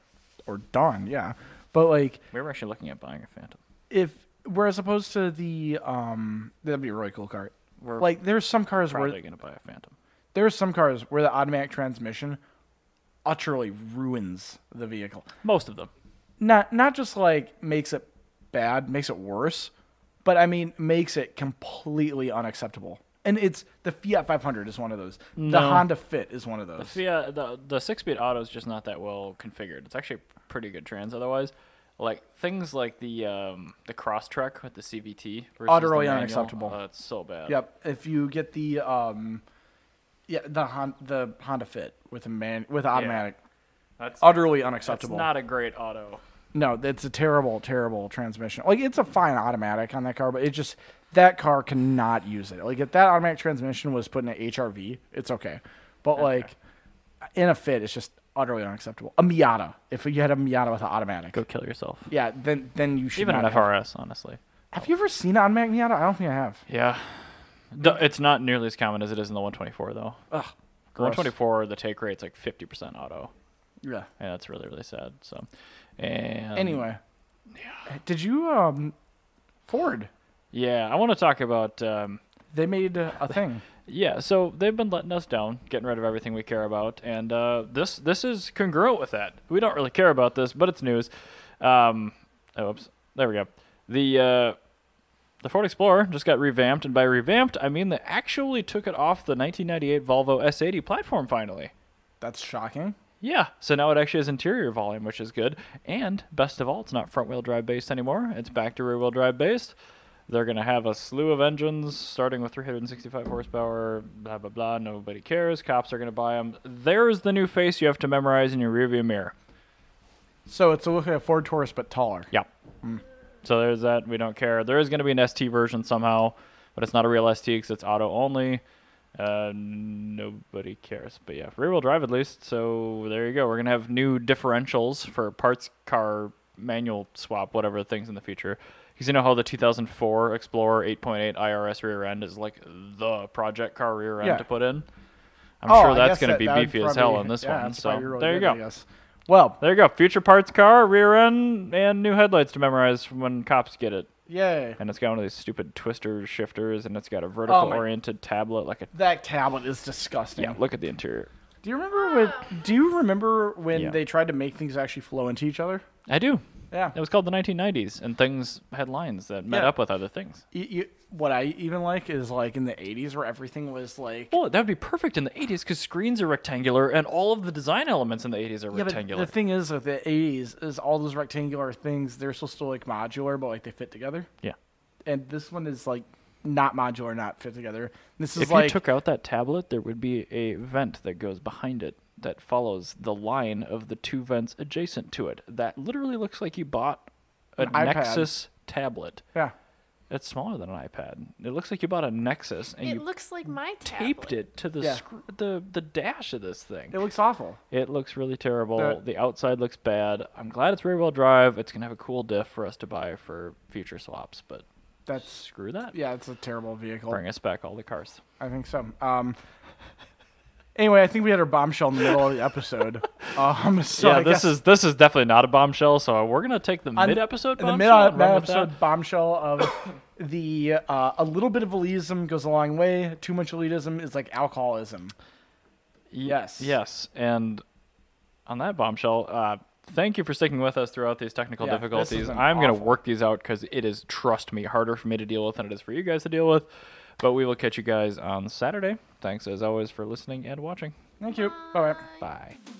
[SPEAKER 2] or Dawn, yeah. But like
[SPEAKER 1] We were actually looking at buying a Phantom.
[SPEAKER 2] if whereas opposed to the um that'd be a really cool car.
[SPEAKER 1] We're
[SPEAKER 2] like there's some cars
[SPEAKER 1] Probably
[SPEAKER 2] where
[SPEAKER 1] going to buy a Phantom.
[SPEAKER 2] there's some cars where the automatic transmission utterly ruins the vehicle.
[SPEAKER 1] Most of them.
[SPEAKER 2] Not not just like makes it bad, makes it worse, but I mean makes it completely unacceptable. And it's the Fiat 500 is one of those. The
[SPEAKER 1] No.
[SPEAKER 2] Honda Fit is one of those.
[SPEAKER 1] So yeah, uh, the the six speed auto is just not that well configured. It's actually pretty good trans otherwise. Like things like the um, the cross truck with the CVT versus
[SPEAKER 2] Utterly
[SPEAKER 1] the manual,
[SPEAKER 2] unacceptable.
[SPEAKER 1] Uh, it's so bad.
[SPEAKER 2] Yep. If you get the um, yeah, the Hon- the Honda Fit with a man with automatic,
[SPEAKER 1] that's
[SPEAKER 2] utterly
[SPEAKER 1] that's
[SPEAKER 2] unacceptable.
[SPEAKER 1] not a great auto.
[SPEAKER 2] No, it's a terrible, terrible transmission. Like it's a fine automatic on that car, but it just that car cannot use it. Like if that automatic transmission was put in an HRV, it's okay. But like in a fit, it's just utterly unacceptable. A Miata, if you had a Miata with an automatic,
[SPEAKER 1] Go kill yourself.
[SPEAKER 2] yeah, then then you should
[SPEAKER 1] Even
[SPEAKER 2] not
[SPEAKER 1] an
[SPEAKER 2] have.
[SPEAKER 1] FRS, honestly.
[SPEAKER 2] Have you ever seen an automatic Miata? I don't think I have.
[SPEAKER 1] Yeah, The- it's not nearly as common as it is in the 124 though.
[SPEAKER 2] Ugh,
[SPEAKER 1] The 124, the take rate's like 50% auto,
[SPEAKER 2] Yeah.
[SPEAKER 1] and that's really really sad. So, and
[SPEAKER 2] Anyway, did you um Ford?
[SPEAKER 1] yeah, I want to talk about. Um,
[SPEAKER 2] They made a thing.
[SPEAKER 1] Yeah, so they've been letting us down, getting rid of everything we care about, and uh, this this is congruent with that. We don't really care about this, but it's news. Um, oh, oops, there we go. The uh, the Ford Explorer just got revamped, and by revamped, I mean they actually took it off the 1998 Volvo S80 platform finally.
[SPEAKER 2] (laughs) That's shocking.
[SPEAKER 1] Yeah, so now it actually has interior volume, which is good. And best of all, it's not front wheel drive based anymore. It's back to rear wheel drive based. They're going to have a slew of engines starting with 365 horsepower, blah, blah, blah. Nobody cares. Cops are going to buy them. There's the new face you have to memorize in your rearview mirror.
[SPEAKER 2] So it's a look like a Ford Taurus but taller.
[SPEAKER 1] Yeah. Mm. So there's that. We don't care. There is going to be an ST version somehow, but it's not a real ST because it's auto only. Uh, nobody cares. But yeah, rear wheel drive at least. So there you go. We're going to have new differentials for parts car manual swap, whatever things in the future. Because you know how the 2004 Explorer 8.8 IRS rear end is like the project car rear end
[SPEAKER 2] Yeah.
[SPEAKER 1] to put in. I'm
[SPEAKER 2] Oh,
[SPEAKER 1] sure
[SPEAKER 2] I
[SPEAKER 1] that's
[SPEAKER 2] guess
[SPEAKER 1] going to
[SPEAKER 2] that-
[SPEAKER 1] be
[SPEAKER 2] that would
[SPEAKER 1] beefy as hell
[SPEAKER 2] probably-
[SPEAKER 1] on this
[SPEAKER 2] (laughs) yeah,
[SPEAKER 1] one.
[SPEAKER 2] that's probably
[SPEAKER 1] So
[SPEAKER 2] really
[SPEAKER 1] there you
[SPEAKER 2] good,
[SPEAKER 1] go.
[SPEAKER 2] I guess. Well,
[SPEAKER 1] There you go. Future parts car, rear end, and new headlights to memorize when cops get it.
[SPEAKER 2] yay.
[SPEAKER 1] And it's got one of these stupid twister shifters, and it's got a vertical
[SPEAKER 2] my-
[SPEAKER 1] oriented tablet like a.
[SPEAKER 2] That tablet is disgusting.
[SPEAKER 1] Yeah, look at the interior.
[SPEAKER 2] Do you remember when? Do you remember when
[SPEAKER 1] Yeah.
[SPEAKER 2] they tried to make things actually flow into each other?
[SPEAKER 1] I do.
[SPEAKER 2] Yeah.
[SPEAKER 1] It was called the 1990s, and things had lines that met
[SPEAKER 2] Yeah.
[SPEAKER 1] up with other things.
[SPEAKER 2] You- you- what I even like is like in the '80s where everything was like.
[SPEAKER 1] Well, that would be perfect in the 80s because screens are rectangular, and all of the design elements in the 80s are
[SPEAKER 2] Yeah, but
[SPEAKER 1] rectangular.
[SPEAKER 2] the thing is with the '80s is all those rectangular things they're supposed to like modular, but like they fit together.
[SPEAKER 1] yeah.
[SPEAKER 2] And this one is like not modular, not fit together. This is
[SPEAKER 1] If
[SPEAKER 2] like
[SPEAKER 1] you took out that tablet, there would be a vent that goes behind it that follows the line of the two vents adjacent to it. That literally looks like you bought a
[SPEAKER 2] An iPad.
[SPEAKER 1] Nexus tablet.
[SPEAKER 2] yeah.
[SPEAKER 1] It's smaller than an iPad. It looks like you bought a Nexus and
[SPEAKER 3] It
[SPEAKER 1] you
[SPEAKER 3] looks like my tablet.
[SPEAKER 1] taped it to the
[SPEAKER 2] Yeah.
[SPEAKER 1] scr- the the dash of this thing.
[SPEAKER 2] It looks awful.
[SPEAKER 1] It looks really terrible.
[SPEAKER 2] The-
[SPEAKER 1] the outside looks bad. I'm glad it's rear wheel drive. It's gonna have a cool diff for us to buy for future swaps, but
[SPEAKER 2] That's
[SPEAKER 1] screw that.
[SPEAKER 2] yeah, it's a terrible vehicle.
[SPEAKER 1] Bring us back all the cars.
[SPEAKER 2] I think so. Um. Anyway, I think we had our bombshell in the middle of
[SPEAKER 1] (laughs)
[SPEAKER 2] the episode. Um, so
[SPEAKER 1] yeah,
[SPEAKER 2] I
[SPEAKER 1] this
[SPEAKER 2] guess-
[SPEAKER 1] is this is definitely not a bombshell. So we're gonna take the
[SPEAKER 2] on-
[SPEAKER 1] mid episode.
[SPEAKER 2] in the mid episode bombshell of the uh, a little bit of elitism goes a long way. Too much elitism is like alcoholism. yes.
[SPEAKER 1] Yes, and on that bombshell, uh, thank you for sticking with us throughout these technical
[SPEAKER 2] Yeah, this has
[SPEAKER 1] difficulties.
[SPEAKER 2] been
[SPEAKER 1] I'm gonna
[SPEAKER 2] awful.
[SPEAKER 1] work these out because it is, trust me, harder for me to deal with than it is for you guys to deal with. But we will catch you guys on Saturday. Thanks as always for listening and watching.
[SPEAKER 2] Thank you. Bye bye.
[SPEAKER 1] Bye.